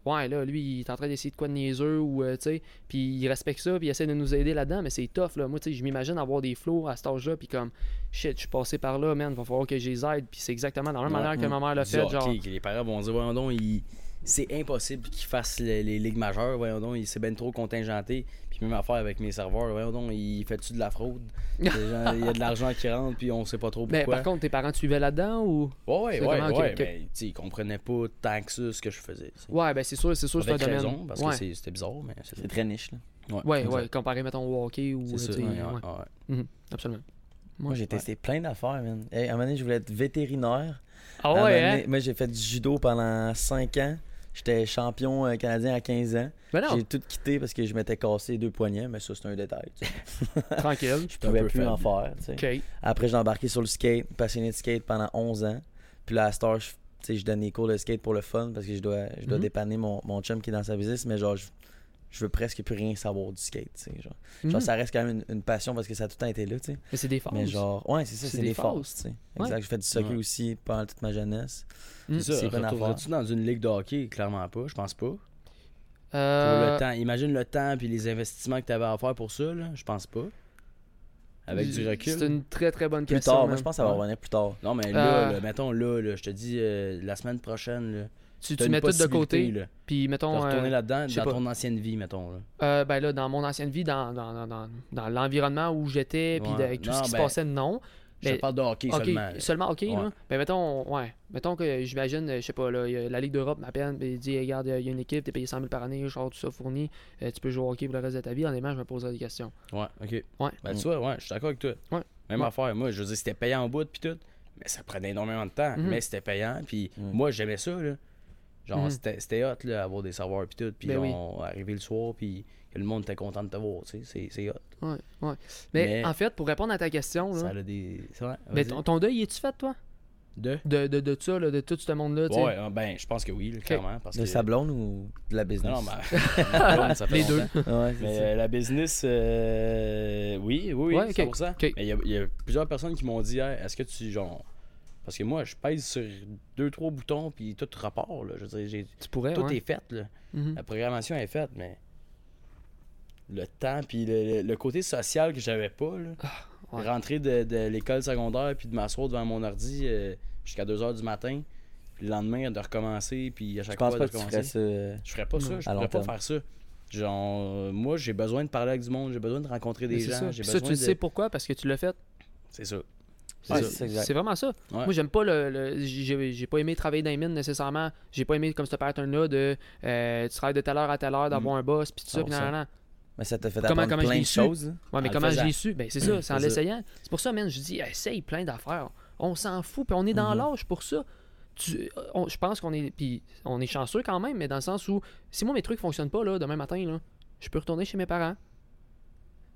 S1: ouais, là, lui, il est en train d'essayer de quoi de niaiseux, ou, euh, tu sais, puis il respecte ça, puis il essaie de nous aider là-dedans, mais c'est tough, là. Moi, tu sais, je m'imagine avoir des flots à cet âge-là, puis comme, shit, je suis passé par là, man, va falloir que je les aide, puis c'est exactement dans la même
S2: Ouais,
S1: manière que
S3: mm.
S1: ma mère l'a
S2: Du
S1: fait,
S2: hockey,
S1: genre.
S2: que les parents vont dire, voyons donc, il- c'est impossible qu'ils fassent les, les ligues majeures, voyons donc, il s'est bien trop contingenté. Puis même affaire avec mes serveurs, voyons donc, il fait-tu de la
S1: (laughs)
S2: fraude? Les gens- Il y a de l'argent qui rentre, puis on sait pas trop pourquoi.
S1: Mais Ben, par contre, tes parents te suivaient là-dedans, ou.
S2: ouais, ouais,
S1: c'est
S2: ouais,
S1: comment-
S2: ouais,
S1: que-
S2: mais tu sais, ils comprenaient pas tant que ça ce que je faisais. tu sais.
S1: Ouais, ben c'est sûr, c'est sûr, c'est un
S2: Avec
S1: domaine.
S2: raison, parce
S1: ouais.
S2: que c'est- c'était bizarre, mais c'est
S3: C'est très niche. Là.
S1: Ouais,
S2: exact.
S1: ouais, comparé, mettons, au hockey ou.
S2: C'est
S1: euh,
S2: ça,
S1: tu sais,
S2: ouais,
S1: ouais.
S2: ouais, ouais.
S1: Mhm, absolument.
S3: Moi, j'ai testé plein d'affaires, man. Hey, à un moment donné, je voulais être vétérinaire.
S1: Ah
S3: À un
S1: ouais,
S3: moment donné,
S1: hein?
S3: Moi, j'ai fait du judo pendant 5 ans. J'étais champion euh, canadien à 15 ans.
S1: Ben non,
S3: J'ai tout quitté parce que je m'étais cassé deux poignets, mais ça, c'est un détail. tu sais.
S2: (laughs)
S1: tranquille.
S3: Je
S2: un
S3: pouvais
S2: peu
S3: plus en
S2: faible.
S3: faire. tu sais.
S1: Ok.
S3: Après, j'ai embarqué sur le skate, passionné de skate pendant 11 ans. Puis là, à Star, je, tu sais, je donne des cours de skate pour le fun parce que je dois, je dois
S1: Mhm.
S3: dépanner mon, mon chum qui est dans sa business, mais genre, je, je veux presque plus rien savoir du skate. tu sais, Genre. Genre,
S1: Mhm.
S3: ça reste quand même une, une passion parce que ça a tout le temps été là. tu sais.
S1: Mais c'est des phases.
S3: Mais genre, ouais, c'est ça,
S1: C'est
S3: c'est
S1: des
S3: des
S1: phases.
S3: forces, tu sais.
S1: Ouais.
S3: Exact, j'ai fait du soccer
S2: Ouais.
S3: aussi pendant toute ma jeunesse.
S1: Mm.
S2: C'est ça,
S3: C'est bonne
S2: retournerais-tu dans une ligue de hockey? Clairement pas, je pense pas. Pour
S1: Euh,
S2: le temps, imagine le temps puis les investissements que tu avais à faire pour ça, là, je pense pas. Avec du recul.
S1: C'est une très très bonne
S3: Plus
S1: question.
S3: tard,
S1: man.
S3: moi je pense que ça va
S2: Ouais.
S3: revenir plus tard.
S2: Non, mais là,
S1: Euh.
S2: là, mettons là, là, je te dis euh, la semaine prochaine, là,
S1: Tu,
S2: t'as
S1: tu
S2: une
S1: mets tout de
S2: possibilité,
S1: côté,
S2: Là,
S1: puis
S2: de
S1: mettons.
S2: retourner
S1: euh,
S2: là-dedans,
S1: je sais
S2: dans
S1: pas.
S2: ton ancienne vie, mettons. Là.
S1: euh, ben là, dans mon ancienne vie, dans, dans, dans, dans, dans l'environnement où j'étais, puis
S2: Ouais.
S1: avec tout
S2: Non,
S1: ce qui se
S2: ben,
S1: passait, non.
S2: Je te
S1: Mais-
S2: parle de hockey
S1: Ok,
S2: seulement. là.
S1: Seulement ok,
S2: Ouais.
S1: là. Ben mettons, ouais. Mettons que euh, j'imagine, euh, je sais pas, là, y a la Ligue d'Europe m'appelle et dit regarde, il y a une équipe, t'es payé 100 000 par année, genre tout ça fourni, euh, tu peux jouer au hockey pour le reste de ta vie. Honnêtement, je me poserais des questions.
S2: Ouais, ok.
S1: Ouais.
S2: Ben, tu vois, ouais, je suis d'accord avec toi.
S1: Ouais.
S2: Même
S1: Ouais.
S2: affaire. Moi, je veux dire, c'était payant en bout, puis tout. Mais ça prenait énormément de temps.
S1: Mhm.
S2: Mais c'était payant, puis
S3: Mm.
S2: moi, j'aimais ça, là. Genre,
S1: Mhm.
S2: c'était, c'était hot, là, avoir des savoirs, puis tout. Puis
S1: Ben oui.
S2: on arrivait le soir, puis que le monde était content de te voir, tu sais. C'est, c'est hot.
S1: Ouais, ouais. Mais,
S2: Mais-
S1: en fait, pour répondre à ta question, là,
S2: Ça a des. C'est vrai.
S1: mais
S2: vas-y.
S1: ton, ton deuil, es-tu fait, toi
S2: De.
S1: de, de, de ça, là, de tout ce monde-là, tu sais?
S2: Ouais, ben, je pense que oui, là, clairement. Parce
S3: De
S2: que...
S3: sa blonde ou de la business?
S2: Non, non,
S1: (laughs)
S2: mais- ça fait
S1: Les
S2: longtemps.
S1: deux.
S3: (laughs) Ouais, c'est
S2: Mais
S3: ça.
S2: euh, la business, euh, oui, oui, oui,
S1: Ouais, ok,
S2: 100%.
S1: ok.
S2: Mais il y a- il y, a plusieurs personnes qui m'ont dit, Hey, est-ce que tu, genre, parce que moi, je pèse sur deux, trois boutons, puis tout rapport, là. Je veux dire, j'ai-
S1: Tu pourrais,
S2: tout
S1: ouais.
S2: est fait, là.
S1: Mhm.
S2: La programmation est faite, mais le temps, puis le, le- le côté social que j'avais pas, là.
S3: Ah,
S1: ouais.
S2: Rentrer de, de l'école secondaire, puis de m'asseoir devant mon ordi euh, jusqu'à 2 h du matin, puis le lendemain, de recommencer, puis à
S3: Je
S2: chaque
S3: pense
S2: fois,
S3: pas
S2: de
S3: que tu
S2: recommencer.
S3: ferais ça. euh,
S2: Je ferais pas ça,
S1: Non.
S2: je
S3: À long
S2: pourrais pas
S3: terme.
S2: faire ça. Genre, euh, moi, j'ai besoin de parler avec du monde, j'ai besoin de rencontrer
S1: Mais
S2: des
S1: c'est
S2: gens,
S1: ça.
S2: j'ai
S1: Puis
S2: besoin
S1: ça, tu le
S2: de...
S1: sais pourquoi Parce que tu l'as fait.
S2: C'est ça.
S1: C'est
S2: Ouais,
S1: ça.
S3: c'est exact.
S1: C'est vraiment ça.
S2: Ouais.
S1: Moi, j'aime pas le. le- j'ai j'ai pas aimé travailler dans les mines nécessairement. J'ai pas aimé comme ce pattern-là de euh, tu travailles de telle heure à telle heure, d'avoir un boss, puis tout ça, puis
S3: 100%.
S1: nan, nan, nan.
S3: Mais ça t'a fait
S1: Comment-
S3: apprendre
S1: comment je
S3: plein
S1: l'ai
S3: de
S1: su?
S3: choses. hein. là.
S1: Ouais, mais
S2: En le
S1: comment je
S2: faisant.
S1: l'ai su Ben, c'est ça, c'est en
S3: C'est ça.
S1: l'essayant. C'est pour ça, man, je dis, essaye plein d'affaires. On s'en fout, puis on est dans
S3: Mhm.
S1: l'âge pour ça. Tu- on- je pense qu'on est. Puis on est chanceux quand même, mais dans le sens où si moi mes trucs fonctionnent pas, là, demain matin, là, je peux retourner chez mes parents.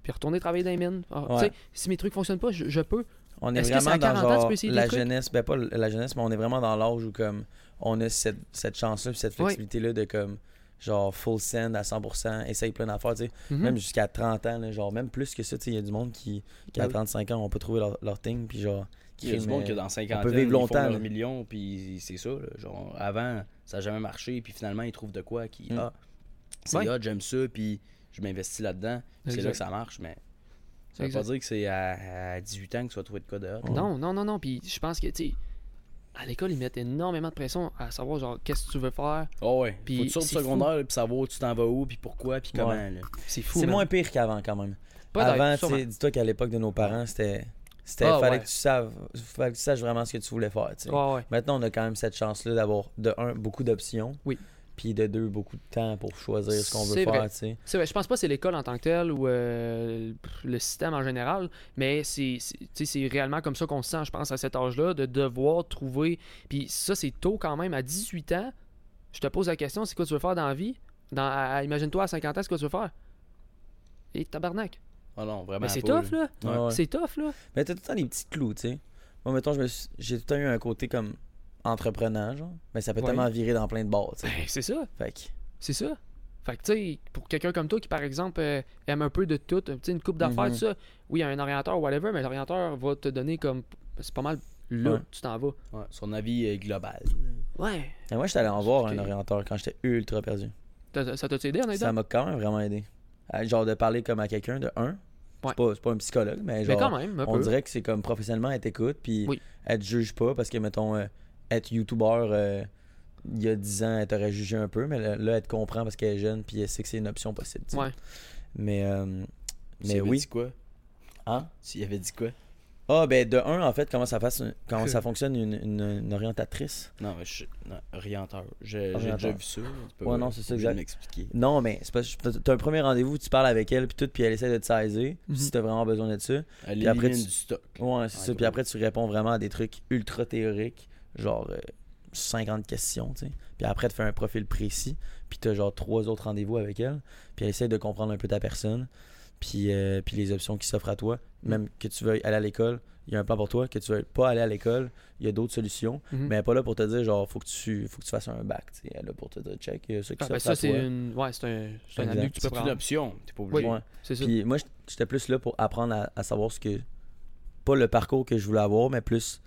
S1: Puis retourner travailler dans les mines. Ah, tu
S3: Ouais.
S1: sais, Si mes trucs fonctionnent pas, je, je peux.
S3: On est
S1: Est-ce que c'est
S3: vraiment
S1: à
S3: dans
S1: 40 ans, tu
S3: genre
S1: peux essayer des
S3: la
S1: trucs?
S3: jeunesse, ben pas l- la jeunesse, mais on est vraiment dans l'âge où comme on a cette, cette chance-là, puis cette
S1: Oui.
S3: flexibilité-là de comme genre full send à 100%, essaye plein d'affaires, tu sais.
S1: Mhm.
S3: Même jusqu'à 30 ans, là, genre même plus que ça, tu sais, il y a du monde qui, qui à
S1: Ben oui.
S3: 35 ans, on peut trouver leur, leur thing, puis genre...
S2: Il y a du
S3: crime,
S2: monde
S3: euh,
S2: que dans 50 ans,
S3: peut vivre
S2: ils
S3: longtemps,
S2: font
S3: là.
S2: leur million, puis c'est ça. là. Genre, avant, ça n'a jamais marché, puis finalement, ils trouvent de quoi qui,
S3: Mm.
S2: ah, c'est
S1: Ouais.
S2: hot, j'aime ça, puis je m'investis là-dedans. Puis C'est
S1: Exact.
S2: là que ça marche, mais ça veut
S1: Exact.
S2: pas dire que c'est à, à 18 ans que tu vas trouver de quoi de hot.
S1: Non, non, non, non. Puis je pense que, tu sais, à l'école, ils mettent énormément de pression à savoir, genre, qu'est-ce que tu veux faire.
S2: Oh ouais,
S1: Puis
S2: faut que tu sortes du
S1: c'est
S2: secondaire, là, puis savoir où tu t'en vas où, puis pourquoi, puis comment. là.
S1: C'est fou.
S3: C'est
S1: man.
S3: moins pire qu'avant quand même.
S1: Pas d'aide,
S3: Avant, tu
S1: sûrement.
S3: sais, dis-toi qu'à l'époque de nos parents, c'était... C'était,
S1: Ah,
S3: fallait,
S1: ouais.
S3: que tu saves, fallait que tu saches vraiment ce que tu voulais faire. tu sais.
S1: Ouais, ouais.
S3: Maintenant, on a quand même cette chance-là d'avoir, de un, beaucoup d'options.
S1: Oui.
S3: Puis de deux, beaucoup de temps pour choisir ce qu'on veut
S1: C'est vrai.
S3: faire, tu sais.
S1: C'est vrai, je pense pas que c'est l'école en tant que telle ou euh, le système en général, mais c'est c'est- tu sais, c'est réellement comme ça qu'on se sent, je pense, à cet âge-là, de devoir trouver. Puis ça, c'est tôt quand même, à 18 ans, je te pose la question, c'est quoi tu veux faire dans la vie Dans- à- à- Imagine-toi à 50 ans, c'est quoi tu veux faire Et tabarnak.
S2: Oh non,
S3: Ah,
S2: vraiment.
S3: ben,
S1: Mais c'est
S2: pas,
S1: tough, là.
S3: Ouais, ouais.
S1: C'est tough, là.
S3: Mais t'as tout le temps des petits clous, tu sais. Moi, mettons, je me suis- j'ai tout le temps eu un côté comme entrepreneur, genre. Mais ça peut
S1: Ouais.
S3: tellement virer dans plein de bords, tu sais.
S1: Ben, c'est ça.
S3: Fait que,
S1: C'est ça. Fait que, tu sais, pour quelqu'un comme toi qui, par exemple, euh, aime un peu de tout, tu sais, une coupe d'affaires,
S3: Mhm.
S1: tout ça, oui, il y a un orienteur, whatever, mais l'orienteur va te donner comme. C'est pas mal là,
S3: Ouais.
S1: tu t'en vas.
S2: Ouais, son avis est global.
S1: Ouais.
S3: Et moi, j'étais allé en voir
S1: Ok.
S3: un orienteur quand j'étais ultra perdu.
S1: T'as- Ça t'a aidé en
S3: Ça
S1: aidant?
S3: m'a quand même vraiment aidé. À- Genre de parler comme à quelqu'un de un.
S1: Ouais.
S3: C'est pas, c'est pas un psychologue, mais genre.
S1: Mais quand même, un
S3: on
S1: peu.
S3: dirait que c'est comme professionnellement, elle t'écoute, puis
S1: Oui.
S3: elle te juge pas parce que, mettons, euh, être youtubeur euh, il y a 10 ans, elle t'aurait jugé un peu, mais là, là, elle te comprend parce qu'elle est jeune, puis elle sait que c'est une option possible. tu sais.
S1: Ouais.
S3: Mais, euh, mais
S2: S'il avait
S3: oui.
S2: dit quoi
S3: Hein?
S2: S'il avait dit quoi
S3: Ah, ben, de un, en fait, comment ça, fasse, comment ça fonctionne une, une- une orientatrice
S2: Non, mais je suis non, orienteur. Je- J'ai
S3: Orienteur.
S2: déjà vu ça. Tu peux
S3: Ouais, non, c'est ça,
S2: obligé de
S3: exact.
S2: m'expliquer.
S3: Non, mais c'est parce que t'as un premier rendez-vous, tu parles avec elle, puis tout, puis elle essaie de te saisir,
S1: Mhm.
S3: si t'as vraiment besoin de ça.
S2: Elle
S3: Puis après,
S2: élimine
S3: tu-
S2: du stock.
S3: Ouais, c'est
S2: Ouais,
S3: ça.
S2: cool.
S3: Puis après, tu réponds vraiment à des trucs ultra théoriques, genre euh, 50 questions, tu sais. Puis après, tu fais un profil précis, puis tu as genre trois autres rendez-vous avec elle, puis elle essaie de comprendre un peu ta personne, puis, euh, puis les options qui s'offrent à toi.
S1: Mm.
S3: Même que tu veuilles aller à l'école, il y a un plan pour toi, que tu veuilles pas aller à l'école, il y a d'autres solutions,
S1: Mhm.
S3: mais elle est pas là pour te dire genre, faut que tu, faut que tu fasses un bac, tu sais. Elle est là pour te dire, check, il y a ça qui
S1: Ah, ben,
S3: s'offre
S1: ça,
S3: à toi.
S1: c'est une... ouais, c'est un, c'est un
S3: Exact.
S1: avenue que tu peux
S2: C'est une
S1: prendre.
S2: option. T'es pas
S1: Oui,
S2: obligé.
S3: Ouais.
S1: c'est ça.
S3: Puis moi, j- j'étais plus là pour apprendre à, à savoir ce que. Pas le parcours que je voulais avoir, mais plus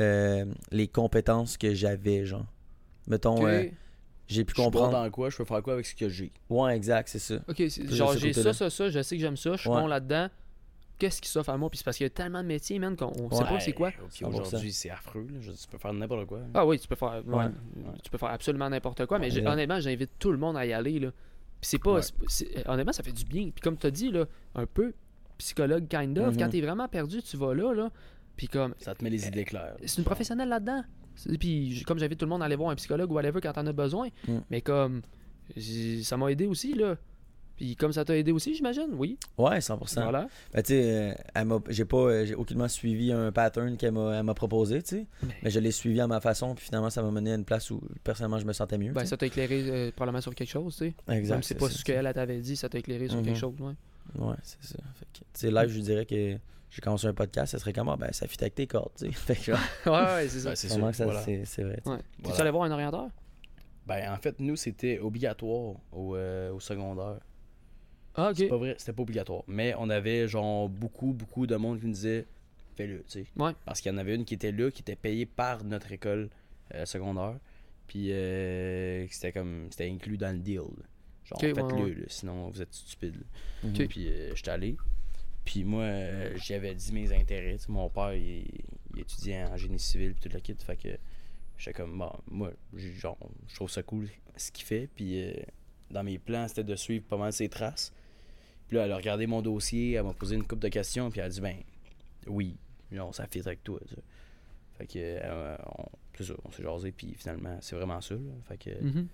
S3: euh, les compétences que j'avais, genre.
S1: Ok.
S3: Mettons, euh, j'ai pu
S2: Je suis bon
S3: comprendre.
S2: dans quoi, je peux faire quoi avec ce que j'ai.
S3: Ouais, exact, c'est ça.
S1: Ok, c'est-
S3: de
S1: genre
S3: ce
S1: j'ai ça,
S3: côté-là.
S1: ça, ça, je sais que j'aime ça, je suis
S3: Ouais.
S1: bon là-dedans. Qu'est-ce qui s'offre à moi? Puis c'est parce qu'il y a tellement de métiers, man, qu'on on sait
S2: Ouais,
S1: pas c'est quoi.
S2: puis Aujourd'hui, c'est affreux. là. Je- tu peux faire n'importe quoi. là.
S1: Ah oui, tu peux faire, ouais,
S3: Ouais.
S1: Tu peux faire absolument n'importe quoi, mais j'ai-
S3: Exact.
S1: honnêtement, j'invite tout le monde à y aller. Là. Puis c'est pas.
S2: Ouais.
S1: c'est- c'est- honnêtement, ça fait du bien. Puis comme tu as dit, là, un peu psychologue, kind of,
S3: Mhm.
S1: quand t'es vraiment perdu, tu vas là. là puis comme.
S2: Ça te met les idées claires.
S1: C'est une professionnelle là-dedans. C'est- Puis j- comme j'invite tout le monde à aller voir un psychologue ou whatever quand t'en as besoin.
S3: Mm.
S1: Mais comme. j'ai- Ça m'a aidé aussi, là. Puis comme ça t'a aidé aussi, j'imagine, oui.
S3: Ouais, 100%.
S1: Voilà.
S3: Ben, tu sais, euh, elle m'a- j'ai pas. euh, j'ai aucunement suivi un pattern qu'elle m'a elle m'a proposé, tu sais.
S1: Mais-
S3: Mais je l'ai suivi à ma façon, puis finalement, ça m'a mené à une place où personnellement, je me sentais mieux.
S1: Ben,
S3: tu sais.
S1: ça t'a éclairé euh, probablement sur quelque chose, tu sais.
S3: exact.
S1: Même si c'est pas ce
S3: ça.
S1: qu'elle elle t'avait dit, ça t'a éclairé sur
S3: Mhm.
S1: quelque chose, ouais.
S3: Ouais, c'est ça. Fait que, tu sais, live, je lui dirais que j'ai commencé un podcast, ça serait comment? Ben, ça fit avec tes cordes, tu sais. (laughs) Fait que, genre,
S1: ouais, ouais, c'est ça.
S2: Ben, c'est
S3: vraiment
S2: sûr.
S3: que ça,
S2: voilà.
S3: c'est c'est vrai.
S1: Ouais. T'es-tu
S2: Voilà.
S1: allé voir un orienteur?
S2: Ben, en fait, nous, c'était obligatoire au, euh, au secondaire.
S1: Ah, ok.
S2: C'est pas vrai, c'était pas obligatoire. Mais on avait, genre, beaucoup, beaucoup de monde qui nous disait fais-le, tu sais.
S1: Ouais.
S2: Parce qu'il y en avait une qui était là, qui était payée par notre école euh, secondaire. Puis euh, c'était comme, c'était inclus dans le deal. là. Genre,
S1: Ok, ouais,
S2: faites-le,
S1: ouais.
S2: là, sinon vous êtes stupide.
S1: Ok.
S2: Puis euh, j'étais allé. Puis moi, euh, j'avais dit mes intérêts. Tu sais, mon père, il, il étudiait en génie civil, puis tout le kit. Fait que j'étais comme, bon, moi, j'ai- genre, je trouve ça cool ce qu'il fait. Puis euh, dans mes plans, c'était de suivre pas mal ses traces. Puis là, elle a regardé mon dossier, elle m'a posé une couple de questions, puis elle a dit, ben, oui, non, ça fit avec toi. tu sais. Fait que, euh, on, c'est ça, on s'est jasé, puis finalement, c'est vraiment ça. là. Fait que,
S1: Mhm.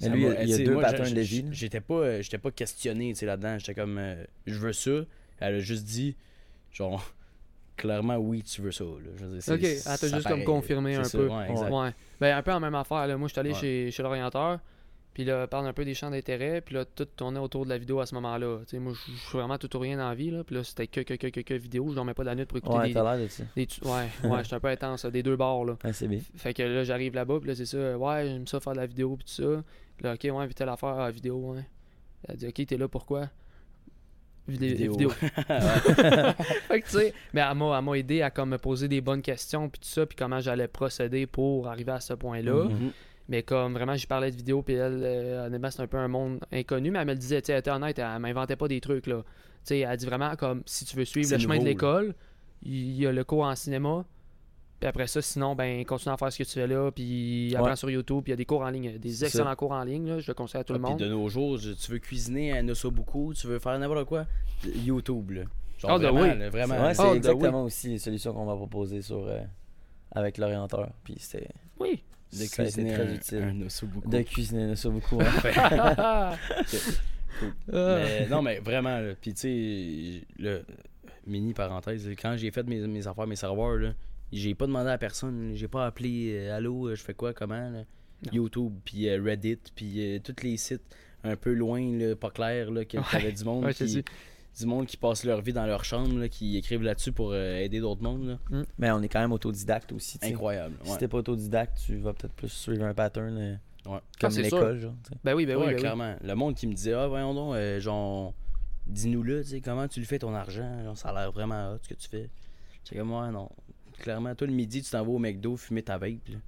S3: Mais
S2: ça
S3: lui,
S2: m'a-
S3: il y a
S2: tu sais,
S3: deux
S2: moi, je-
S3: patterns de
S2: je-
S3: vie, là.
S2: J'étais pas, euh, j'étais pas questionné tu sais, là-dedans. J'étais comme, euh, je veux ça. Elle a juste dit, genre, (laughs) clairement, oui, tu veux ça. là. Je veux dire, c'est-
S1: Ok, elle t'a
S2: ça
S1: juste comme
S2: paraît,
S1: confirmé
S2: c'est
S1: un
S2: ça,
S1: peu.
S2: ouais, exact.
S1: Ouais. Ben, un peu en même affaire. Là. Moi, je suis allé
S2: Ouais.
S1: chez, chez l'orienteur, puis là, elle parle un peu des champs d'intérêt, puis là, tout tournait autour de la vidéo à ce moment-là. Tu sais, moi, je je suis vraiment tout ou rien dans la vie, là, puis là, c'était que, que, que, que, que vidéo. Je dormais pas de la nuit pour écouter
S3: Ouais,
S1: des,
S3: t'as l'air de ça.
S1: des tu- Ouais, ouais, j'étais un peu intense, là, des deux bords, là.
S3: Ouais, c'est bien.
S1: Fait que là, j'arrive là-bas, puis là, c'est ça, euh, ouais, j'aime ça faire de la vidéo, puis tout ça. Là, ok, ouais, puis telle affaire, ah, vidéo, ouais. Elle dit, ok, t'es là, pourquoi Vidé-
S2: Vidéo.
S1: vidéo. (laughs) fait que tu sais, mais elle m'a elle m'a aidé à comme me poser des bonnes questions, puis tout ça, puis comment j'allais procéder pour arriver à ce point-là.
S2: Mhm.
S1: Mais comme vraiment, j'y parlais de vidéo, puis elle, euh, honnêtement, c'est un peu un monde inconnu, mais elle me le disait, tu sais, elle était honnête, elle m'inventait pas des trucs, là. Tu sais, elle dit vraiment, comme, si tu veux suivre
S2: C'est
S1: le chemin de
S2: nouveau,
S1: l'école, il y a le cours en cinéma, puis après ça, sinon, ben, continue à faire ce que tu fais là, puis apprends sur YouTube, puis il y a des cours en ligne, des
S3: C'est
S1: excellents
S3: ça.
S1: cours en ligne, là, je le conseille à tout
S2: Ah,
S1: le
S2: puis
S1: monde.
S2: de nos jours, je- tu veux cuisiner un osso beaucoup, tu veux faire n'importe quoi, YouTube, là. Genre,
S1: Ah, de
S2: vraiment,
S1: oui.
S2: là, vraiment.
S3: Ouais, c'est
S1: Oh, ben
S3: exactement aussi les solutions qu'on va proposer sur, euh, avec l'orienteur. Puis c'était
S2: (laughs)
S1: Oui!
S2: de
S3: ça a été
S2: cuisiner
S3: très
S2: un-
S3: utile.
S2: un osso beaucoup.
S3: de cuisiner ça beaucoup. hein. (laughs)
S1: Ah. Euh,
S2: Mais, non, mais vraiment, là. Puis, tu sais, le mini parenthèse, quand j'ai fait mes, mes affaires, mes serveurs, là, j'ai pas demandé à personne. J'ai pas appelé euh, Allô, je fais quoi, comment, là? YouTube, puis euh, Reddit, puis euh, tous les sites un peu loin, là, pas clair, là, que t'avais du monde
S1: ouais, je
S2: qui,
S1: sais.
S2: du monde qui passe leur vie dans leur chambre, là, qui écrivent là-dessus pour euh, aider d'autres mondes. là.
S3: Mais on est quand même autodidacte aussi. tu sais.
S2: Incroyable.
S3: Si
S2: ouais.
S3: t'es pas autodidacte, tu vas peut-être plus suivre un pattern euh,
S2: Ouais.
S3: comme
S1: Ah, c'est
S3: l'école. genre, tu sais.
S1: ben oui, ben oui,
S2: Ouais,
S1: ben oui.
S2: clairement. Le monde qui me dit Ah, voyons donc, euh, genre, dis-nous le, tu sais, comment tu le fais ton argent Genre, Ça a l'air vraiment hot ce que tu fais. C'est comme moi, non. Clairement, toi le midi, tu t'en vas au McDo fumer ta vape. Là.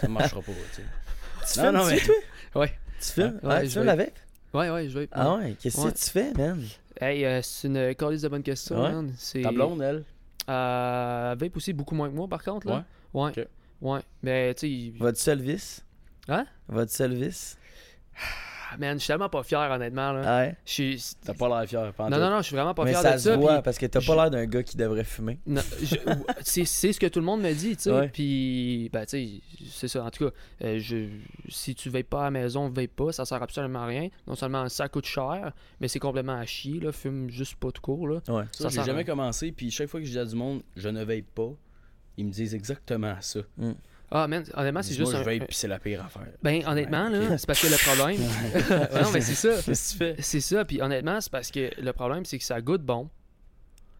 S2: Ça marchera pas, tu
S1: (laughs)
S2: sais.
S3: Tu
S2: Non,
S3: filmes,
S2: non,
S3: tu
S2: mais-
S3: sais, toi?
S1: Ouais,
S3: Tu filmes?
S1: Ouais,
S3: Ouais,
S1: je
S3: tu filmes
S1: vais-
S3: avec?
S1: ouais, ouais, je vais.
S3: Ah ouais, qu'est-ce que
S1: Ouais.
S3: tu fais, man?
S1: Hey, euh, c'est une calice de bonnes questions,
S3: Ouais.
S1: man. C'est-
S2: Ta blonde, elle
S1: Euh, vape aussi beaucoup moins que moi par contre là. Ouais. Ouais.
S2: Ok.
S1: Mais tu sais, il-
S3: Votre seul vice?
S1: Hein?
S3: Votre seul vice?
S1: Ah, man, je suis tellement pas fier honnêtement là.
S3: Ouais.
S1: Je suis
S2: T'as pas l'air fière. pas en
S1: Non
S2: tout.
S1: non non, je suis vraiment pas
S3: Mais
S1: fier
S3: ça
S1: de
S3: se
S1: ça.
S3: voit
S1: puis-
S3: parce que t'as
S1: je-
S3: pas l'air d'un gars qui devrait fumer.
S1: non, je- (laughs) c'est c'est ce que tout le monde me dit, tu sais.
S3: Ouais.
S1: Puis ben tu sais, c'est ça en tout cas, euh, je si tu vapes pas à la maison, vape pas, ça sert absolument à rien. Non seulement ça coûte cher, mais c'est complètement à chier là, fume juste pas de cours là.
S3: Ouais.
S2: Ça, j'ai
S1: sert à
S2: jamais
S1: rien.
S2: commencé, puis chaque fois que je dis à du monde Je ne vape pas, ils me disent exactement ça.
S1: Ah man, honnêtement, c'est
S2: Dis-moi,
S1: juste
S2: je
S1: un
S2: vape, puis c'est la pire affaire.
S1: ben honnêtement
S2: Ouais, ok.
S1: là, c'est parce que le problème Non mais c'est ça.
S2: (laughs) Qu'est-ce que tu fais
S1: C'est ça, puis honnêtement, c'est parce que le problème, c'est que ça goûte bon.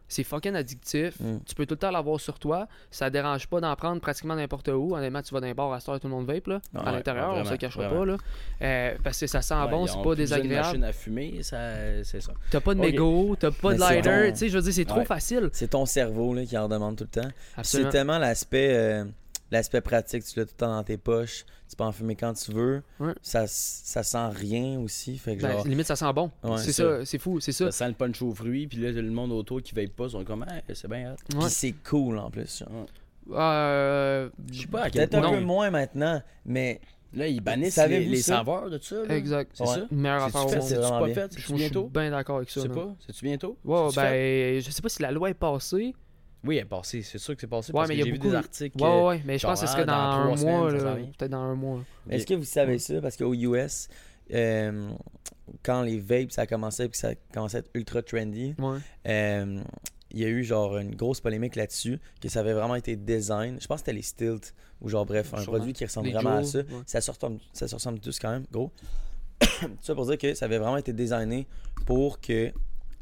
S1: C'est fucking addictif.
S3: Mm.
S1: Tu peux tout le temps l'avoir sur toi. Ça dérange pas d'en prendre pratiquement n'importe où. Honnêtement, tu vas d'un bar à cette heure, tout le monde vape, là. à
S2: Ah ouais,
S1: l'intérieur, on se
S2: ouais, vraiment,
S1: le cachera pas,
S2: vraiment.
S1: là. Euh, parce que ça sent
S2: Ouais,
S1: bon,
S2: ils ont
S1: c'est
S2: plus
S1: pas
S2: besoin de
S1: désagréable.
S2: machine à fumer, ça- c'est ça.
S1: T'as pas de
S2: Ok.
S1: mégot, t'as pas de
S3: Mais c'est
S1: lighter.
S3: bon.
S1: Tu sais, je veux dire, c'est trop
S2: Ouais.
S1: facile.
S3: C'est ton cerveau là, qui en demande tout le temps. Puis C'est
S1: Absolument.
S3: tellement l'aspect euh, l'aspect pratique, tu l'as tout le temps dans tes poches, tu peux en fumer quand tu veux.
S1: Ouais.
S3: Ça, ça sent rien aussi, fait que
S1: Ben,
S3: genre
S1: limite, ça sent bon.
S3: Ouais,
S1: c'est
S3: c'est
S1: ça, c'est fou, c'est ça.
S2: Ça sent le punch aux fruits, puis là, le monde autour qui vape pas, ils sont comme, Hey, c'est bien hot.
S1: Ouais.
S3: puis c'est cool en plus. genre.
S1: Euh,
S2: Je sais pas à quel
S3: Peut-être un
S2: point.
S3: peu moins maintenant, mais
S2: Là, ils bannissent les,
S3: Savez-vous
S2: les
S3: ça?
S2: saveurs de ça. là.
S1: Exact.
S2: C'est
S3: Ouais.
S2: ça?
S1: Meilleure affaire au
S2: C'est-tu fait?
S1: monde.
S3: C'est
S2: C'est-tu
S3: vraiment
S2: pas
S3: bien.
S2: fait?
S1: Je
S2: C'est-tu
S1: je suis
S2: bientôt?
S1: bien d'accord avec
S2: Je
S1: ça.
S2: sais
S1: man.
S2: pas. C'est-tu bientôt?
S1: Ouais,
S2: C'est-tu fait?
S1: ben, je sais pas si la loi est passée.
S2: Oui, elle est passée. C'est sûr que c'est passé.
S1: Ouais,
S2: parce
S1: mais il
S2: que
S1: y a
S2: j'ai vu
S1: beaucoup-
S2: des articles.
S1: Ouais, ouais, ouais, mais je
S2: genre,
S1: pense que ce
S2: ah,
S1: serait dans,
S2: dans
S1: un
S2: trois
S1: mois,
S2: semaines, ça
S1: là,
S2: s'en vient.
S1: peut-être dans un mois.
S3: Mais Est-ce que vous savez ça? Parce qu'aux US, euh, quand les vapes, ça commençait, puis ça commençait à être ultra trendy,
S1: Ouais.
S3: euh, il y a eu genre une grosse polémique là-dessus, que ça avait vraiment été design. Je pense que c'était les Stilt, ou genre bref, un
S1: Sûrement.
S3: produit qui ressemble
S1: Les
S3: vraiment
S1: Juul,
S3: à ça.
S1: ouais.
S3: Ça se ressemble, ça se ressemble tous quand même, gros. (coughs) Tout ça pour dire que ça avait vraiment été designé pour que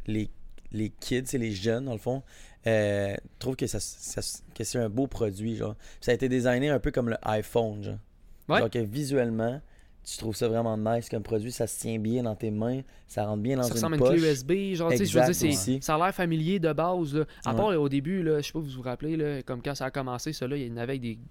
S3: les, les kids, et les jeunes, dans le fond, euh, trouvent que, ça, ça- que c'est un beau produit, genre. Puis ça a été designé un peu comme le iPhone, genre.
S1: Ouais.
S3: Genre que visuellement, tu trouves ça vraiment nice comme produit, ça se tient bien dans tes mains, ça rentre bien dans
S1: Ça
S3: une
S1: ressemble à une
S3: poche.
S1: clé USB, genre, tu sais, je veux
S3: Exact,
S1: dire, c'est-
S3: aussi.
S1: ça a l'air familier de base, là. À
S3: Ouais.
S1: part là, au début, là, je sais pas, vous vous rappelez, là, comme quand ça a commencé, ça, là, il y en avait avec des, tu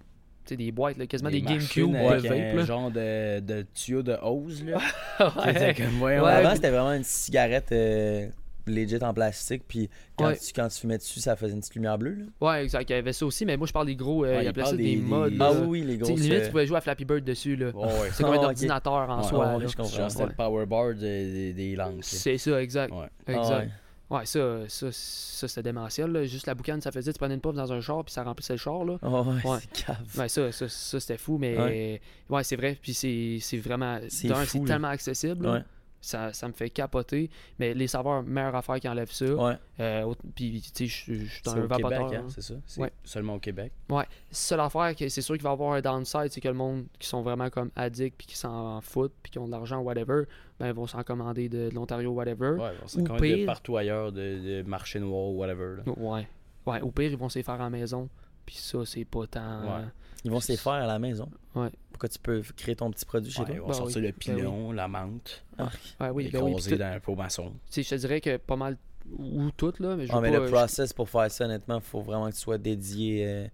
S1: sais, des boîtes, là, quasiment des, GameCube
S2: machines
S1: de
S2: avec
S1: vape,
S2: un
S1: là.
S2: genre de, de tuyau de hose,
S1: (laughs)
S2: là. (laughs)
S1: Ouais.
S2: C'était comme, voyons,
S1: Ouais.
S3: Avant,
S1: puis-
S3: c'était vraiment une cigarette euh, legit en plastique, puis quand,
S1: Ouais.
S3: tu, quand tu fumais dessus, ça faisait une petite lumière bleue. Là.
S1: Ouais, exact, il y avait ça aussi, mais moi, je parle des gros, euh,
S2: Ouais,
S1: il
S2: il
S1: appelait ça
S2: parle
S1: des,
S2: des-
S1: modes,
S2: des-
S1: là.
S3: Ah oui, oui, les
S1: Tu sais,
S3: grosses.
S1: limite,
S3: euh,
S1: tu pouvais jouer à Flappy Bird dessus, là.
S2: Ouais, ouais.
S1: C'est comme un
S3: Ah, ok.
S1: ordinateur en
S2: Ouais,
S1: soi,
S3: ouais,
S1: là.
S3: je comprends.
S2: Genre, c'était
S1: Ouais.
S2: le power bar de- des des lances. là.
S1: C'est ça, exact.
S2: Ouais.
S3: Ah
S1: Exact.
S3: ouais.
S1: Ouais. Ouais, ça, ça, ça c'était démentiel. là. Juste la boucane, ça faisait, tu prenais une puff dans un char, puis ça remplissait le char. Là.
S3: Oh, ouais,
S1: Ouais.
S3: c'est cave.
S1: Ouais, ça, ça, ça, c'était fou, mais ouais, c'est vrai. Puis c'est c'est vraiment.
S3: C'est
S1: d'un,
S3: fou,
S1: C'est
S3: là.
S1: tellement accessible. là.
S3: Ouais.
S1: Ça, ça me fait capoter. Mais les saveurs, meilleure affaire qui enlève ça.
S3: Ouais.
S1: Euh, autre- puis, tu sais, je- je je suis
S2: C'est
S1: dans
S2: au
S1: un
S2: Québec,
S1: vapoteur.
S2: hein,
S1: hein.
S2: c'est ça? C'est
S1: Ouais.
S2: seulement au Québec.
S1: Ouais. Seule affaire, que c'est sûr qu'il va y avoir un downside, c'est que le monde qui sont vraiment comme addicts, puis qui s'en foutent, puis qui ont de l'argent, whatever, ben, ils vont s'en commander de, de l'Ontario, whatever.
S2: Ouais, on sait
S1: Ou
S2: quand même de
S1: pire.
S2: partout ailleurs, de, de marché noir ou whatever. là.
S1: Ouais. ouais. Au pire, ils vont se les faire à la maison. Puis ça, c'est pas tant. euh,
S2: Ouais.
S3: Ils vont se les faire à la maison.
S1: Ouais.
S3: Pourquoi tu peux créer ton petit produit chez
S2: Ouais,
S3: toi?
S2: on
S1: Ben
S2: sortit
S1: oui,
S2: le
S1: ben
S2: pilon, la menthe,
S1: Ouais, oui,
S2: les
S1: ben oui, puis
S2: croisés
S1: tout-
S2: dans un pot maçon.
S1: tu sais, je te dirais que pas mal ou toutes là, mais je
S3: Ah,
S1: veux
S3: mais
S1: pas,
S3: le
S1: euh,
S3: process pour faire ça, honnêtement, faut vraiment que tu sois dédié euh,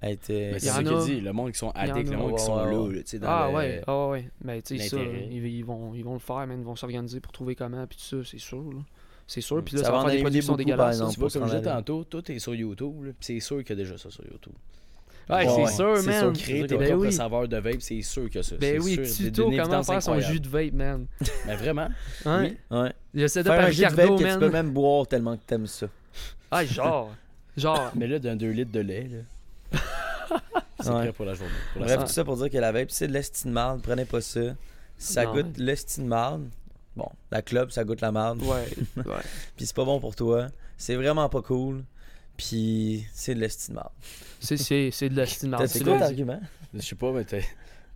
S3: à être. euh,
S2: Mais
S1: y
S2: c'est
S1: en
S2: ça
S1: a-
S2: qu'il dit, le monde qui sont
S1: y en
S2: addicts,
S1: a.
S2: le monde qui sont
S3: Ouais, ouais,
S2: là,
S3: ouais.
S2: là, tu sais, dans
S1: ah
S2: le-
S1: ouais, ah ouais, mais tu sais ça,
S2: l'intérêt.
S1: ils, ils vont ils vont le faire, mais ils vont s'organiser pour trouver comment puis tout ça, c'est sûr là. C'est sûr,
S2: Mm.
S1: puis là
S3: Ça
S1: ça
S3: va
S1: va
S3: en
S1: faire des
S3: arriver
S1: produits qui sont
S3: beaucoup, par
S1: dégueulasses.
S3: exemple.
S2: Tu vois,
S3: pour
S2: comme je
S3: s'en
S2: disais
S3: aller.
S2: tantôt, tout est sur YouTube, là, pis c'est sûr qu'il y a déjà ça sur YouTube.
S1: Ouais,
S3: Ouais,
S1: c'est
S3: ouais.
S1: sûr,
S3: C'est sûr,
S1: man.
S2: Créer tes
S1: ben
S2: propres
S1: oui.
S2: saveurs de vape, c'est sûr que ça.
S1: Ben
S2: c'est
S1: oui,
S2: sûr,
S1: tuto
S2: d'une
S1: comment
S2: évidence
S1: faire son
S2: incroyable.
S1: jus de vape, man.
S2: Mais vraiment,
S1: Hein?
S2: Oui.
S3: Ouais.
S1: J'essaie de
S3: Faire
S1: par
S3: un jus de vape
S1: Ricardo,
S3: que tu peux
S1: man.
S3: même boire tellement que t'aimes ça.
S1: Ah, genre. Genre.
S2: mais là, d'un 2 litres de lait, là.
S1: Ah,
S2: c'est
S3: Ouais.
S2: prêt pour la journée. Pour la
S3: Bref,
S1: Ouais.
S3: tout ça pour dire que la vape, c'est de l'estime marde. Prenez pas ça. Si ça
S1: Non.
S3: goûte l'estime marde, bon, la club, ça goûte la marde.
S1: Ouais. ouais.
S3: Puis c'est pas bon pour toi. C'est vraiment pas cool. Puis c'est de l'estime marde.
S1: C'est- C'est c'est de la style marde,
S3: C'est
S1: tu
S3: quoi
S1: l'as dit.
S3: l'argument?
S2: Je sais pas, mais t'es-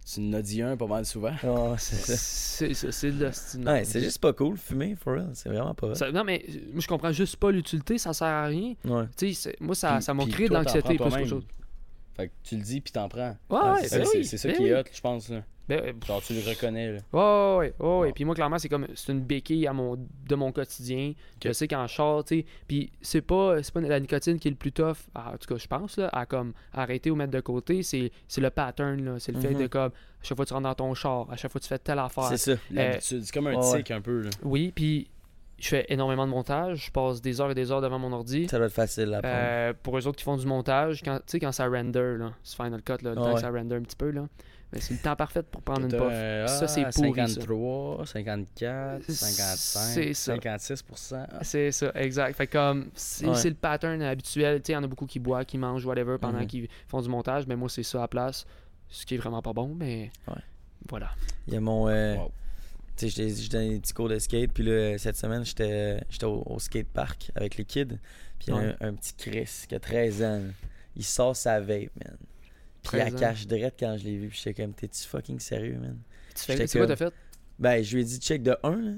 S2: tu en as dit un pas mal souvent.
S3: Ouais, c'est ça.
S1: (laughs) C'est ça, c'est de la style marde.
S3: Ouais, c'est juste pas cool, fumer, for real. C'est vraiment pas vrai.
S1: Ça- non, mais euh, moi, je comprends juste pas l'utilité, ça sert à rien.
S3: Ouais.
S1: Tu sais, c'est- moi, ça
S2: Puis-
S1: ça m'a
S2: puis
S1: créé de
S2: toi, t'en
S1: l'anxiété
S2: prends
S1: plus qu'autre
S2: toi-même.
S1: chose.
S2: Fait que tu le dis, puis t'en prends.
S1: Ouais,
S3: Ah,
S1: ouais,
S2: Fait
S1: ben
S2: que
S1: oui,
S2: c'est c'est ça
S1: ben
S2: qui
S1: oui.
S2: est hot, je pense. Là.
S1: Ben, euh,
S2: Genre, tu le reconnais. Là.
S1: Ouais, ouais, ouais, ouais, ouais.
S2: Bon.
S1: Puis moi, clairement, c'est comme c'est une béquille à mon, de mon quotidien. Je sais qu'en char, tu sais. Puis c'est pas, c'est pas la nicotine qui est le plus tough, à- en tout cas, je pense, là, à comme arrêter ou mettre de côté. C'est c'est le pattern, là. C'est le fait
S3: Mhm.
S1: de comme, à chaque fois que tu rentres dans ton char, à chaque fois que tu fais telle affaire.
S3: C'est ça.
S2: L'habitude, c'est comme un
S3: ouais, ouais.
S2: tic un peu. Là.
S1: Oui, puis je fais énormément de montage. Je passe des heures et des heures devant mon ordi.
S3: Ça doit être facile à prendre.
S1: Euh, pour eux autres qui font du montage, quand, tu sais, quand ça render, là, ce Final Cut, là, le
S3: Ah
S1: temps que
S3: ouais.
S1: ça render un petit peu, là, ben, c'est le temps parfait pour prendre une
S2: T'as,
S1: puff.
S2: euh,
S1: Ça, c'est
S2: ah,
S1: pourri, ça.
S2: 53, 54, 55,
S1: C'est ça.
S2: 56%. Ah,
S1: C'est ça, exact. Fait que comme, c'est
S3: Ouais.
S1: c'est le pattern habituel. Tu sais, il y en a beaucoup qui boivent, qui mangent, whatever, pendant
S3: Mhm.
S1: qu'ils font du montage. Mais moi, c'est ça à place. Ce qui est vraiment pas bon, mais
S3: Ouais.
S1: voilà.
S3: Il y a mon. euh,
S2: Wow.
S3: Tu sais, je donnais des petits cours de skate. Puis là, cette semaine, j'étais j'étais au, au skatepark avec les kids. Puis il y a
S1: Ouais.
S3: un, un petit Chris qui a 13 ans. là. Il sort sa vape, man. Puis
S1: 13
S3: elle
S1: ans.
S3: cache direct quand je l'ai vu. Puis j'étais comme, t'es-tu fucking sérieux, man?
S1: Tu fais,
S3: J'étais
S1: c'est quoi
S3: comme-
S1: t'as fait?
S3: Ben, je lui ai dit, check de 1, là.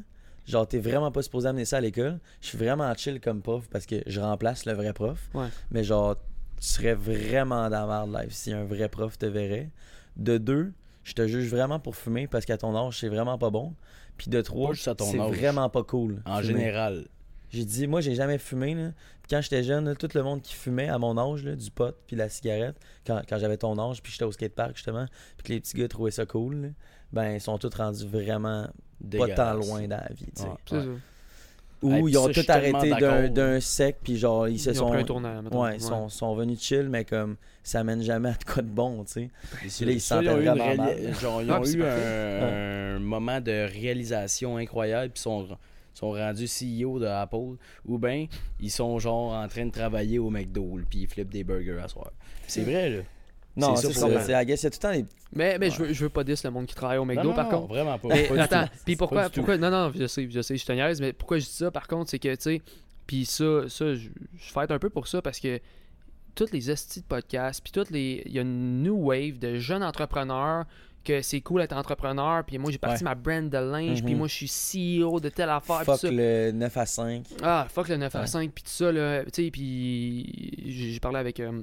S3: Genre, t'es vraiment pas supposé amener ça à l'école. Je suis vraiment chill comme prof parce que je remplace le vrai prof.
S1: Ouais.
S3: Mais genre, tu serais vraiment dans la merde live si un vrai prof te verrait. De 2, je te juge vraiment pour fumer parce qu'à ton âge, c'est vraiment pas bon. Puis de
S2: Pas
S3: 3,
S2: juste à ton
S3: c'est
S2: âge.
S3: vraiment pas cool.
S2: En
S3: fumer.
S2: général.
S3: J'ai dit, moi, j'ai jamais fumé. Là. Puis quand j'étais jeune, là, tout le monde qui fumait à mon âge, là, du pot puis de la cigarette, quand, quand j'avais ton âge, puis j'étais au skatepark justement, puis que les petits gars trouvaient ça cool, là, ben ils sont tous rendus vraiment pas tant
S2: dégueulasse.
S3: loin dans la vie. tu sais.
S2: Ouais.
S1: C'est ça.
S3: Ou
S2: Hey, puis
S3: ils ont
S2: ça, je
S3: tout
S2: suis
S3: arrêté
S2: tellement
S3: d'un,
S2: d'accord.
S3: d'un sec, puis genre, ils se
S1: Ils ont
S3: sont.
S1: pris un tournant, mettons.
S3: ouais, ils Sont, sont venus chill, mais comme ça mène jamais à de quoi de bon, tu sais.
S2: Puis
S3: Puis là, ils se
S2: ça, ils ont
S3: sentaient
S2: eu, une
S3: vraiment
S2: réali-
S3: mal.
S2: genre, ils
S1: Ah,
S2: ont
S1: puis c'est
S2: eu un,
S1: parfait. Hein.
S2: un moment de réalisation incroyable, puis sont, sont rendus CEO de Apple, ou bien ils sont genre en train de travailler au McDo, là, puis ils flippent des burgers à soir. Puis C'est vrai, là.
S3: Non,
S2: C'est
S3: c'est
S2: ça
S3: ça.
S2: pour
S3: c'est-
S2: eux.
S3: c'est- I guess, il y a tout le temps des.
S1: Mais, mais je, veux, je veux pas dire le monde qui travaille au
S3: Ben
S1: McDo,
S2: Non, non,
S1: par
S2: non,
S1: contre.
S2: vraiment pas.
S1: Mais
S2: Pas du
S1: attends,
S2: tout.
S1: puis
S2: Pas
S1: pourquoi,
S2: du tout.
S1: pourquoi non non, je sais, je sais, je te niaise, mais pourquoi je dis ça par contre, c'est que tu sais, puis ça ça je, je fête un peu pour ça parce que toutes les hosties de podcasts, puis toutes les il y a une new wave de jeunes entrepreneurs que c'est cool d'être entrepreneur, puis moi j'ai parti ma brand de linge, puis
S2: Mm-hmm.
S3: Mhm.
S1: moi je suis CEO de telle affaire, puis
S3: Fuck
S1: ça.
S3: le 9 à 5.
S1: Ah, fuck le 9 à
S3: Ouais.
S1: 5, puis tout ça, là. Tu sais, puis j'ai j'ai parlé avec euh,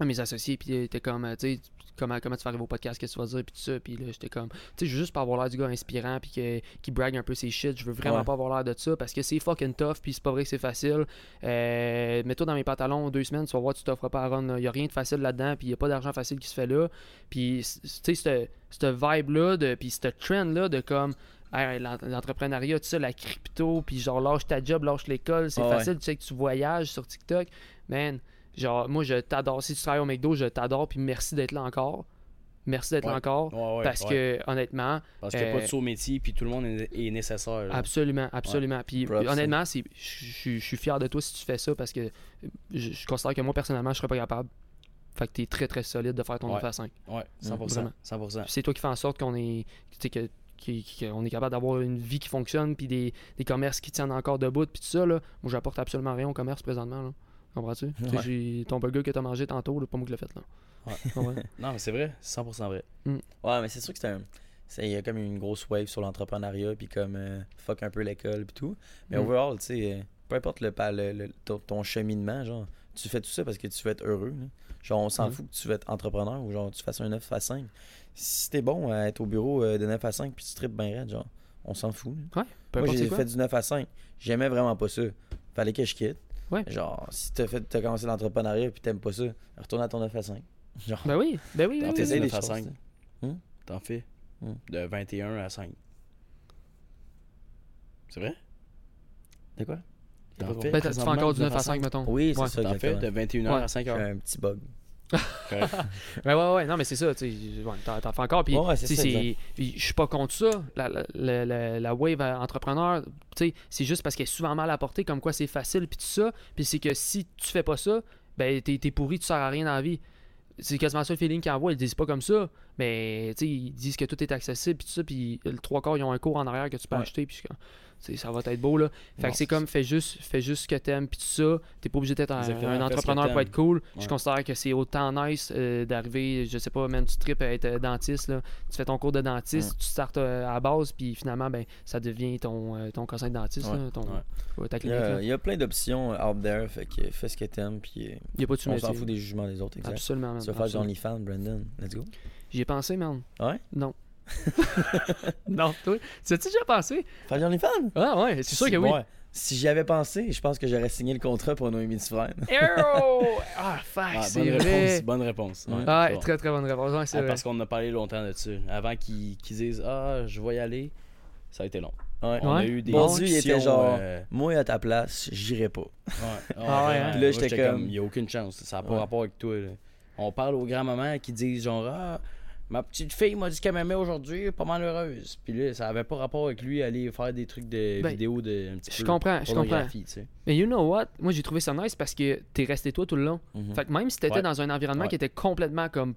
S1: un de mes associés, puis il était comme, euh, tu sais, comment, comment tu vas arriver au podcast, qu'est-ce que tu vas dire, puis tout ça. Puis là, j'étais comme, tu sais, je veux juste pas avoir l'air du gars inspirant, puis que- qui brague un peu ses shit. Je veux vraiment
S3: Ouais.
S1: pas avoir l'air de ça, parce que c'est fucking tough, puis c'est pas vrai que c'est facile. Euh, Mets-toi dans mes pantalons deux semaines, tu vas voir, tu t'offres pas à run. là. Y a rien de facile là-dedans, puis y a pas d'argent facile qui se fait là. Puis, c- tu sais, cette- cette vibe-là, de- puis cette trend-là de comme, Hey, l'en- l'entrepreneuriat, tout ça, la crypto, puis genre lâche ta job, lâche l'école, c'est
S3: Ah ouais.
S1: facile, tu sais que tu voyages sur TikTok. Man, genre, moi je t'adore. Si tu travailles au McDo, je t'adore, puis merci d'être là encore. Merci d'être
S2: Ouais.
S1: là encore.
S2: Ouais, ouais,
S1: parce
S2: ouais.
S1: que, honnêtement,
S2: Parce qu'il n'y a
S1: euh,
S2: pas de saut métier, puis tout le monde est, est nécessaire. là.
S1: absolument, absolument. Puis
S2: hein.
S3: Props.
S1: honnêtement, c'est- je je- je suis fier de toi si tu fais ça parce que euh, je, je considère que moi, personnellement, je serais pas capable. Fait que t'es très très solide de faire ton
S2: Ouais.
S1: 9 à 5.
S2: Ouais,
S3: Mmh,
S2: 100%.
S1: Vraiment.
S2: 100%.
S1: Puis c'est toi qui fais en sorte qu'on est tu sais, que- qui- qui- qu'on est capable d'avoir une vie qui fonctionne puis des, des commerces qui tiennent encore debout puis tout ça là moi j'apporte absolument rien au commerce présentement là comprends-tu Tu sais,
S2: Ouais.
S1: j'ai- ton burger que t'as mangé tantôt là, pas moi qui l'ai fait là
S2: Ouais.
S1: Ouais.
S2: (laughs) Non, mais c'est vrai, 100% vrai.
S3: Ouais, mais c'est sûr que c'est un. c'est- Il y a comme une grosse wave sur l'entrepreneuriat, puis comme euh, fuck un peu l'école, puis tout. Mais
S1: Mm.
S3: overall, tu sais, euh, peu importe le, pa- le- le- ton, ton cheminement, genre, tu fais tout ça parce que tu veux être heureux. là. Genre, on s'en
S1: Mm.
S3: fout que tu veux être entrepreneur ou genre, tu fasses un 9 à 5. Si t'es bon à être au bureau euh, de 9 à 5 puis tu tripes bien raide, genre, on s'en fout. là.
S1: Peu
S3: Moi,
S1: importe
S3: j'ai
S1: c'est quoi.
S3: fait du 9 à 5. J'aimais vraiment pas ça. Fallait que je quitte.
S1: Ouais.
S3: Genre, si t'as fait- t'as commencé l'entrepreneuriat puis t'aimes pas ça, retourne à ton 9 à 5. Genre,
S1: Ben oui, ben oui, ben
S2: Dans
S1: oui.
S2: tes
S3: t'essayes des
S2: 9 à
S3: choses.
S2: 5.
S3: tu sais. Hein?
S2: T'en fais
S3: Mm.
S2: de 21 à 5. C'est vrai?
S3: De quoi?
S2: T'en
S3: pas
S2: fais
S3: compris.
S1: Ben, t'as- tu fais encore du 9 à 5, mettons.
S3: Oui, c'est
S1: Mm. Ouais.
S3: ça.
S2: T'en fais
S3: exactement.
S2: de 21h
S1: Ouais.
S2: à 5h.
S3: J'ai un petit bug.
S1: Ben ouais, ouais, non, mais c'est ça, tu sais, ouais, t'en t'en fais encore, puis
S3: Ouais, ouais, c'est
S1: tu sais,
S3: ça,
S1: c'est- puis je suis pas contre ça, la, la, la- la- la wave à entrepreneur, tu sais, c'est juste parce qu'elle est souvent mal apportée, comme quoi c'est facile, puis tout ça, puis c'est que si tu fais pas ça, ben t'es t'es pourri, tu sers à rien dans la vie. C'est quasiment ça le feeling qu'ils envoient, ils disent pas comme ça, mais tu sais, ils disent que tout est accessible, puis tout ça, puis le trois quarts, ils ont un cours en arrière que tu peux
S3: Ouais.
S1: acheter, puis je suis comme, tu sais, ça va être beau, là. Fait
S2: Non,
S1: que c'est
S2: c'est
S1: comme, fais juste, fais juste ce que t'aimes, puis tout ça, t'es pas obligé d'être un,
S2: Exactement,
S1: un
S2: fais ce Ah, que
S1: entrepreneur pour
S2: t'aimes.
S1: être cool. Je
S2: Ouais.
S1: considère que c'est autant nice euh, d'arriver, je sais pas, même tu tripes à être euh, dentiste, là. tu fais ton cours de dentiste, tu startes euh, à la base, puis finalement, ben, ça devient ton, euh, ton conseil de dentiste,
S3: Ouais,
S1: là, ton,
S2: ouais.
S1: ouais, ta
S3: Il y,
S1: clinique.
S3: a,
S1: là.
S3: il y a plein d'options euh, out there, fait que fais ce que t'aimes, puis euh,
S1: Il n'y a pas de
S3: on
S1: métier.
S3: s'en fout des jugements des autres, exact.
S1: Absolument, man,
S3: Tu vas faire du
S1: absolument.
S3: OnlyFans, Brandon. Let's go.
S1: J'y ai pensé, man.
S3: Ouais?
S2: (laughs)
S1: Non. (laughs) non, toi. Tu as-tu déjà pensé?
S3: Faire du OnlyFans?
S1: Ah ouais, c'est sûr
S3: Si-
S1: que oui.
S3: ouais. Si j'y avais pensé, je pense que j'aurais signé le contrat pour Noémie Dufresne.
S2: (laughs)
S1: Arrow! Ah, fuck,
S2: Ah, bonne
S1: c'est
S2: réponse,
S1: vrai.
S2: bonne réponse. Ouais,
S1: Ah,
S2: c'est bon.
S1: très très bonne réponse. Ouais, c'est
S2: Ah,
S1: vrai.
S2: parce qu'on en a parlé longtemps là-dessus. Avant qu'ils qu'ils disent Ah, je vais y aller, ça a été long.
S3: Ouais.
S2: On a
S1: Ouais.
S2: eu des
S3: Mon Dieu, il était
S2: discussions,
S3: genre-
S2: euh,
S3: Moi, à ta place, j'irais pas.
S2: Ouais.
S1: Ah ouais, hein?
S3: Puis
S2: Moi,
S3: là, j'étais comme-
S2: Il n'y a aucune chance. Ça n'a pas
S3: Ouais.
S2: rapport avec toi. là. On parle aux grands-mamans qui disent genre Ah, ma petite fille m'a dit qu'elle m'aimait aujourd'hui, pas mal heureuse. Puis là, ça avait pas rapport avec lui aller faire des trucs de
S1: Ben,
S2: vidéos de un petit
S1: Je
S2: peu
S1: comprends, je comprends.
S2: pornographie, tu sais.
S1: Mais you know what? Moi, j'ai trouvé ça nice parce que t'es resté toi tout le long.
S3: Mhm.
S1: Fait que même si t'étais
S2: Ouais.
S1: dans un environnement
S2: Ouais.
S1: qui était complètement comme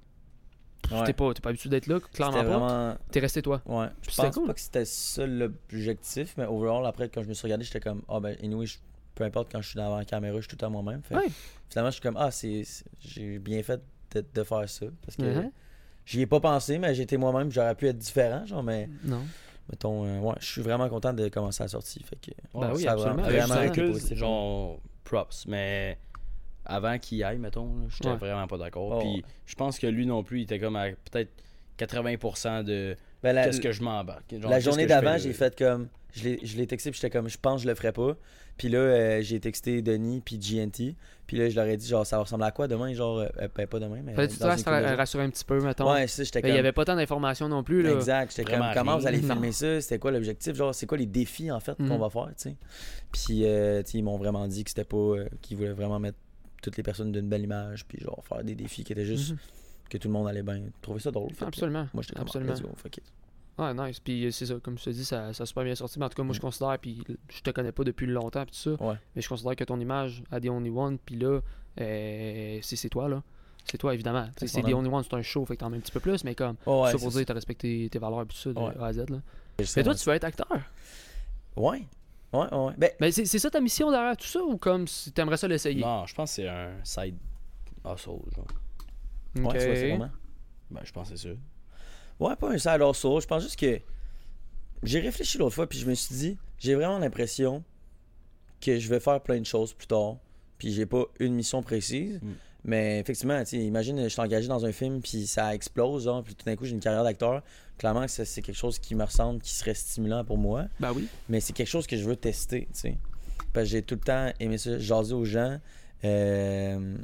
S3: Ouais.
S1: t'es pas, t'es pas habitué d'être là, clairement pas,
S3: C'était vraiment.
S1: t'es resté toi.
S3: Ouais. Je
S1: C'était
S3: pense
S1: cool.
S3: pas que c'était ça l'objectif, mais overall, après, quand je me suis regardé, j'étais comme, ah ben, anyway, je- peu importe quand je suis devant la caméra, je suis tout à moi-même. Fait que
S1: Ouais.
S3: Finalement, je suis comme, ah, c'est c'est- j'ai bien fait de, de faire ça. Parce que
S1: Mhm.
S3: j'y ai pas pensé, mais j'étais moi-même, j'aurais pu être différent, genre, mais
S1: Non.
S3: mettons, euh, ouais, je suis vraiment content de commencer la sortie. Fait que,
S1: Ben oui,
S3: ça a
S1: absolument.
S3: vraiment-
S2: Avec
S3: vraiment
S2: du
S3: été
S2: recul,
S3: positif.
S2: genre props, mais avant qu'il aille, mettons, là, j'étais
S1: Ouais.
S2: vraiment pas d'accord.
S3: Oh,
S2: Puis
S3: ouais.
S2: je pense que lui non plus, il était comme à peut-être 80% de
S3: Ben, la,
S2: qu'est-ce que je m'embarque. Genre,
S3: la
S2: qu'est-ce
S3: journée
S2: que je fais
S3: d'avant,
S2: là?
S3: j'ai fait comme. Je l'ai- je l'ai texté, puis j'étais comme, je pense que je le ferais pas. Puis là, euh, j'ai texté Denis, puis GNT. Puis là, je leur ai dit, genre, ça ressemble à quoi demain? Genre, euh, euh, ben, pas demain, mais.
S1: Fallait
S3: euh,
S1: que tu te
S3: dans une
S1: fasses
S3: couple de
S1: ra-
S3: jours.
S1: rassurer un petit peu, mettons.
S3: Ouais, ça, j'étais
S1: Mais il
S3: comme.
S1: y avait pas tant d'informations non plus, là.
S3: Exact, j'étais comme,
S2: Vraiment
S3: comment vous allez
S1: rien.
S3: filmer ça? C'était quoi l'objectif? Genre, c'est quoi les défis, en fait,
S1: Mhm.
S3: qu'on va faire, tu sais? Puis, euh, tu sais, ils m'ont vraiment dit que c'était pas. euh, qu'ils voulaient vraiment mettre toutes les personnes d'une belle image, puis genre, faire des défis qui étaient juste.
S1: Mhm.
S3: que tout le monde allait bien. Trouver ça drôle. fait que
S1: Absolument.
S3: Moi, j'étais comme, ah,
S1: Absolument.
S3: let's go, fuck it.
S1: Ouais, nice. Puis euh, c'est ça, comme je te dis, ça, ça a super bien sorti. Mais en tout cas, moi,
S3: Hmm.
S1: je considère, puis je te connais pas depuis longtemps, puis tout ça.
S3: Ouais.
S1: Mais je considère que ton image à The Only One, puis là, euh, c'est c'est toi, là. C'est toi, évidemment. Tu sais, C'est The
S3: Exactement.
S1: Only One, c'est un show, fait que t'en mets un petit peu plus, mais comme,
S3: Ouais, ouais,
S1: ça
S3: c'est
S1: pour
S3: ça.
S1: dire, t'as respecté tes valeurs, puis tout ça, de
S3: Ouais.
S1: A à Z, là.
S3: C'est
S1: Mais toi,
S3: ça.
S1: tu veux être acteur.
S3: Ouais. Ouais, ouais, ouais. Ben,
S1: Mais c'est c'est ça ta mission derrière tout ça, ou comme si t'aimerais ça l'essayer?
S2: Non, je pense que c'est un side hustle, genre.
S1: Ok.
S3: Ouais, tu vois, c'est vraiment.
S2: Ben, je pense que c'est ça.
S3: Ouais, pas un sale hustle. Je pense juste que j'ai réfléchi l'autre fois, puis je me suis dit, j'ai vraiment l'impression que je vais faire plein de choses plus tard, puis j'ai pas une mission précise.
S2: Mm.
S3: Mais effectivement, tu sais, imagine, je suis engagé dans un film, puis ça explose, genre, puis tout d'un coup, j'ai une carrière d'acteur. Clairement, que ça, c'est quelque chose qui me ressemble, qui serait stimulant pour moi.
S1: Ben oui.
S3: mais c'est quelque chose que je veux tester, tu sais. Parce que j'ai tout le temps aimé ça, jaser aux gens. Euh,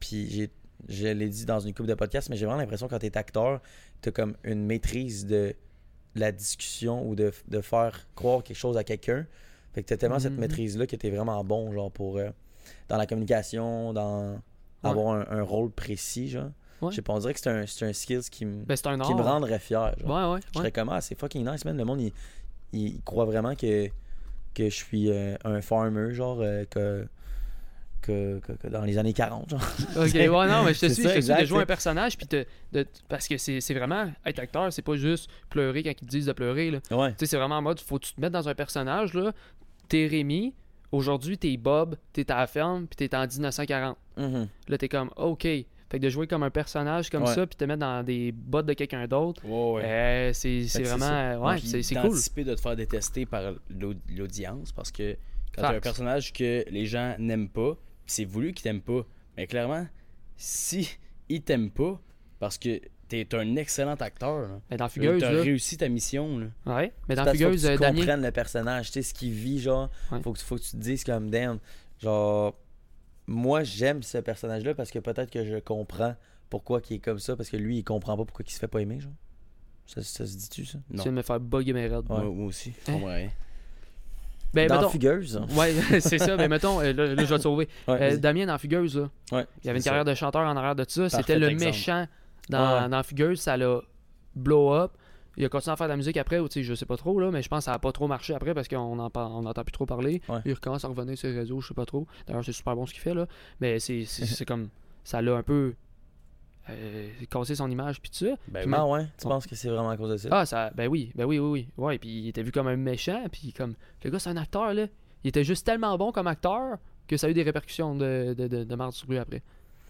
S3: puis j'ai, je l'ai dit dans une coupe de podcasts, mais j'ai vraiment l'impression que quand t'es acteur, t'as comme une maîtrise de la discussion ou de, de faire croire quelque chose à quelqu'un. Fait que t'as tellement cette
S1: Mhm.
S3: maîtrise-là que t'es vraiment bon, genre, pour... euh, dans la communication, dans avoir un, un rôle précis, genre.
S1: Ouais.
S3: Je sais pas, on dirait que c'est un, c'est un skill qui, me-
S1: Ben, c'est un art.
S3: qui me rendrait fier. genre.
S1: Ouais, ouais,
S3: Je
S1: ouais.
S3: serais comme, ah, c'est fucking nice, man. Le monde, il, il croit vraiment que, que je suis euh, un farmer, genre, euh, que, que, que- que dans les années 40, genre.
S1: Ok, ouais, non,
S3: (laughs)
S1: mais je te
S3: C'est
S1: suis, je te suis
S3: ça, exact,
S1: de jouer un
S3: t'sais.
S1: personnage, puis te- de- parce que c'est c'est vraiment, être acteur, c'est pas juste pleurer quand ils te disent de pleurer, là.
S3: Ouais.
S1: Tu sais, c'est vraiment en mode, faut que tu te mettre dans un personnage, là. T'es Rémi, aujourd'hui, t'es Bob, t'es à la ferme, puis t'es en 1940.
S3: Mhm.
S1: Là, t'es comme, OK. Fait que de jouer comme un personnage comme
S3: Ouais.
S1: ça, puis te mettre dans des bottes de quelqu'un d'autre,
S2: Ouais, ouais.
S1: euh, c'est c'est
S3: que c'est
S1: vraiment. euh, Ouais,
S2: Puis
S1: c'est c'est cool.
S2: d'anticiper de te faire détester par l'au- l'audience parce que quand
S1: Facts.
S2: t'as un personnage que les gens n'aiment pas, puis c'est voulu qu'ils t'aiment pas. Mais clairement, si ils t'aiment pas, parce que t'es un excellent acteur, là,
S1: Mais Ben, dans Fugueuse,
S2: t'as
S1: là.
S2: réussi ta mission. Là.
S1: Ouais, mais dans
S3: Parce qu'il faut que
S1: Fugueuse, euh,
S3: tu
S1: Damien.
S3: comprennes le personnage, tu sais, ce qu'il vit, genre.
S1: Ouais.
S3: Faut, que, tu- faut que tu te dises comme, damn, genre, moi, j'aime ce personnage-là parce que peut-être que je comprends pourquoi il est comme ça, parce que lui, il comprend pas pourquoi il se fait pas aimer, genre. Ça, ça se dit-tu, ça?
S1: Tu
S2: Non.
S1: viens de me faire bugger mes raids.
S3: Ouais.
S2: Moi, moi aussi, je
S1: Hein?
S2: comprends rien.
S1: Ben,
S3: dans
S1: mettons.
S3: Fugueuse. hein.
S1: Ouais, (laughs) c'est ça, mais mettons, euh, là, là, je vais te sauver.
S3: Ouais,
S1: Euh,
S3: vas-y.
S1: Damien dans Fugueuse, là.
S3: Ouais,
S1: Il y avait une
S3: c'est ça.
S1: carrière de chanteur en arrière de ça.
S2: Parfait
S1: C'était le
S2: exemple.
S1: méchant dans,
S3: Ouais.
S1: dans Fugueuse. Ça l'a blow up. Il a continué à faire de la musique après, ou tu sais, je sais pas trop, là, mais je pense que ça a pas trop marché après parce qu'on n'entend plus trop parler.
S3: Ouais.
S1: Il recommence à revenir sur les réseaux, je sais pas trop. D'ailleurs, c'est super bon ce qu'il fait, là. Mais c'est-
S3: (laughs)
S1: c'est c'est comme. Ça l'a un peu. euh, cassé son image, puis tout ça.
S2: Ben
S1: Puis
S2: oui.
S3: Ah ouais? Tu
S1: Ouais.
S3: penses que c'est vraiment à cause de ça?
S1: Ah, ça. Ben oui, ben oui, oui, oui. Ouais, puis il était vu comme un méchant, puis comme. Le gars, c'est un acteur, là. Il était juste tellement bon comme acteur que ça a eu des répercussions de, de, de, de marde sur lui après.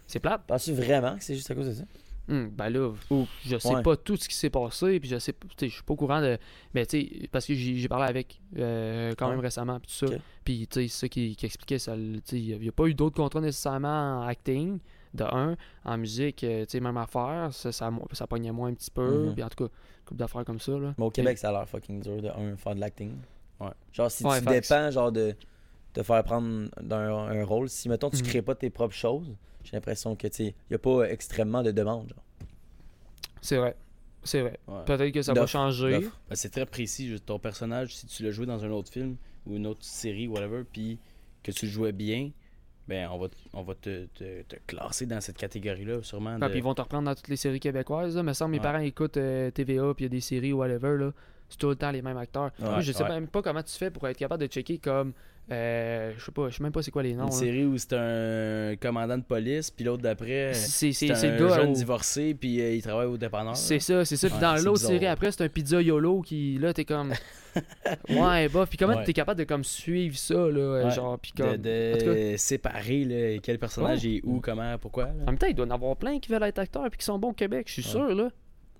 S1: C'est plate.
S3: Penses-tu vraiment que c'est juste à cause de ça?
S1: Hmm, ben là, ou je sais
S3: Ouais.
S1: pas tout ce qui s'est passé, puis je sais, p- tu sais, je suis pas au courant de, mais tu sais, parce que j'ai j'ai parlé avec euh, quand même
S3: Ouais.
S1: récemment, puis tout ça,
S3: Ok.
S1: puis tu sais, c'est ça qui, qui expliquait, ça, le- tu sais, il n'y a pas eu d'autres contrats nécessairement en acting, de un, en musique, euh, tu sais, même affaire, ça, ça, mo- ça pognait moins un petit peu,
S3: Mhm.
S1: puis en tout cas, couple d'affaires comme ça, là.
S3: Mais au Québec, ça a l'air fucking dur de un, faire de l'acting.
S2: Ouais.
S3: Genre, si
S1: Ouais,
S3: tu
S1: facts.
S3: dépends, genre, de te faire prendre d'un un rôle, si, mettons, tu
S1: Mhm.
S3: crées pas tes propres choses, j'ai l'impression que, tu sais, y a pas euh, extrêmement de demandes, genre.
S1: C'est vrai, c'est vrai.
S2: Ouais.
S1: Peut-être que ça va
S3: D'offre,
S1: changer.
S3: d'offre.
S2: Ben, c'est très précis. juste ton personnage, si tu l'as joué dans un autre film ou une autre série, whatever, puis que tu le jouais bien, ben on va, t- on va te, te- te classer dans cette catégorie-là, sûrement.
S1: Ah,
S2: de-
S1: puis ils vont te reprendre dans toutes les séries québécoises. Là. Me semble mes
S2: Ouais.
S1: parents écoutent euh, TVA, puis il y a des séries, whatever. Là. C'est tout le temps les mêmes acteurs.
S2: Ouais,
S1: Moi, je sais
S2: ouais.
S1: même pas comment tu fais pour être capable de checker comme. euh, je sais pas, je sais même pas c'est quoi les noms.
S2: une
S1: là.
S2: série où c'est un commandant de police, puis l'autre d'après, euh, c'est
S1: C'est c'est-
S2: un
S1: c'est le gars.
S2: jeune
S1: au-
S2: divorcé, puis euh, il travaille au dépanneur.
S1: C'est ça, c'est ça. Puis
S2: Ouais,
S1: dans
S2: c'est
S1: l'autre
S2: bizarre.
S1: série après, c'est un pizza YOLO qui, là, t'es
S2: (laughs)
S1: comme. ouais, bah. Puis comment
S2: Ouais.
S1: t'es capable de comme suivre ça, là, euh,
S2: Ouais,
S1: genre, puis
S2: De,
S1: comme.
S2: de
S1: En tout cas,
S2: séparer là, quel personnage est où, comment, pourquoi. là.
S1: en même temps, il doit y en avoir plein qui veulent être acteurs, puis qui sont bons au Québec, je suis sûr, là.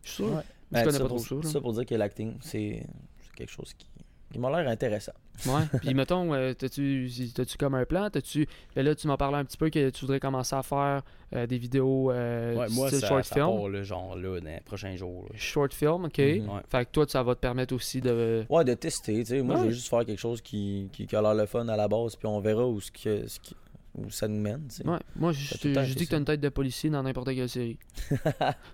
S1: Je suis sûr.
S3: Ouais.
S2: Ben,
S1: Je Ben, connais
S3: Ben, ça
S1: pas
S3: pour,
S1: trop ça. là.
S3: ça pour dire que l'acting, c'est c'est quelque chose qui, qui m'a l'air intéressant.
S1: Ouais. (laughs) Puis mettons, euh, t'as-tu t'as-tu comme un plan? T'as-tu. Ben là, tu m'en parlais un petit peu que tu voudrais commencer à faire euh, des vidéos euh,
S2: Ouais,
S1: du
S2: moi,
S1: style
S2: ça,
S1: short
S2: ça
S1: film.
S2: part, là, genre là, dans les prochains jours. là.
S1: Short film, ok.
S3: Mhm.
S2: Ouais.
S1: Fait que toi, ça va te permettre aussi de.
S3: Ouais, de tester, tu sais. Moi, je
S1: Ouais.
S3: veux juste faire quelque chose qui, qui, qui a l'air le fun à la base, puis on verra où, ce que, ce qui- où ça nous mène, tu sais.
S1: Ouais. Moi, je,
S3: tout le temps
S1: je
S3: été
S1: dis que
S3: ça.
S1: t'as une tête de policier dans n'importe quelle série.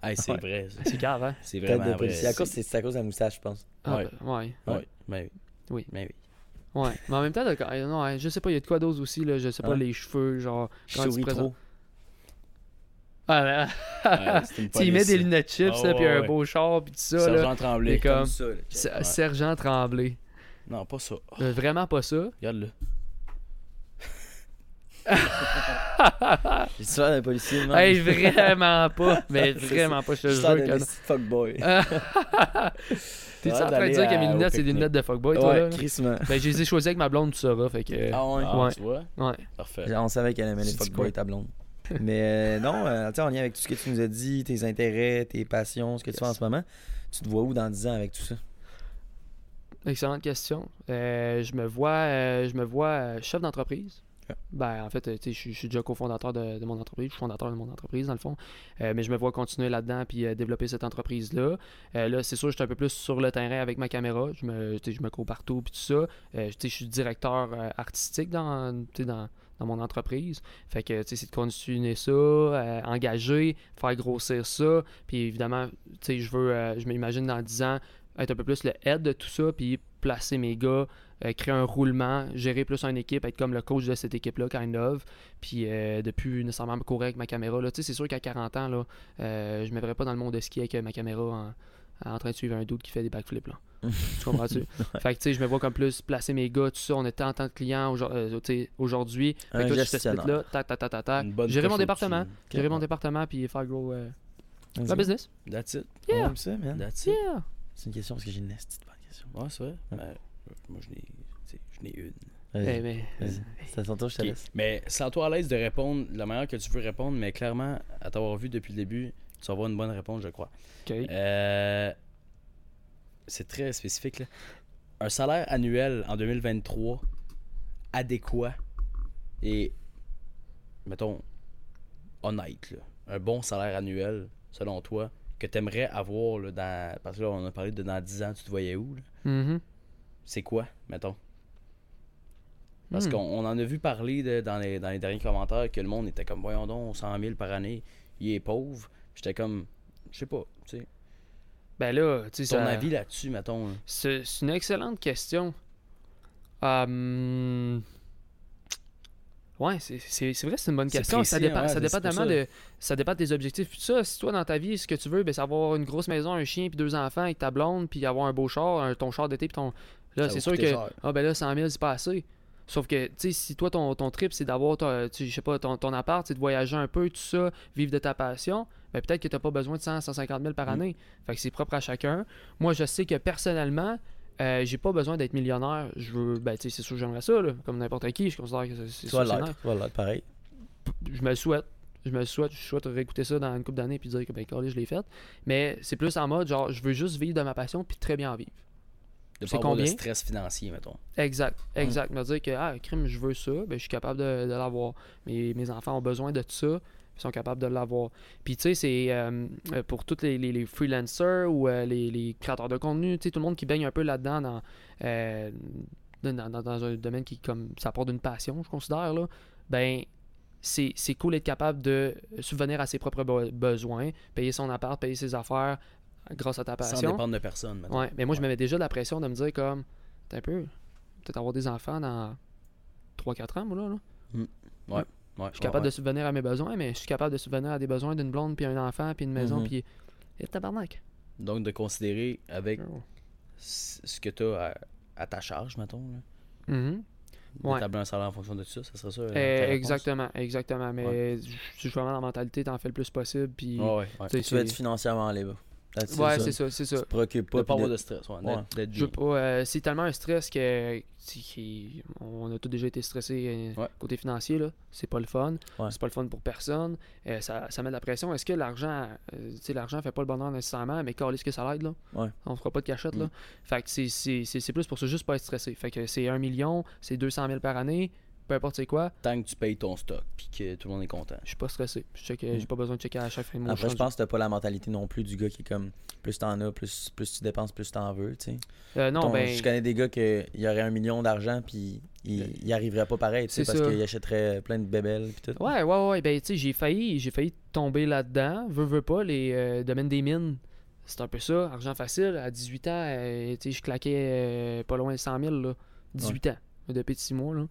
S2: Hey, c'est vrai, ça.
S1: (laughs) C'est grave, hein? (laughs)
S2: c'est
S3: Tête
S2: vraiment
S3: de
S2: vrai.
S3: policier. À cause- C'est c'est à cause de la moustache, je pense.
S1: Ah,
S2: Ouais.
S1: ben, ouais.
S2: Ouais, ben
S1: (laughs) Oui.
S2: Ben oui.
S1: Ouais. Mais en même temps, t'as- euh, non, ouais, je sais pas, il y a de quoi d'autre aussi, là. Je sais pas,
S3: Ouais.
S1: les cheveux, genre.
S3: Je
S1: comment tu te
S3: souris
S1: présentes.
S3: trop.
S1: Ah, ben,
S2: Ouais, c'est une
S1: tu y mets
S2: police,
S1: des
S2: là.
S1: lunettes chips,
S2: Ah,
S1: là, puis
S2: ouais,
S1: un
S2: ouais.
S1: beau char, puis tout ça, là.
S2: Sergent Tremblay.
S1: Et comme.
S3: Ça, là.
S1: Ser-
S2: Ouais.
S1: Sergent Tremblay.
S2: Non, pas ça.
S1: Euh, vraiment pas ça.
S2: Regarde-le.
S3: J'ai ça d'un policier, man.
S1: Hey, vraiment
S3: (laughs)
S1: pas. Mais
S3: C'est
S1: vraiment pas, je te
S3: Je suis
S1: jure que
S3: un
S1: non.
S3: fuckboy.
S1: T'es-tu en train de
S2: Hâte d'aller
S1: dire que
S2: à-
S1: mes
S2: au
S1: lunettes, c'est des
S2: pique-nique.
S1: lunettes de fuckboy, toi, là?
S3: Ouais, crissement.
S1: Ben, je les ai choisies avec ma blonde, tu sauras, fait que...
S3: Ah ouais.
S2: Ah,
S1: Ouais.
S2: Tu vois?
S1: Ouais.
S2: Parfait.
S3: On savait qu'elle aimait les
S1: C'est du
S3: fuckboys,
S1: quoi.
S3: ta
S1: (laughs)
S3: blonde. Mais euh, non, euh, tu sais, en lien avec tout ce que tu nous as dit, tes intérêts, tes passions, ce que tu fais en ce moment, tu te vois où dans 10 ans avec tout ça?
S1: Excellente question. Euh, je me vois, euh, je me vois euh, chef d'entreprise.
S3: Ok.
S1: Ben, en fait, euh, tu sais, je suis- je suis déjà cofondateur de, de mon entreprise, je suis fondateur de mon entreprise dans le fond, Euh, mais je me vois continuer là-dedans puis euh, développer cette entreprise-là. Euh, là, c'est sûr, je suis un peu plus sur le terrain avec ma caméra, je me, tu sais, je me cours partout puis tout ça. Euh, tu sais, je suis directeur euh, artistique dans, tu sais, dans, dans mon entreprise. Fait que, tu sais, c'est de continuer ça, euh, engager, faire grossir ça. Puis évidemment, tu sais, je veux, euh, je m'imagine dans 10 ans être un peu plus le head de tout ça, puis placer mes gars euh, créer un roulement, gérer plus une équipe, être comme le coach de cette équipe-là, kind of. Puis euh, de plus nécessairement me courir avec ma caméra. là. Tu sais, C'est sûr qu'à 40 ans, là, euh, je ne me verrais pas dans le monde de ski avec euh, ma caméra en, en train de suivre un doute qui fait des backflips.
S3: (laughs)
S1: Là. tu comprends-tu? Fait que tu sais, je me vois comme plus placer mes gars, tout ça. On était en tant de clients aujourd- euh, tu sais, aujourd'hui. Fait
S3: Un
S1: que là, je fais ce
S3: gestionnaire.
S1: split-là, tac, tac, tac, tac, tac.
S2: Une bonne
S1: Gérer mon
S2: coche
S1: département.
S2: au-dessus.
S1: Gérer mon département, puis faire gros euh,
S3: Let's
S1: la
S3: go.
S1: business.
S2: That's it.
S3: On
S1: Yeah.
S3: aime ça, man.
S2: That's it.
S1: Yeah.
S3: C'est une question parce que j'ai une nasty de bonne question.
S2: Ouais, c'est vrai. Ben, moi, je n'ai tu sais, je n'ai une.
S3: Vas-y,
S1: Eh, mais-
S3: vas-y. C'est à ton tour, je te
S2: Ok.
S3: laisse.
S2: Mais sens-toi à l'aise de répondre de la manière que tu veux répondre, mais clairement, à t'avoir vu depuis le début, tu vas avoir une bonne réponse, je crois.
S1: OK.
S2: Euh, c'est très spécifique. là. Un salaire annuel en 2023 adéquat et, mettons, honnête. là. Un bon salaire annuel, selon toi, que tu aimerais avoir là, dans. Parce que là, on a parlé de dans 10 ans, tu te voyais où là?
S1: Mhm.
S2: C'est quoi, mettons Parce
S1: Hmm.
S2: qu'on on en a vu parler de- dans, les, dans les derniers commentaires que le monde était comme, voyons donc, 100 000 par année, il est pauvre. J'étais comme, je sais pas, tu sais.
S1: Ben là, tu sais,
S2: Ton
S1: ça-
S2: avis là-dessus, mettons. hein, là.
S1: C'est c'est une excellente question. Hum, Ouais, c'est- c'est c'est vrai, c'est une bonne
S2: C'est
S1: question. ça
S2: précis,
S1: dépend,
S2: ouais,
S1: ça
S2: c'est
S1: dépend
S2: pour
S1: tellement
S2: ça.
S1: de, ça dépend de tes objectifs. Puis tout ça, si toi dans ta vie, ce que tu veux, ben, c'est avoir une grosse maison, un chien, puis deux enfants, avec ta blonde, puis avoir un beau char, un- ton char d'été, puis ton. Là,
S2: Ça
S1: c'est
S2: va
S1: sûr
S2: coûter
S1: que.
S2: cher.
S1: Ah, ben là, 100 000, c'est pas assez. Sauf que, tu sais, si toi, ton, ton trip, c'est d'avoir, ta- tu- je sais pas, ton, ton appart, c'est de voyager un peu, tout ça, vivre de ta passion, ben peut-être que t'as pas besoin de 100, 150 000 par année. Fait que c'est propre à chacun. Moi, je sais que personnellement, euh, j'ai pas besoin d'être millionnaire. Je veux, ben, tu sais, c'est sûr que j'aimerais ça, là, comme n'importe qui. Je considère que c'est- c'est
S3: Toi,
S1: sûr que c'est
S3: l'autre. Voilà, pareil.
S1: je me le souhaite. Je me le souhaite. Je souhaite réécouter ça dans une couple d'années puis dire que ben calé, je l'ai fait. Mais c'est plus en mode genre je veux juste vivre de ma passion puis très bien en vivre.
S2: De
S1: C'est
S2: pas avoir de
S1: combien?
S2: stress financier, mettons.
S1: Exact, exact. Me dire que ah crime je veux ça, ben je suis capable de, de l'avoir. Mes, mes enfants ont besoin de ça, ils sont capables de l'avoir. Puis tu sais c'est euh, euh, pour tous les, les, les freelancers ou euh, les, les créateurs de contenu, tu sais tout le monde qui baigne un peu là-dedans dans, euh, dans, dans- dans un domaine qui comme ça part d'une passion, je considère là. Ben c'est c'est cool d'être capable de subvenir à ses propres be- besoins, payer son appart, payer ses affaires grâce à ta
S2: Sans
S1: passion.
S2: dépendre de personne, mettons.
S1: Ouais, mais moi, je m'avais déjà la pression de me dire comme, t'as un peu, peut-être avoir des enfants dans 3-4 ans, moi, là. là.
S2: Ah Ouais,
S1: Je suis capable de subvenir à mes besoins, mais je suis capable de subvenir à des besoins d'une blonde, puis un enfant, puis une maison,
S3: Mhm.
S1: puis... Et tabarnak.
S2: de... Donc, de considérer avec
S1: Oh.
S2: c- ce que tu as à, à ta charge, mettons. Là.
S1: Mhm. Ouais.
S2: D'établir un salaire en fonction de ça, ça serait ça. euh, ta
S1: Euh,
S2: réponse?
S1: exactement, exactement. Mais je je suis vraiment dans la mentalité, t'en fais le plus possible, puis...
S2: Ouais, ouais, ouais.
S1: tu sais,
S3: Tu veux être
S1: c'est-
S3: financièrement libre. That's it,
S1: Ouais, c'est ça, c'est
S3: Tu
S1: ça.
S3: te préoccupes
S2: De
S3: pas.
S2: pas
S3: puis
S2: avoir
S3: de-
S2: de stress. Ouais,
S3: Ouais.
S2: d'être- d'être
S1: Je veux
S2: bien.
S1: pas, euh, c'est tellement un stress que, c'est qui- on a tous déjà été stressé
S2: Ouais.
S1: côté financier là. C'est pas le fun.
S3: Ouais.
S1: C'est pas le fun pour personne. Euh, ça, ça met de la pression. Est-ce que l'argent, euh, tu sais, l'argent fait pas le bonheur nécessairement, mais calé ce que ça l'aide là.
S3: Ouais. Mm.
S1: On fera pas de cachette là. Fait que c'est- c'est c'est- c'est plus pour ça juste pas être stressé. Fait que c'est 1 million, c'est 200 000 par année, peu importe c'est quoi,
S2: Tant que tu payes ton stock puis que tout le monde est content.
S1: je suis pas stressé. Je check- j'ai pas besoin de checker à chaque fin de mois.
S3: Mm. Après, je
S1: suis
S3: pense que t'as pas la mentalité non plus du gars qui est comme plus t'en as, plus, plus tu dépenses, plus t'en veux, tu sais.
S1: rendu- Euh, non,
S3: Ton-
S1: ben,
S3: Je connais des gars qui auraient un million d'argent puis ils ils arriveraient pas pareil, tu sais,
S1: C'est
S3: parce
S1: ça.
S3: qu'ils achèteraient plein de bébelles puis tout.
S1: Ouais, ouais, ouais. Ben, tu sais, j'ai failli, j'ai failli tomber là-dedans. Veux, veux pas, les euh, domaines des mines. C'est un peu ça, argent facile. À 18 ans, euh, tu sais, je claquais euh, pas loin de 100 000, là. 18 ans, depuis 6 mois, là.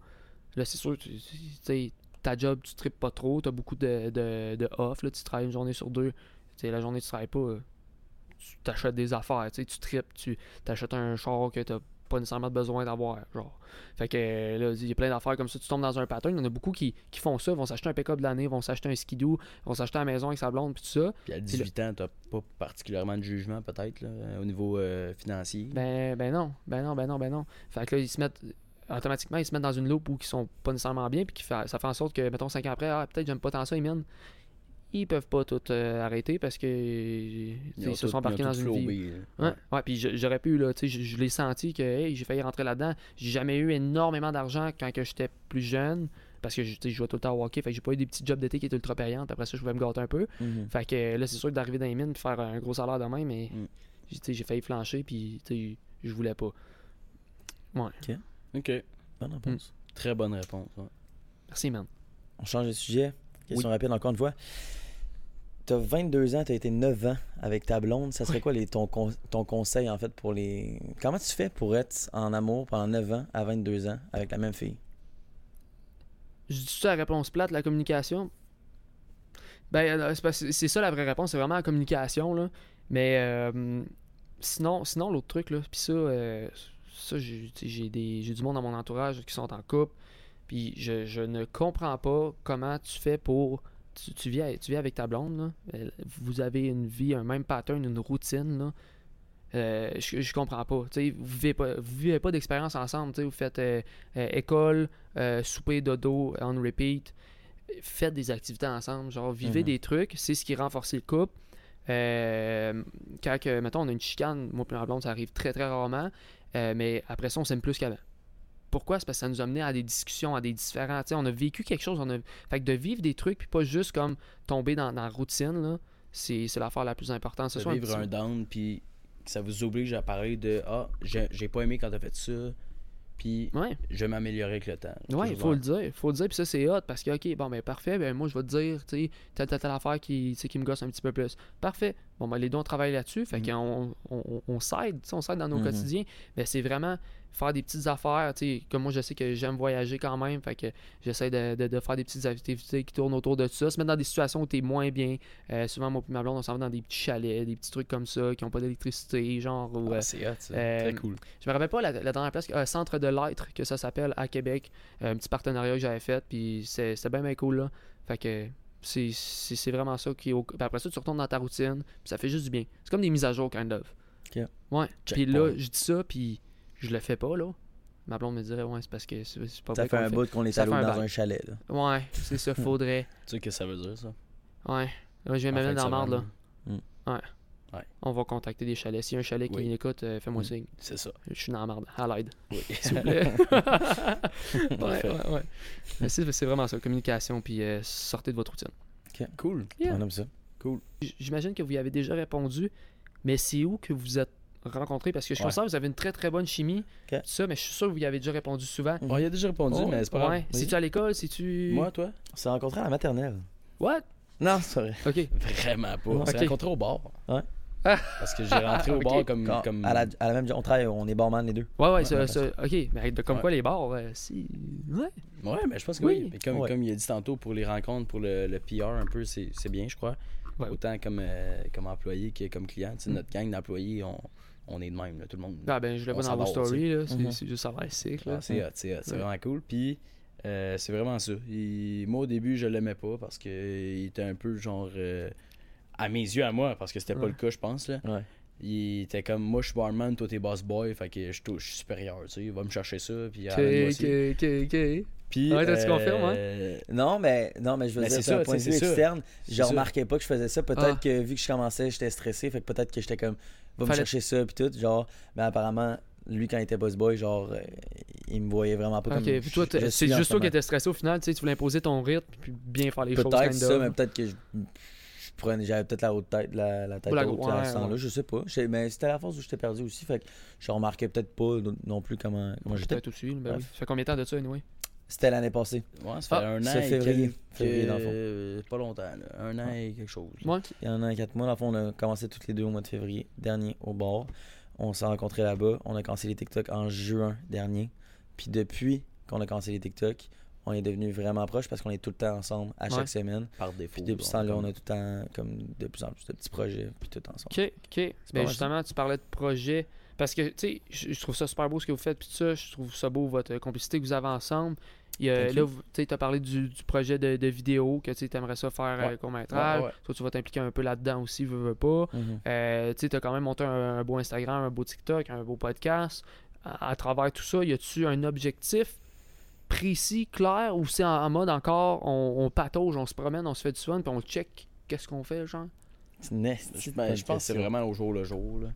S1: Là, c'est sûr, tu tu sais, ta job, tu tripes pas trop, t'as beaucoup de, de, de off, là. Tu travailles une journée sur deux. Tu sais, la journée, tu travailles pas, euh, tu t'achètes des affaires, tu sais, tu tripes, tu t'achètes un char que t'as pas nécessairement besoin d'avoir, genre. Fait que euh, là, il y a plein d'affaires comme ça, tu tombes dans un pattern. Il y en a beaucoup qui, qui font ça, vont s'acheter un pick-up de l'année, vont s'acheter un skidoo, vont s'acheter la maison avec sa blonde, puis tout ça.
S2: Puis à 18 ans, t'as pas particulièrement de jugement, peut-être, là, au niveau euh, financier.
S1: Ben, ben non, ben non, ben non, ben non. Fait que là, ils se mettent, automatiquement, ils se mettent dans une loupe où ils sont pas nécessairement bien, puis qui fait- ça fait en sorte que, mettons, 5 ans après, ah, peut-être j'aime pas tant ça, ils minent. Ils peuvent pas tout euh, arrêter parce que euh,
S2: Ils
S1: ils,
S2: ont
S1: se
S2: tout-
S1: sont embarqués
S2: ils ont
S1: dans
S2: tout
S1: une vie.
S2: flobé, là.
S1: Ouais, ouais, puis je- j'aurais pu, là, tu sais, je, je l'ai senti que hey, j'ai failli rentrer là-dedans. J'ai jamais eu énormément d'argent quand que j'étais plus jeune, parce que je, tu sais, je jouais tout le temps au hockey, fait que j'ai pas eu des petits jobs d'été qui étaient ultra payants, puis après ça, je pouvais me gâter un peu.
S3: Mhm.
S1: Fait que là, c'est sûr que d'arriver dans les mines et faire un gros salaire demain, mais
S2: Mm.
S1: tu sais, j'ai failli flancher, puis tu sais, je voulais pas.
S2: Ok.
S3: Bonne réponse.
S2: Très bonne réponse. ouais.
S1: Merci, man.
S3: On change de sujet. Question rapide encore une fois. tu as 22 ans, tu as été 9 ans avec ta blonde. Ça serait quoi les, ton, con- ton conseil, en fait, pour les. Comment tu fais pour être en amour pendant 9 ans à 22 ans avec la même fille
S1: Je dis ça la réponse plate, la communication. Ben, euh, c'est, parce que c'est ça la vraie réponse, c'est vraiment la communication, là. Mais euh, sinon, sinon l'autre truc, là, puis ça, euh, ça j'ai, tu sais, j'ai des, j'ai du monde dans mon entourage qui sont en couple, puis je, je ne comprends pas comment tu fais pour. Tu, tu vis, avec- tu vis avec ta blonde, là. Elle- vous avez une vie, un même pattern, une routine, là. Euh, je, je comprends pas. Tu sais, vous vivez pas, vous vivez pas d'expérience ensemble. tu sais, Vous faites euh, euh, école, euh, souper, dodo, on repeat. Faites des activités ensemble. Genre, vivez
S3: Mhm.
S1: des trucs. C'est ce qui renforce le couple. Euh, quand, que, mettons, on a une chicane, moi et ma blonde, ça arrive très, très rarement. euh, mais après ça, on s'aime plus qu'avant. Pourquoi? C'est parce que ça nous a mené à des discussions, à des différents. tu sais, on a vécu quelque chose. On a... Fait que de vivre des trucs, puis pas juste comme tomber dans, dans la routine, là, c'est c'est l'affaire la plus importante. Ce
S2: de
S1: soit un
S2: vivre
S1: petit-
S2: un down, puis que ça vous oblige à parler de Ah, j'ai j'ai pas aimé quand t'as fait ça, puis
S1: Ouais.
S2: je vais m'améliorer avec le temps.
S1: Ouais,
S2: Toujours
S1: faut
S2: dans-
S1: le dire, faut le dire, puis ça c'est hot parce que ok, bon ben parfait, ben moi je vais te dire, tu sais, telle telle telle affaire qui, tu sais, qui me gosse un petit peu plus. Parfait. Bon ben les deux on travaille là-dessus, fait
S3: Mhm.
S1: qu'on on, on, on s'aide, tu sais, on s'aide dans nos
S3: Mhm.
S1: quotidiens, mais c'est vraiment faire des petites affaires, tu sais, comme moi je sais que j'aime voyager quand même, fait que j'essaie de, de- de faire des petites activités qui tournent autour de ça, se mettre dans des situations où t'es moins bien. Euh, souvent moi et ma blonde on s'en va dans des petits chalets, des petits trucs comme ça qui ont pas d'électricité, genre ou,
S2: Ah,
S1: euh,
S2: c'est hot, ça.
S1: euh,
S2: Très cool.
S1: je me rappelle pas la, la dernière place, euh, Centre de l'être, que ça s'appelle à Québec. Euh, un petit partenariat que j'avais fait, puis c'est- c'était bien, bien cool là. Fait que c'est- c'est c'est vraiment ça qui est au- puis après ça, tu retournes dans ta routine, puis ça fait juste du bien. C'est comme des mises à jour, kind of.
S3: Ok.
S1: Ouais.
S2: Checkpoint.
S1: Puis là, je dis ça, puis je le fais pas là. Ma blonde me dirait, ouais, c'est parce que c'est c'est pas
S3: Ça
S1: vrai
S3: fait
S1: qu'on
S3: un
S1: le
S3: bout qu'on est
S1: Ça
S3: allé
S1: fait un
S3: dans
S1: bail.
S3: un chalet. Là.
S1: Ouais, c'est
S3: (laughs)
S1: ça, faudrait.
S2: Tu sais que ça veut dire, ça?
S1: Ouais. Ouais, je vais
S2: En fin
S1: m'amener
S2: de
S1: dans la marde là.
S2: semaine.
S1: On va contacter des chalets. S'il y a un chalet qui
S2: Oui.
S1: écoute, euh, fais-moi
S3: Mm.
S1: signe. (laughs)
S2: C'est ça.
S1: Je suis dans la marde. À l'aide.
S2: Oui. Ah,
S1: s'il
S3: (laughs)
S1: vous plaît. (laughs) ouais, ouais, ouais. Mais C'est c'est vraiment ça, communication, puis euh, sortez de votre routine.
S2: cool.
S1: Yeah.
S3: On aime ça.
S1: J- J'imagine que vous y avez déjà répondu, mais c'est où que vous êtes rencontrés? Parce que je
S2: Ouais.
S1: considère que vous avez une très très bonne chimie,
S3: Ok.
S1: tout ça, mais je suis sûr que vous y avez déjà répondu souvent.
S2: On y a déjà répondu,
S3: Oh,
S2: mais c'est pas grave.
S1: Ouais. Si tu à l'école, si tu.
S2: Moi, toi?
S3: On s'est rencontrés à la maternelle.
S1: What?
S3: Non, c'est vrai.
S1: Ok.
S2: Vraiment pas. On s'est
S1: Ok.
S2: rencontrés au bar.
S3: Ouais.
S2: Parce que j'ai rentré au
S1: (laughs) Ok.
S2: bar comme...
S3: Quand-
S2: comme...
S3: À, la, à la même, on travaille, on est barman les deux.
S1: Ouais, ouais,
S3: Ouais,
S1: ça,
S3: ouais,
S1: ça- ok. Mais de- comme
S2: Ouais.
S1: quoi les bars, euh, si. Ouais.
S2: Ouais, mais je pense que
S1: Oui.
S2: oui. Mais Comme,
S3: Ouais.
S2: comme il a dit tantôt, pour les rencontres, pour le, le PR un peu, c'est c'est bien, je crois.
S1: Ouais. Mm.
S2: Autant comme, euh, comme employé que comme client. Tu sais, Notre gang d'employés, on, on est de même, là, tout le monde.
S1: Ah, ben, je le
S2: On
S1: vois dans
S2: s'en
S1: vos
S2: va, tu
S1: stories, là. C'est
S3: Mhm.
S1: c'est juste ça va être sick, là.
S2: Ah, c'est hot, c'est hot, c'est
S1: Ouais.
S2: vraiment cool. Puis euh, c'est vraiment ça. Il- moi, au début, je l'aimais pas parce qu'il était un peu genre. euh, à mes yeux, à moi, parce que c'était pas
S1: Ouais.
S2: le cas, je pense. Là.
S3: Ouais.
S2: Il était comme moi, je suis barman, toi, t'es boss boy, fait que je, tou- je suis supérieur, tu sais. Va me chercher ça, puis
S1: Ok,
S2: ramène-moi
S1: ok,
S2: ci.
S1: ok, ok.
S2: Puis.
S1: Ouais, toi, tu confirmes, hein?
S2: euh,
S3: Non, mais, non, mais je veux
S2: Mais
S3: dire,
S2: c'est
S3: c'est un
S2: ça,
S3: point de
S2: c'est-
S3: vue
S2: c'est ça.
S3: externe. Je
S2: ça.
S3: remarquais pas que je faisais ça. Peut-être
S1: Ah.
S3: que vu que je commençais, j'étais stressé. Fait que peut-être que j'étais comme, va me
S1: Fallait-
S3: chercher ça, puis tout. Genre, mais apparemment, lui, quand il était boss boy, genre, euh, il me voyait vraiment pas
S1: Ok,
S3: comme.
S1: puis toi,
S3: je- je
S1: t'es- c'est
S3: suis en
S1: juste
S3: ce
S1: toi qui
S3: moment.
S1: étais stressé au final, tu sais, tu voulais imposer ton rythme, puis bien faire les choses.
S3: Peut-être
S1: kind
S3: ça,
S1: of.
S3: mais peut-être que je, je prenais, j'avais peut-être la haute tête, la, la tête
S1: Ou la
S3: haute
S1: gro-
S3: à
S1: ouais,
S3: ce temps-là,
S1: ouais.
S3: je sais pas. Je sais- mais c'était la phase où j'étais perdu aussi, fait que je remarquais peut-être pas non- non plus comment, comment j'étais.
S1: Peut-être aussi, ben oui.
S3: Bref.
S1: Ça fait combien de temps de ça, anyway?
S3: C'était l'année passée,
S2: Ouais, ça fait
S1: Ah,
S2: un an.
S3: ce
S2: et
S3: février.
S2: quelques-
S3: Février, dans le fond.
S2: euh, Pas longtemps, là. Un an et quelque chose. là.
S1: Ouais.
S3: il y en a quatre mois. Dans le fond, on a commencé toutes les deux au mois de février dernier au bord. On s'est rencontrés là-bas. On a commencé les TikTok en juin dernier. Puis depuis qu'on a commencé les TikTok, on est devenus vraiment proches parce qu'on est tout le temps ensemble à chaque
S1: Ouais.
S3: semaine.
S2: Par défaut.
S3: Puis depuis ce
S2: donc,
S3: temps-là, on
S2: comme-
S3: a tout le temps comme de plus en plus de petits projets, puis tout ensemble.
S1: Ok, ok.
S3: pas
S1: Ben
S3: mal ça.
S1: justement, tu parlais de projet. Parce que, tu sais, je je trouve ça super beau ce que vous faites, puis tout ça, je trouve ça beau votre euh, complicité que vous avez ensemble. Il y a-
S3: Thank
S1: là,
S3: you.
S1: vous- tu as parlé du, du projet de, de vidéo, que tu aimerais ça faire
S2: Ouais.
S1: euh, court-métrage.
S2: Ouais, ouais.
S1: Toi, tu vas t'impliquer un peu là-dedans aussi, veux, veux pas.
S3: Mhm.
S1: Euh, tu sais, t'as quand même monté un, un beau Instagram, un beau TikTok, un beau podcast. À, à travers tout ça, y a-tu un objectif précis, clair, ou c'est en, en mode encore, on, on patauge, on se promène, on se fait du fun, puis on check qu'est-ce qu'on fait, genre?
S3: C'est une esti
S2: Je,
S3: de
S2: ben,
S3: bonne
S2: je pense que c'est
S3: question.
S2: vraiment au jour le jour. là.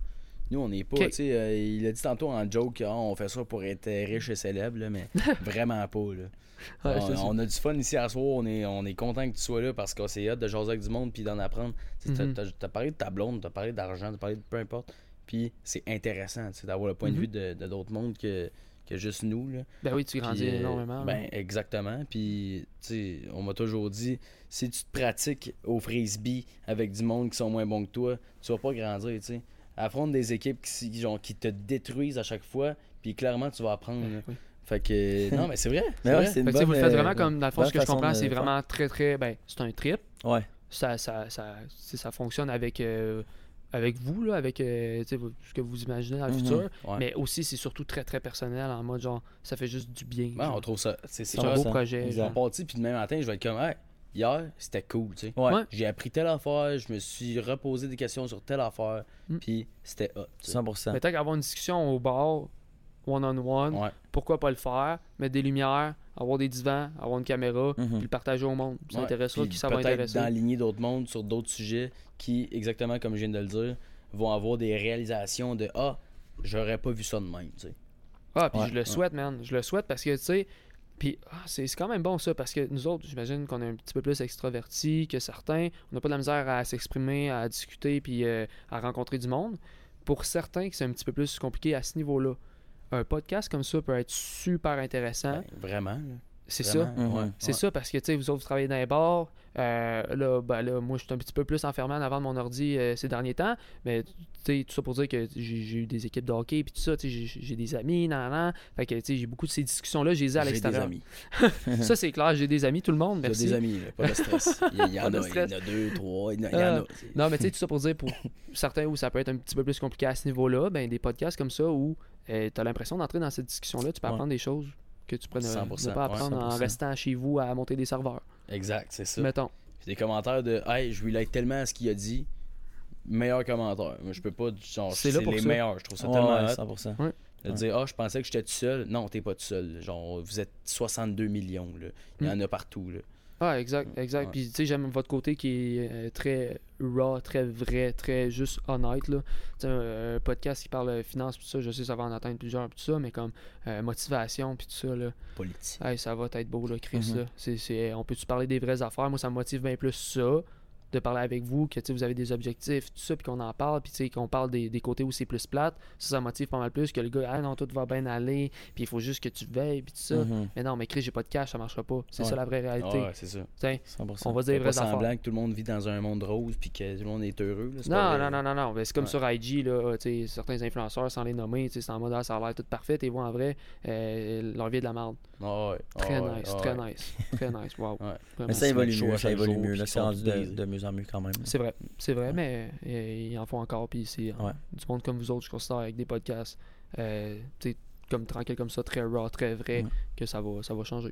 S2: Nous, on n'est pas.
S1: Ok.
S2: tu sais, euh, il a dit tantôt en joke Ah, on fait ça pour être euh, riche et célèbre, là,
S1: (laughs)
S2: mais vraiment pas. là.
S1: Ouais,
S2: on,
S1: c'est ça.
S2: on a du fun ici à soir. On est, on est content que tu sois là parce qu'on s'est hâte de jaser avec du monde puis d'en apprendre. Tu
S1: Mhm.
S2: as, parlé de ta blonde, tu as parlé d'argent, tu as parlé de peu importe. Puis c'est intéressant tu sais, d'avoir le point de
S1: Mhm.
S2: vue de de d'autres mondes que, que juste nous. Là.
S1: Ben oui, tu grandis
S2: Puis, euh,
S1: énormément. là.
S2: Ben, exactement. Puis, tu sais, on m'a toujours dit, si tu te pratiques au frisbee avec du monde qui sont moins bons que toi, tu vas pas grandir, tu sais. Affronte des équipes qui, si- genre, qui te détruisent à chaque fois, puis clairement, tu vas apprendre.
S1: (laughs)
S2: là.
S1: Ben Oui.
S2: Fait que, non, mais c'est
S1: (laughs)
S2: vrai. c'est
S3: Mais ouais,
S2: vrai.
S3: euh, c'est une
S1: Fait que, tu sais, vous le
S3: bonne,
S1: faites
S3: euh,
S1: vraiment comme, dans le fond,
S3: bonne
S1: ce que je
S3: façon
S1: comprends,
S3: de
S1: c'est
S3: faire.
S1: vraiment très, très, ben, c'est un trip.
S3: Ouais.
S1: Ça, ça, ça, si ça fonctionne avec, euh, avec vous, là, avec euh, tu sais, vous- ce que vous imaginez dans le
S3: Mhm.
S1: futur.
S2: Ouais.
S1: Mais aussi, c'est surtout très, très personnel, en mode genre, ça fait juste du bien.
S2: Ouais,
S1: genre.
S2: Ben, on trouve ça. C'est
S1: c'est
S2: ça.
S1: un
S2: On
S1: beau
S3: 100%,
S1: projet.
S3: exact.
S1: genre.
S2: partit, puis demain matin, je vais être comme, hey, hier, c'était cool, tu sais.
S3: Ouais.
S1: Ouais.
S2: J'ai appris telle affaire, je me suis reposé des questions sur telle affaire,
S1: Mm.
S2: puis c'était hot. tu sais.
S3: 100%.
S1: Mais tant qu'avoir une discussion au bar, one-on-one,
S2: Ouais.
S1: pourquoi pas le faire? Mettre des lumières, avoir des divans, avoir une caméra,
S3: Mhm.
S1: puis le partager au monde. Ça
S2: Mm. Ouais,
S1: intéressera
S2: puis
S1: qui ça va
S2: peut-être
S1: intéresser.
S2: d'enligner d'autres mondes sur d'autres sujets qui, exactement comme je viens de le dire, vont avoir des réalisations de Ah, j'aurais pas vu ça de même. tu sais.
S1: Ah, puis
S3: Ouais,
S1: je le souhaite, man. Je le souhaite parce que, tu sais, puis ah, c'est c'est quand même bon ça, parce que nous autres, j'imagine qu'on est un petit peu plus extravertis que certains. On n'a pas de la misère à s'exprimer, à discuter, puis euh, à rencontrer du monde. Pour certains, que c'est un petit peu plus compliqué à ce niveau-là. Un podcast comme ça peut être super intéressant.
S2: Ben, vraiment. là,
S1: Hein? c'est ça.
S2: vraiment,
S3: Mhm.
S2: ouais,
S1: C'est
S2: ouais.
S1: ça, parce que, tu sais, vous autres, vous travaillez dans les bars. Euh, là, ben là, moi, je suis un petit peu plus enfermé en avant de mon ordi euh, ces derniers temps. Mais, tu sais, tout ça pour dire que j'ai j'ai eu des équipes de hockey, puis tout ça, tu sais, j'ai- j'ai des amis, nan, nan. Fait que, tu sais, j'ai beaucoup de ces discussions-là, j'ai les ai à
S2: J'ai des
S1: l'extérieur.
S2: amis.
S1: Ça, c'est clair, j'ai des amis, tout le monde,
S2: J'ai
S1: merci.
S2: des amis, là, pas de stress.
S1: (laughs)
S2: Il y, il y
S1: Pas
S2: en
S1: de Ah.
S2: a, il y en a deux, trois, il y en a. il y en a, tu sais.
S1: Non, mais tu sais, tout ça pour dire, pour (laughs) certains où ça peut être un petit peu plus compliqué à ce niveau-là, ben, des podcasts comme ça où euh, t'as l'impression d'entrer dans cette discussion-là, tu peux
S3: Ouais.
S1: apprendre des choses que tu pourrais ne-
S2: 100%,
S1: ne pas apprendre
S2: ouais,
S1: en
S3: 100%.
S1: restant chez vous à monter des serveurs,
S2: Exact, c'est ça.
S1: mettons.
S2: Puis des commentaires de Hey, je relate tellement à ce qu'il a dit. Meilleur commentaire. Moi, je peux pas. Genre,
S1: C'est
S2: c'est
S1: là pour
S2: les
S1: ça.
S2: meilleurs. Je trouve ça
S3: Ouais,
S2: tellement
S3: ouais,
S2: hot.
S3: 100%.
S2: De dire, ah, je pensais que j'étais tout seul. Non, t'es pas tout seul. Genre, vous êtes 62 millions. Là.
S1: Hmm.
S2: Il y en a partout. Là.
S1: Ah, exact, exact.
S2: Ouais.
S1: Puis, tu sais, j'aime votre côté qui est euh, très raw, très vrai, très juste honnête. Là. Tu sais, un, un podcast qui parle euh, finance, puis tout ça, je sais, ça va en atteindre plusieurs, puis tout ça, mais comme euh, motivation, puis tout ça, là,
S2: Politique.
S1: hey, ça va être beau, là, Chris.
S3: Mhm.
S2: Mm-hmm.
S1: là. C'est- c'est- on peut-tu parler des vraies affaires? Moi, ça me motive bien plus ça, de parler avec vous, que tu sais, vous avez des objectifs, tout ça, puis qu'on en parle, puis tu sais, qu'on parle des, des côtés où c'est plus plate. Ça, ça motive pas mal plus que le gars, ah non, tout va bien aller, puis il faut juste que tu veilles, puis tout ça.
S3: Mhm.
S1: Mais non, mais Chris, j'ai pas de cash, ça marchera pas. C'est
S3: Ouais.
S1: ça la vraie réalité.
S2: Mm-hmm. Ah ouais, c'est ça.
S1: Tiens,
S3: 100%.
S1: on va dire
S2: C'est
S1: les
S2: pas
S1: vraies affaires.
S2: semblant que tout le monde vit dans un monde rose puis que tout le monde est heureux. là. C'est
S1: Non,
S2: pas vrai.
S1: non, non, non, non. Mais C'est comme
S2: Ouais.
S1: sur IG, là, euh, tu sais, certains influenceurs, sans les nommer, tu sais, c'est en mode ah, ça a l'air tout parfait, et voient en vrai euh, leur vie est de la merde.
S2: Ah ouais, ah
S1: Très
S2: ouais,
S1: nice,
S2: ah
S1: très
S2: ouais.
S1: nice, très nice, wow.
S2: (laughs) Ouais.
S1: Vraiment.
S3: Mais ça
S2: se
S3: évolue
S2: mettre chaud
S3: mieux,
S2: à
S3: ça
S2: chaque
S3: évolue
S2: jour,
S3: mieux.
S2: puis
S3: Là,
S2: qui
S3: c'est
S2: sont
S3: rendu de,
S2: brisés.
S3: de mieux en mieux quand même.
S1: C'est vrai, c'est vrai, mais euh, ils en font encore, puis c'est euh,
S3: Ouais.
S1: du monde comme vous autres, je considère, avec des podcasts, euh, tu sais, comme tranquille comme ça, très raw, très vrai,
S3: Ouais.
S1: que ça va, ça va changer.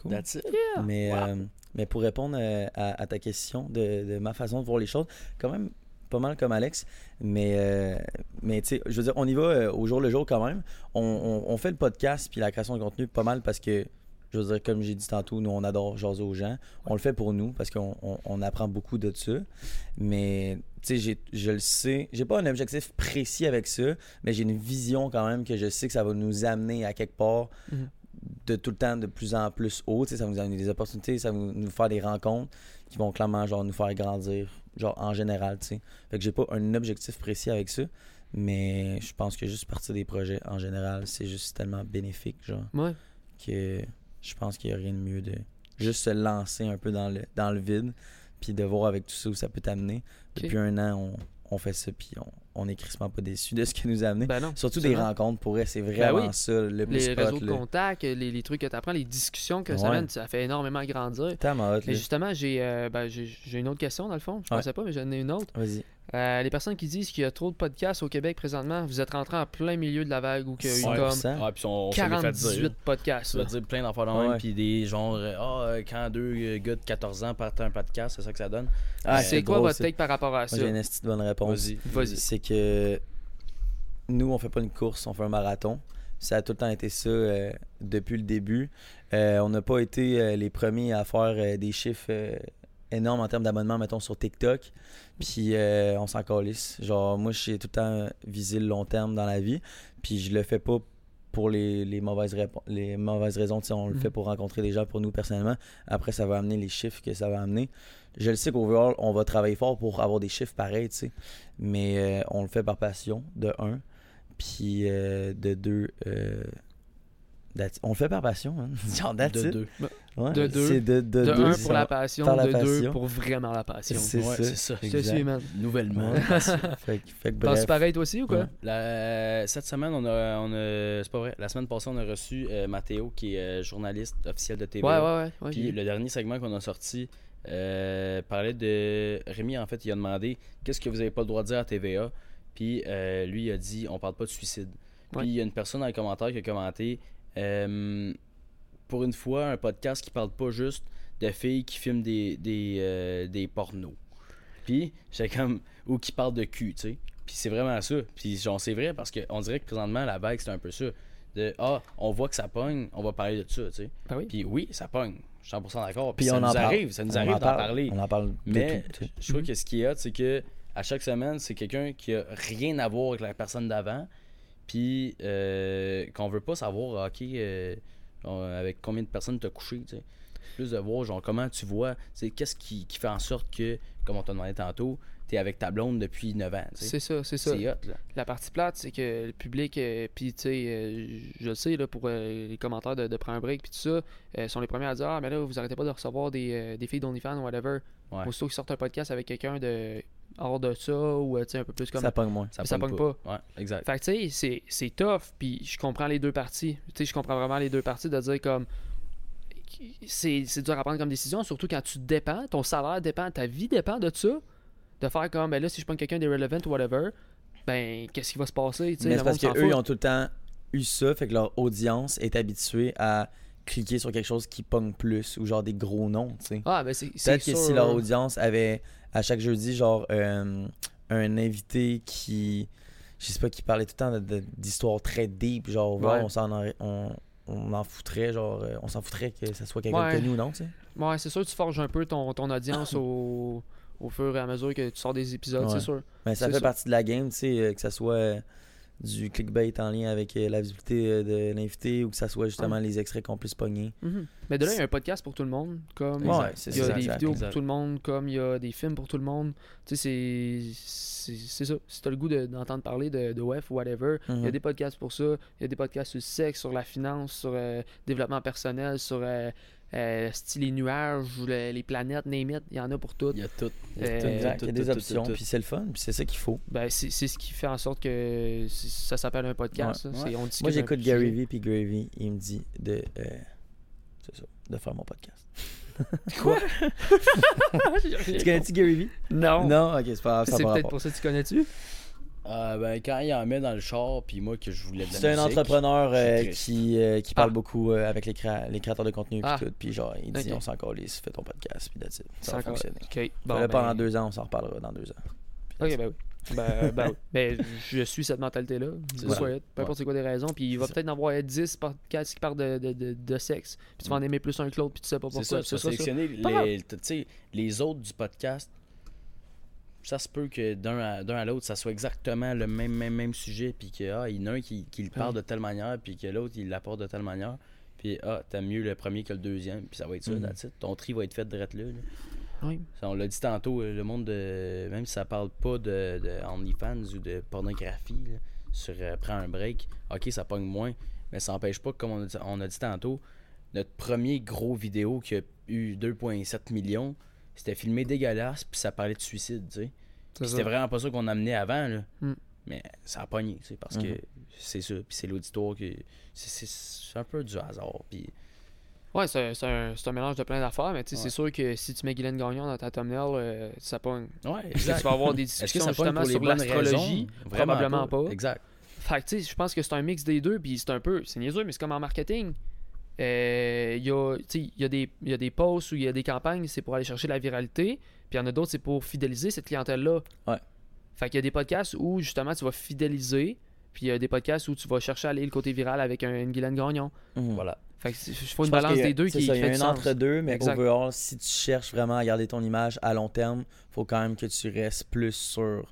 S3: Cool.
S2: That's it.
S3: Mais, euh, mais pour répondre euh, à, à ta question de, de ma façon de voir les choses, quand même pas mal comme Alex, mais, euh, mais tu sais, je veux dire, on y va euh, au jour le jour quand même. On, on- on fait le podcast puis la création de contenu pas mal parce que, je veux dire, comme j'ai dit tantôt, nous on adore jaser aux gens. On le fait pour nous parce qu'on on- on apprend beaucoup de ça. Mais tu sais, j'ai- je le sais, j'ai pas un objectif précis avec ça, mais j'ai une vision quand même que je sais que ça va nous amener à quelque part
S1: Mhm.
S3: de tout le temps de plus en plus haut. Tu sais, ça va nous amener des opportunités, ça va nous, nous faire des rencontres qui vont clairement genre, nous faire grandir, genre en général. Tu sais. Fait que j'ai pas un objectif précis avec ça, mais je pense que juste partir des projets en général, c'est juste tellement bénéfique, genre
S1: Ouais,
S3: que je pense qu'il n'y a rien de mieux de juste se lancer un peu dans le, dans le vide, puis de voir avec tout ça où ça peut t'amener.
S1: Ok.
S3: Depuis un an, on, on fait ça, puis on, on est crissement pas déçu de ce que nous a amené.
S1: ben non.
S3: Surtout des
S1: absolument.
S3: rencontres, pour elle, c'est vraiment
S1: oui.
S3: ça le plus
S1: Les
S3: hot.
S1: réseaux de
S3: là.
S1: contacts, les, les trucs que tu apprends, les discussions que ça
S3: Ouais.
S1: mène, ça fait énormément grandir.
S3: Tellement hot,
S1: Mais
S3: là.
S1: justement, j'ai euh, ben, j'ai- j'ai une autre question dans le fond. Je
S3: Ouais.
S1: pensais pas, mais j'en ai une autre.
S3: Vas-y.
S1: Euh, les personnes qui disent qu'il y a trop de podcasts au Québec présentement, vous êtes rentré en plein milieu de la vague où il y a eu
S2: Ouais,
S1: comme
S3: 100%.
S2: Ah, puis on, on se les fait dire.
S1: 48 podcasts.
S2: Tu vas
S1: là.
S2: dire plein d'enfants dans
S3: Ouais.
S2: puis des genre, euh, ah, euh, quand deux euh, gars de 14 ans partent un podcast, c'est ça que ça donne.
S3: Ah,
S1: c'est quoi
S3: drôle,
S1: votre
S3: ça.
S1: take par rapport à
S3: Moi,
S1: ça?
S3: j'ai une esti de bonne réponse.
S2: Vas-y.
S1: Vas-y.
S3: C'est que nous, on fait pas une course, on fait un marathon. Ça a tout le temps été ça euh, depuis le début. Euh, on n'a pas été euh, les premiers à faire euh, des chiffres euh, énormes en termes d'abonnements, mettons, sur TikTok. Puis euh, on s'en calisse. Genre, moi, j'ai tout le temps visé le long terme dans la vie. Puis je le fais pas pour les, les mauvaises, répo- les mauvaises raisons. Tu sais, on le
S1: Mhm.
S3: fait pour rencontrer des gens, pour nous personnellement. Après, ça va amener les chiffres que ça va amener. Je le sais qu'overall, on va travailler fort pour avoir des chiffres pareils, tu sais. Mais euh, on le fait par passion, de un. Puis euh, de deux, euh, That's- On le fait par passion, man. (laughs) Genre, that's
S2: de
S3: it.
S2: deux.
S3: Ouais,
S1: De deux.
S3: C'est de, de
S1: De
S3: deux.
S1: un
S3: c'est
S1: pour la passion,
S3: par la
S1: de deux
S3: passion.
S1: pour vraiment la passion.
S3: C'est
S2: Ouais,
S3: ça.
S2: c'est ça.
S1: Je te suis, man.
S2: Nouvellement.
S3: Ouais, fait, que- fait que bref.
S1: Penses-tu pareil toi aussi ou quoi?
S3: Ouais.
S2: La- euh, cette semaine, on a, on a- c'est pas vrai. La semaine passée, on a reçu euh, Mathéo, qui est euh, journaliste officiel de
S1: Ouais,
S2: TVA.
S1: ouais, ouais. ouais,
S2: Puis le dernier segment qu'on a sorti euh, parlait de Rémi. En fait, il a demandé qu'est-ce que vous avez pas le droit de dire à TVA. Puis euh, lui, il a dit on parle pas de suicide. Puis
S1: Ouais.
S2: il y a une personne dans les commentaires qui a commenté euh, pour une fois un podcast qui parle pas juste de filles qui filment des des, euh, des pornos. Puis c'est comme ou qui parle de cul, tu sais. Puis c'est vraiment ça. Puis genre c'est vrai parce que on dirait que présentement la vague c'est un peu ça. De ah, on voit que ça pogne, on va parler de ça, tu sais.
S1: Ben oui.
S2: Puis oui, ça pogne. Je suis 100% d'accord. Puis,
S3: Puis
S2: ça
S3: on
S2: nous
S3: en parle.
S2: arrive, ça nous
S3: On
S2: arrive
S3: en
S2: d'en
S3: parle.
S2: parler.
S3: On en parle de
S2: Mais
S3: tout, tu sais.
S2: je trouve que ce qui est hot, c'est que à chaque semaine, c'est quelqu'un qui a rien à voir avec la personne d'avant, puis euh, qu'on veut pas savoir, ok, euh, genre, avec combien de personnes t'as couché, tu sais. Plus de voir, genre, comment tu vois, tu sais, qu'est-ce qui, qui fait en sorte que, comme on t'a demandé tantôt, t'es avec ta blonde depuis 9 ans, tu sais.
S1: C'est ça, c'est ça.
S2: C'est hot, là.
S1: La partie plate, c'est que le public, euh, puis tu sais, euh, je- je le sais, là, pour euh, les commentaires de, de Prends un break, puis tout ça, euh, sont les premiers à dire Ah, mais là, vous arrêtez pas de recevoir des, euh, des filles d'OnlyFans ou whatever.
S2: Ouais.
S1: Aussitôt qu'ils sortent un podcast avec quelqu'un de hors de ça, ou euh, tu sais, un peu plus comme.
S3: Ça pogne moins.
S1: Mais ça pogne
S2: Ouais, exact.
S1: Fait que tu sais, c'est- c'est tough, puis je comprends les deux parties. Tu sais, je comprends vraiment les deux parties de dire comme. C'est c'est dur à prendre comme décision, surtout quand tu dépends, ton salaire dépend, ta vie dépend de ça. De faire comme, ben là, si je prends quelqu'un d'irrelevant ou whatever, ben qu'est-ce qui va se passer? tu sais,
S3: Mais
S1: le
S3: c'est parce
S1: monde s'en
S3: qu'eux,
S1: fout.
S3: ils ont tout le temps eu ça, fait que leur audience est habituée à cliquer sur quelque chose qui pogne plus ou genre des gros noms, tu sais.
S1: Ah, ben c'est c'est
S3: Peut-être que
S1: sûr.
S3: si leur audience avait à chaque jeudi, genre, euh, un invité qui, je sais pas, qui parlait tout le temps de- de- d'histoires très deep, genre, ouais,
S1: Ouais.
S3: on s'en aurait- on, on en foutrait, genre, euh, on s'en foutrait que ça soit quelqu'un
S1: Ouais.
S3: de connu ou non, tu sais.
S1: Ouais, c'est sûr, tu forges un peu ton, ton audience
S3: (clears throat)
S1: au, au fur et à mesure que tu sors des épisodes,
S3: Ouais.
S1: c'est sûr.
S3: Mais ça
S1: C'est
S3: fait
S1: ça.
S3: partie de la game, tu sais, euh, que ça soit euh, du clickbait en lien avec euh, la visibilité euh, de l'invité ou que ça soit justement les extraits qu'on puisse pogner.
S1: Mhm. Mais de là, il y a un podcast pour tout le monde. Comme...
S3: Ouais, c'est
S1: Il y a
S3: ça,
S1: des
S3: exact,
S1: vidéos
S2: exact.
S1: pour tout le monde, comme il y a des films pour tout le monde. Tu sais, c'est- c'est c'est ça. Si t'as le goût de- d'entendre parler de, de WEF ou whatever, il y a
S3: Mhm.
S1: des podcasts pour ça. Il y a des podcasts sur le sexe, sur la finance, sur le développement personnel, sur euh, euh, style les nuages, ou le- les planètes, name it. Il y en a pour tout.
S2: Il y a tout.
S1: Euh,
S3: Tout, exact. Il y a
S2: tout,
S3: des
S2: tout, tout,
S3: options,
S2: tout.
S3: puis c'est le fun, puis c'est ça qu'il faut.
S1: Ben, c'est c'est ce qui fait en sorte que c'est- ça s'appelle un podcast.
S2: Ouais.
S1: ça. C'est- on discute
S3: Moi,
S1: d'un
S3: j'écoute
S1: sujet.
S3: Gary Vee, puis Gary Vee, il me dit de, euh, c'est ça, de faire mon podcast.
S1: (laughs)
S3: Tu connais-tu Gary Vee?
S1: Non.
S3: Non, ok, c'est pas grave, ça
S1: C'est
S3: a pas
S1: peut-être
S3: rapport.
S1: pour ça que tu connais-tu?
S2: Ah, ben, quand il en met dans le char, puis moi que je voulais de la
S3: C'est un
S2: musique,
S3: entrepreneur euh,
S2: C'est triste.
S3: qui, euh, qui parle
S1: Ah.
S3: beaucoup euh, avec les, créa- les créateurs de contenu puis
S1: Ah.
S3: tout. Puis genre, il dit
S1: Ok.
S3: on s'en calisse, fais ton podcast, puis that's it.
S1: Sans
S3: Ça va
S1: encore-
S3: fonctionner.
S1: Ok. Bon,
S3: Fais-le
S1: ben-
S3: pendant deux ans, on s'en reparlera dans deux ans. Puis that's
S1: Ok,
S3: it.
S1: ben oui. Ben, ben oui. Mais je suis cette mentalité-là.
S2: C'est
S1: Soit-
S2: ça.
S1: Peu importe c'est quoi des raisons. Puis il va
S3: C'est
S1: peut-être en avoir euh, 10 podcasts qui parlent de, de, de, de sexe. Puis tu vas en aimer plus un que l'autre. Puis tu sais pas pourquoi.
S2: Mm. C'est ça,
S1: puis ce
S2: tu
S1: sera
S2: vas
S1: ça.
S2: sélectionner
S1: Pas grave.
S2: les, tu sais, les autres du podcast. Ça se peut que d'un à, d'un à l'autre, ça soit exactement le même, même, même sujet, puis qu'il y en a un qui, qui le parle de telle manière, puis que l'autre, il l'apporte de telle manière. Puis, ah, t'aimes mieux le premier que le deuxième, puis ça va être ça,
S3: Mhm.
S2: that's it. Ton tri va être fait direct là. là.
S1: Oui.
S2: Ça, on l'a dit tantôt, euh, le monde de. Même si ça parle pas de, de OnlyFans ou de pornographie, là, sur euh, Prends un break, ok, ça pogne moins, mais ça n'empêche pas que, comme on a, dit, on a dit tantôt, notre premier gros vidéo qui a eu 2,7 millions, c'était filmé dégueulasse, puis ça parlait de suicide, tu sais. Puis C'était vraiment pas ça qu'on amenait avant, là.
S1: Mm.
S2: Mais ça a pogné, tu sais, parce
S3: Mhm.
S2: que
S1: Hmm.
S2: c'est ça, puis c'est l'auditoire qui. c'est- C'est c'est un peu du hasard, puis.
S1: Ouais, c'est c'est un, c'est un mélange de plein d'affaires. Mais tu sais,
S2: Ouais.
S1: c'est sûr que si tu mets Guylaine Gagnon dans ta thumbnail, euh, ça pogne.
S2: Ouais,
S1: Puis Tu vas
S2: Hmm.
S1: avoir des discussions
S2: pogne
S1: justement sur
S2: bonnes
S1: l'astrologie.
S2: raisons? Vraiment
S1: Probablement pas.
S2: Exact.
S1: Fait que, tu sais, je pense que c'est un mix des deux, puis c'est un peu, c'est niaiseux, mais c'est comme en marketing. Euh, Il y a, tu sais, il y, a des- il y a des posts ou il y a des campagnes, c'est pour aller chercher la viralité, puis il y en a d'autres, c'est pour fidéliser cette clientèle-là.
S3: Ouais.
S1: Fait qu'il y a des podcasts où, justement, tu vas fidéliser, puis il y a des podcasts où tu vas chercher à aller le côté viral avec un, une Guylaine Gagnon.
S3: Mhm.
S2: Voilà.
S1: Fait que c'est- faut
S3: Je
S1: une
S3: pense
S1: balance
S3: qu'il y a-
S1: des deux
S3: c'est
S1: qui
S3: ça,
S1: fait
S3: Il y a
S1: du
S3: un
S1: sens.
S3: entre-deux, mais
S1: Exact.
S3: overall, si tu cherches vraiment à garder ton image à long terme, faut quand même que tu restes plus sur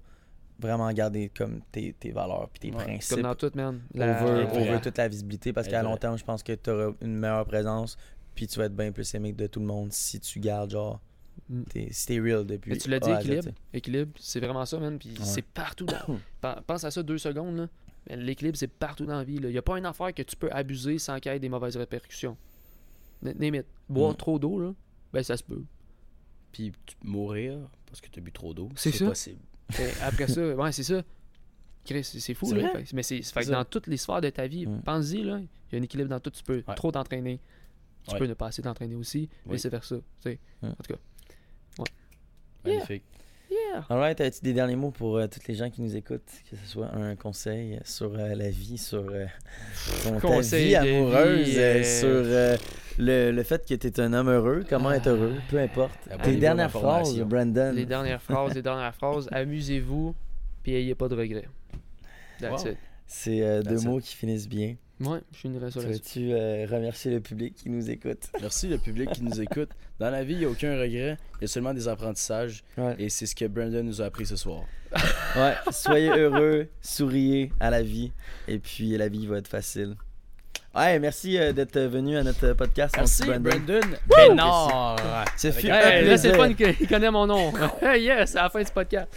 S3: vraiment garder comme tes, tes valeurs puis tes
S2: Ouais,
S3: principes
S1: Comme dans tout, man. La-
S3: over,
S2: Vrai.
S3: over toute la visibilité parce qu'à
S2: Exact.
S3: long terme, je pense que tu auras une meilleure présence puis tu vas être bien plus aimé que de tout le monde si tu gardes genre
S1: Mm.
S3: t'es, si t'es real depuis
S1: Mais tu l'as
S3: A
S1: dit,
S3: à Z,
S1: équilibre.
S3: tu sais.
S1: Équilibre, c'est vraiment ça, man. Puis
S3: Ouais.
S1: c'est partout. dans- Pen- Pense à ça deux secondes, là. Mais l'équilibre, c'est partout dans la vie. Il n'y a pas une affaire que tu peux abuser sans qu'il y ait des mauvaises répercussions. N- name it. Boire
S2: Mm.
S1: trop d'eau, là, ben ça se peut.
S2: Puis tu- mourir parce que tu as bu trop d'eau.
S1: C'est ça.
S2: possible.
S1: Mais après ça,
S2: (laughs)
S1: ouais, c'est ça. Chris, c'est c'est fou,
S2: C'est
S1: là.
S2: vrai?
S1: Fait que- mais c'est fait que
S2: ça.
S1: dans toutes les sphères de ta vie,
S3: Mm.
S1: pense-y, là, il y a un équilibre dans tout. Tu peux
S2: Ouais.
S1: trop t'entraîner. Tu
S2: Ouais.
S1: peux ne pas assez t'entraîner aussi,
S2: Oui.
S1: vice versa. Tu sais.
S3: Mm.
S1: En tout cas. Yeah.
S2: Magnifique.
S1: Yeah!
S3: Alright, as-tu des derniers mots pour euh, tous les gens qui nous écoutent, que ce soit un conseil sur euh, la vie, sur euh, ton- ta
S1: Conseil
S3: vie
S1: de vie,
S3: amoureuse, euh,
S1: euh,
S3: sur euh, le, le fait que tu es un homme heureux, comment être heureux, peu importe.
S2: La bonne
S3: Tes
S2: idée
S3: dernières
S2: d'information.
S3: phrases,
S2: Mm.
S3: Brandon.
S1: Les dernières phrases, les dernières
S2: (laughs)
S1: phrases. Amusez-vous, puis ayez pas de regrets. That's
S2: Wow.
S1: it.
S3: C'est euh, deux
S2: That's it.
S3: mots qui finissent bien.
S1: Ouais, je suis une
S3: Tu
S1: résolution.
S3: veux-tu euh, remercier le public qui nous écoute?
S2: Merci le public qui nous écoute. Dans la vie, il n'y a aucun regret, il y a seulement des apprentissages.
S3: Ouais.
S2: Et c'est ce que Brandon nous a appris ce soir.
S3: Ouais, soyez heureux, souriez à la vie, et puis la vie va être facile. Ouais, merci euh, d'être venu à notre podcast. mon petit Brandon.
S2: Bénard.
S3: Ce fut un
S1: Hey, là, c'est
S3: plaisir.
S1: le fun qu'il connaît mon nom. hey, (laughs) yes, à la fin du podcast.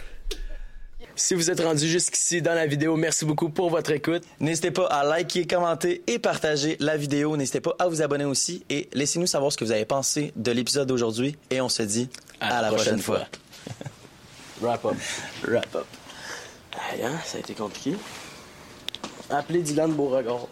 S4: Si vous êtes rendu jusqu'ici dans la vidéo, merci beaucoup pour votre écoute.
S3: N'hésitez pas à liker, commenter et partager la vidéo. N'hésitez pas à vous abonner aussi et laissez-nous savoir ce que vous avez pensé de l'épisode d'aujourd'hui. Et on se dit à, la prochaine, fois.
S4: Wrap up.
S3: Wrap up.
S4: Aïe, hein, ça a été compliqué. Appelez Dylan Beauregard.